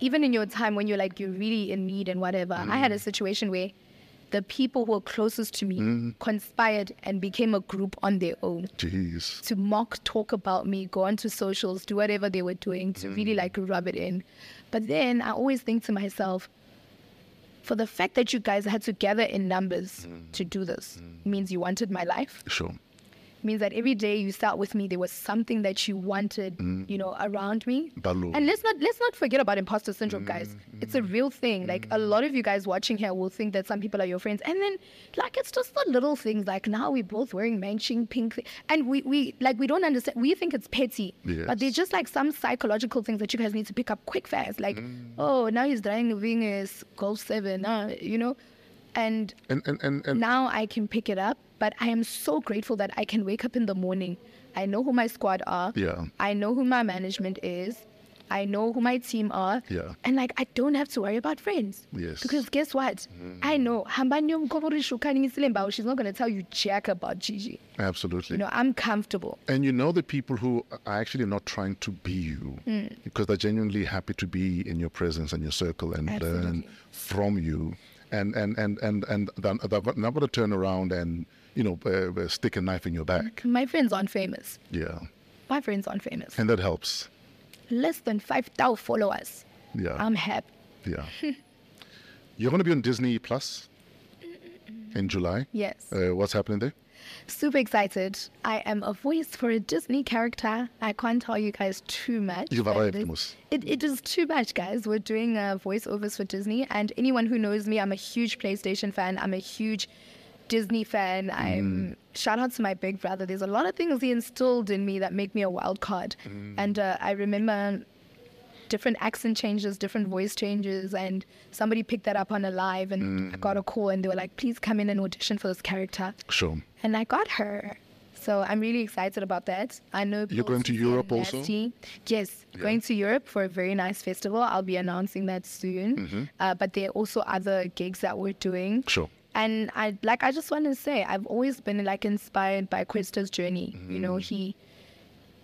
Speaker 2: even in your time when you're like you're really in need and whatever. I had a situation where the people who were closest to me conspired and became a group on their own
Speaker 4: Jeez.
Speaker 2: to mock talk about me, go onto socials, do whatever they were doing to really like rub it in. But then I always think to myself, for the fact that you guys had to gather in numbers to do this means you wanted my life.
Speaker 4: Sure.
Speaker 2: means that every day you start with me, there was something that you wanted, you know, around me.
Speaker 4: Balu.
Speaker 2: And let's not let's not forget about imposter syndrome, guys. It's a real thing. Like a lot of you guys watching here will think that some people are your friends, and then like it's just the little things. Like now we're both wearing matching pink, thi- and we we like we don't understand. We think it's petty, but they're
Speaker 4: Yes.
Speaker 2: just like some psychological things that you guys need to pick up quick fast. Like oh now he's driving a Venus Golf Seven, uh, you know, and
Speaker 4: And and and, and
Speaker 2: now I can pick it up, but I am so grateful that I can wake up in the morning. I know who my squad are.
Speaker 4: Yeah.
Speaker 2: I know who my management is. I know who my team are.
Speaker 4: Yeah.
Speaker 2: And like I don't have to worry about friends.
Speaker 4: Yes. Mm.
Speaker 2: Because guess what? I know Hambani Yomkobori Shukani Misilembawu, she's not gonna tell you jack about Gigi.
Speaker 4: absolutely.
Speaker 2: You know, I'm comfortable.
Speaker 4: and you know the people who are actually not trying to be you
Speaker 2: Hmm.
Speaker 4: because they're genuinely happy to be in your presence and your circle and learn
Speaker 2: Absolutely.
Speaker 4: from you and and and and and they're they're not going to turn around and you know uh, uh, stick a knife in your back
Speaker 2: My friends aren't famous.
Speaker 4: yeah
Speaker 2: My friends aren't famous.
Speaker 4: and that helps
Speaker 2: Less than five thousand followers.
Speaker 4: yeah
Speaker 2: I'm happy.
Speaker 4: yeah you're going to be on disney plus in july
Speaker 2: Yes.
Speaker 4: uh, what's happening there
Speaker 2: Super excited. I am a voice for a Disney character. I can't tell you guys too much.
Speaker 4: You've
Speaker 2: but
Speaker 4: arrived,
Speaker 2: it is-
Speaker 4: Mus.
Speaker 2: It, it is too much, guys. We're doing uh, voiceovers for Disney, and anyone who knows me, I'm a huge PlayStation fan. I'm a huge Disney fan. I'm shout out to my big brother. There's a lot of things he instilled in me that make me a wild card, and uh, I remember different accent changes, different voice changes, and somebody picked that up on a live, and I got a call, and they were like, "Please come in and audition for this character."
Speaker 4: sure
Speaker 2: and I got her. So I'm really excited about that. I know
Speaker 4: You're going to
Speaker 2: Paul
Speaker 4: Europe also?
Speaker 2: Nasty- Yes, going to Europe for a very nice festival. I'll be announcing that soon. Uh, but there are also other gigs that we're doing.
Speaker 4: Mm-hmm. Sure.
Speaker 2: And I like I just want to say I've always been like inspired by Quista's journey. You know,
Speaker 4: Mm-hmm.
Speaker 2: he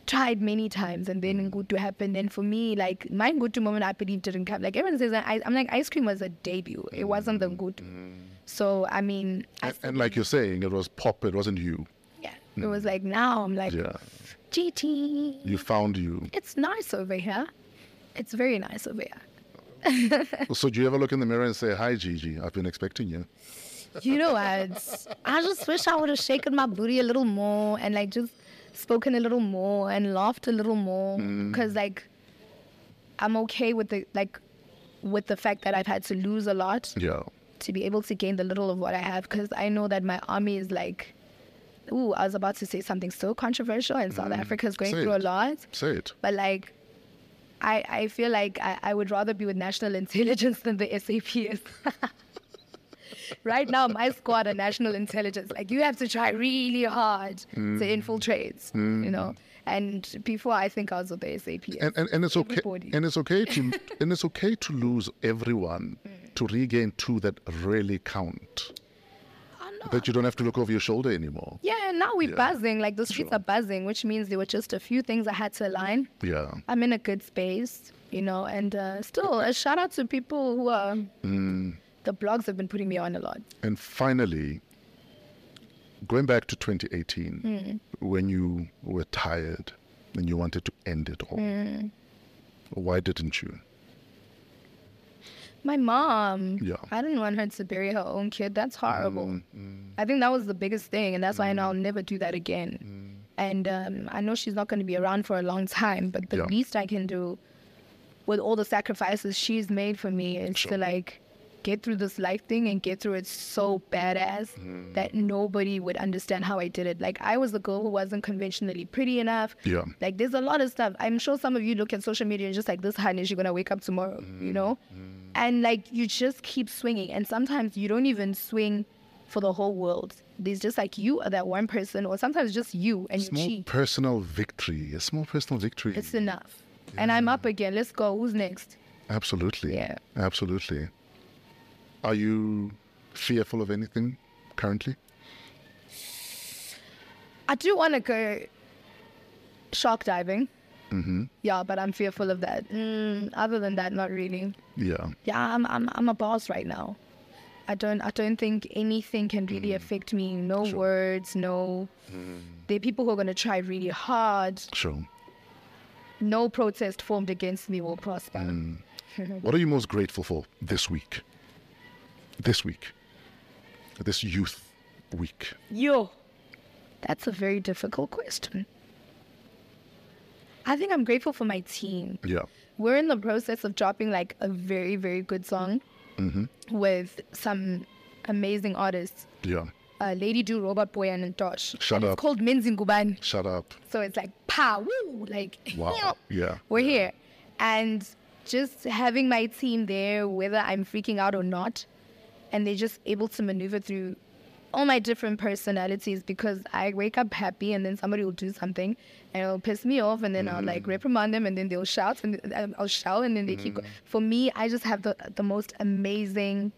Speaker 2: tried many times and then Ngutu happened. And for me, like my Ngutu moment, I believe didn't come. Like everyone says, that I, I'm like ice cream was a debut. It wasn't the Ngutu. So I mean,
Speaker 4: Mm-hmm.
Speaker 2: I Mm-hmm.
Speaker 4: and, and like you're saying it was pop it wasn't you
Speaker 2: yeah. It was like now I'm like
Speaker 4: yeah
Speaker 2: GT.
Speaker 4: you found you
Speaker 2: It's nice over here. It's very nice over here.
Speaker 4: so do you ever look in the mirror and say hi gigi i've been expecting you
Speaker 2: You know what? I just wish I would have shaken my booty a little more and like just spoken a little more and laughed a little more
Speaker 4: Mm.
Speaker 2: because like I'm okay with the like with the fact that I've had to lose a lot
Speaker 4: yeah
Speaker 2: to be able to gain the little of what I have because I know that my army is like. Ooh, I was about to say something so controversial, and South Africa is going
Speaker 4: Mm. Say
Speaker 2: through a
Speaker 4: it.
Speaker 2: lot.
Speaker 4: say it
Speaker 2: but like I, I feel like I, I would rather be with national intelligence than the SAPS. right now, my squad are national intelligence. Like, you have to try really hard
Speaker 4: Mm.
Speaker 2: to infiltrate, you know? And before, I think I was with the SAPS.
Speaker 4: and, and, and it's okay
Speaker 2: Everybody.
Speaker 4: and it's okay to and it's okay to lose everyone
Speaker 2: Mm.
Speaker 4: to regain two that really count
Speaker 2: Oh, no.
Speaker 4: that you don't have to look over your shoulder anymore
Speaker 2: yeah, and now we're
Speaker 4: Yeah.
Speaker 2: buzzing. Like, the streets are buzzing, which means there were just a few things I had to align.
Speaker 4: yeah
Speaker 2: I'm in a good space, you know? And uh, still, a shout out to people who are.
Speaker 4: Mm.
Speaker 2: The blogs have been putting me on a lot.
Speaker 4: and finally going back to 2018
Speaker 2: Mm.
Speaker 4: when you were tired and you wanted to end it all
Speaker 2: Mm.
Speaker 4: why didn't you
Speaker 2: My mom.
Speaker 4: Yeah. Mm,
Speaker 2: I didn't want her to bury her own kid. That's horrible. I think that was the biggest thing, and that's why I know I'll never do that
Speaker 4: Mm.
Speaker 2: again. And um, I know she's not going to be around for a long time, but the
Speaker 4: Yeah.
Speaker 2: least I can do with all the sacrifices she's made for me is to like get through this life thing and get through it so badass
Speaker 4: Mm.
Speaker 2: that nobody would understand how I did it. Like I was the girl who wasn't conventionally pretty enough.
Speaker 4: Yeah.
Speaker 2: Like there's a lot of stuff. I'm sure some of you look at social media and just like this honey, you're gonna wake up tomorrow,
Speaker 4: Mm.
Speaker 2: you know? And like you just keep swinging. And sometimes you don't even swing for the whole world. There's just like you are that one person, or sometimes just you and
Speaker 4: small
Speaker 2: you cheat.
Speaker 4: personal victory a small personal victory
Speaker 2: It's enough. And I'm up again. Let's go. Who's next?
Speaker 4: absolutely
Speaker 2: Yeah.
Speaker 4: absolutely are you fearful of anything currently
Speaker 2: I do want to go shark diving. Yeah, but I'm fearful of that. Mm, other than that, not really.
Speaker 4: Yeah.
Speaker 2: Yeah, I'm, I'm, I'm a boss right now. I don't I don't think anything can really affect me. No words, no. There are people who are gonna try really hard.
Speaker 4: Sure.
Speaker 2: No protest formed against me will prosper.
Speaker 4: What are you most grateful for this week? This week. This youth week.
Speaker 2: Yo, that's a very difficult question. I think I'm grateful for my team.
Speaker 4: Yeah.
Speaker 2: We're in the process of dropping like a very very good song
Speaker 4: Mm-hmm.
Speaker 2: with some amazing artists.
Speaker 4: Yeah.
Speaker 2: Uh, Lady Do, Robot Boy, and Tosh.
Speaker 4: Shut
Speaker 2: And
Speaker 4: up.
Speaker 2: It's called Menzingubani.
Speaker 4: Shut up.
Speaker 2: So it's like pow, woo, like
Speaker 4: Wow. Yeah.
Speaker 2: we're here. And just having my team there, whether I'm freaking out or not, and they're just able to maneuver through all my different personalities because I wake up happy and then somebody will do something and it'll piss me off and then I'll
Speaker 4: Mm.
Speaker 2: like reprimand them and then they'll shout and then I'll shout and then they keep going. For me, I just have the, the most amazing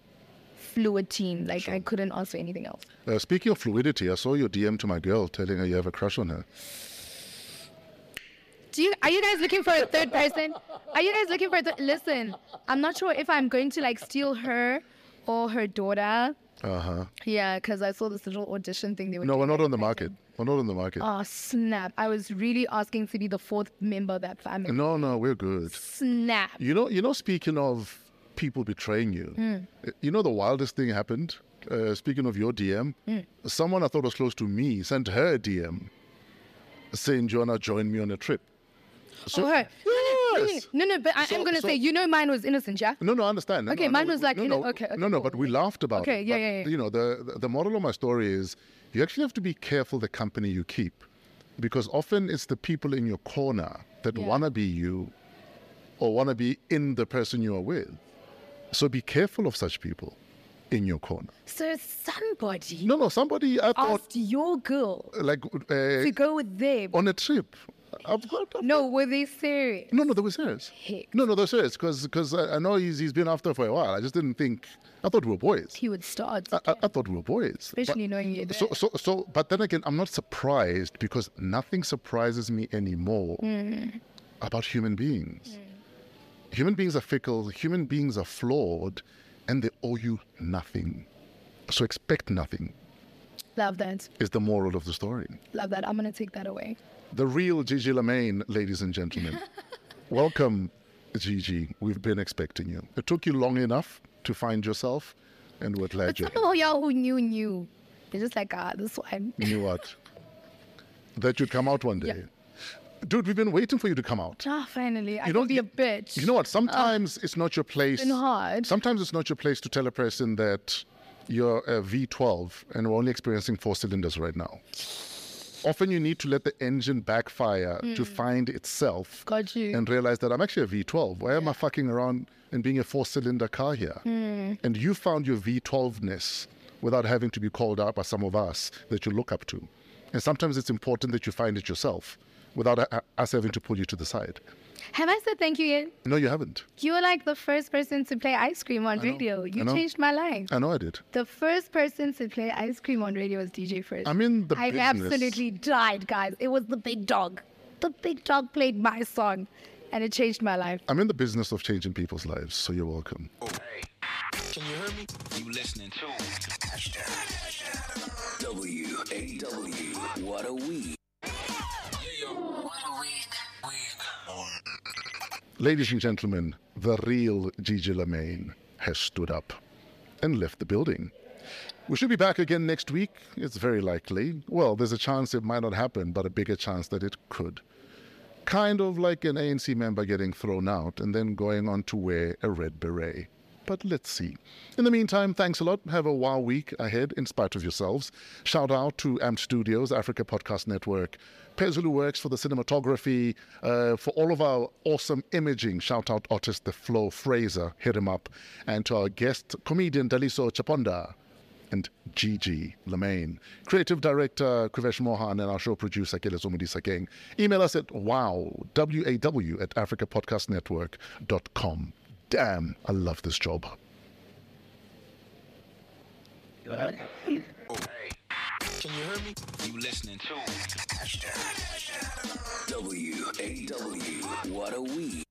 Speaker 2: fluid team. Like I couldn't ask for anything else.
Speaker 4: Uh, speaking of fluidity, I saw your DM to my girl telling her you have a crush on her.
Speaker 2: Do you are you guys looking for a third person? Are you guys looking for a th- listen? I'm not sure if I'm going to like steal her or her daughter.
Speaker 4: Uh huh.
Speaker 2: Yeah, because I saw this little audition thing they were.
Speaker 4: No,
Speaker 2: doing.
Speaker 4: we're not on the market. We're not on the market.
Speaker 2: Oh snap! I was really asking to be the fourth member of that family.
Speaker 4: No, no, we're good.
Speaker 2: Snap!
Speaker 4: You know, you know. Speaking of people betraying you,
Speaker 2: Hmm.
Speaker 4: uh, you know the wildest thing happened. Uh, speaking of your DM,
Speaker 2: Hmm.
Speaker 4: someone I thought was close to me sent her a DM saying, "Joanna, join me on a trip." So,
Speaker 2: oh, her.
Speaker 4: Yes.
Speaker 2: No, no, but I,
Speaker 4: So-
Speaker 2: am gonna
Speaker 4: so-
Speaker 2: say you know mine was innocent, yeah.
Speaker 4: No, no, I understand. No,
Speaker 2: Okay,
Speaker 4: no,
Speaker 2: mine
Speaker 4: no,
Speaker 2: was
Speaker 4: we-
Speaker 2: like,
Speaker 4: no,
Speaker 2: you know,
Speaker 4: no,
Speaker 2: okay, okay,
Speaker 4: no, no, but we laughed about it.
Speaker 2: Okay, yeah,
Speaker 4: But,
Speaker 2: yeah, yeah.
Speaker 4: You know, the the- the moral of my story is, you actually have to be careful the company you keep, because often it's the people in your corner that
Speaker 2: Yeah.
Speaker 4: wanna be you, or wanna be in the person you are with. So be careful of such people in your corner.
Speaker 2: So somebody
Speaker 4: No, no, somebody I thought
Speaker 2: asked your girl
Speaker 4: like
Speaker 2: to
Speaker 4: uh,
Speaker 2: go with them.
Speaker 4: on a trip. I've heard of-
Speaker 2: No, were they serious?
Speaker 4: No, no, they were serious.
Speaker 2: Heck.
Speaker 4: No, no, they were serious because I, I know he's, he's been after for a while. I just didn't think. I thought we were boys.
Speaker 2: He would start,
Speaker 4: I, I- I thought we were boys. But-
Speaker 2: especially knowing you.
Speaker 4: Uh, so, so, so, but then again, I'm not surprised because nothing surprises me anymore
Speaker 2: Hmm.
Speaker 4: about human beings. Human beings are fickle, human beings are flawed, and they owe you nothing. So, expect nothing
Speaker 2: Love that.
Speaker 4: is the moral of the story.
Speaker 2: Love that. I'm gonna take that away.
Speaker 4: The real Gigi Lamaine, ladies and gentlemen. Welcome, Gigi. We've been expecting you. It took you long enough to find yourself, and we're glad
Speaker 2: But
Speaker 4: you're
Speaker 2: some
Speaker 4: here.
Speaker 2: of y'all who knew knew. They're just like, ah, this one.
Speaker 4: knew what? That you'd come out one day.
Speaker 2: Yeah.
Speaker 4: Dude, we've been waiting for you to come out.
Speaker 2: Ah, finally, I
Speaker 4: You
Speaker 2: you
Speaker 4: know-
Speaker 2: can be a bitch. Oh,
Speaker 4: You know what? Sometimes it's not your place.
Speaker 2: been hard.
Speaker 4: Sometimes it's not your place to tell a person that you're a V12 and we're only experiencing four cylinders right now. Often you need to let the engine backfire to
Speaker 2: Hmm.
Speaker 4: find itself
Speaker 2: Got you.
Speaker 4: and realize that I'm actually a V12. Why am I fucking around and being a four cylinder car here? And you found your V12 ness without having to be called out by some of us that you look up to. And sometimes it's important that you find it yourself without uh, us having to pull you to the side.
Speaker 2: Have I said thank you yet?
Speaker 4: No, you haven't.
Speaker 2: You were like the first person to play ice cream on
Speaker 4: know,
Speaker 2: radio.
Speaker 4: I
Speaker 2: You
Speaker 4: know.
Speaker 2: changed my life.
Speaker 4: I know I did.
Speaker 2: The first person to play ice cream on radio was DJ First.
Speaker 4: I'm in the
Speaker 2: I
Speaker 4: business.
Speaker 2: absolutely died, guys. It was the big dog. The big dog played my song, and it changed my life.
Speaker 4: I'm in the business of changing people's lives, so you're welcome.
Speaker 6: You listening to
Speaker 3: W-A-W. What a week.
Speaker 1: What a week. Week.
Speaker 4: Ladies and gentlemen, the real Gigi Lamaine has stood up and left the building. We should be back again next week. It's very likely. Well, there's a chance it might not happen, but a bigger chance that it could. Kind of like an ANC member getting thrown out and then going on to wear a red beret. But let's see. In the meantime, thanks a lot. Have a wow week ahead in spite of yourselves. Shout out to Amped Studios, Africa Podcast Network, Pezulu Works for the cinematography, uh, for all of our awesome imaging. Shout out artist The Flow Fraser, hit him up. And to our guest, comedian Daliso Chaponda and Gigi Lamaine. Creative director Krivesh Mohan and our show producer Keles Omudisa King. Email us at wow, W-A-W at africapodcastnetwork.com. Damn, I love this job.
Speaker 6: You listening to
Speaker 3: W AW. What a week.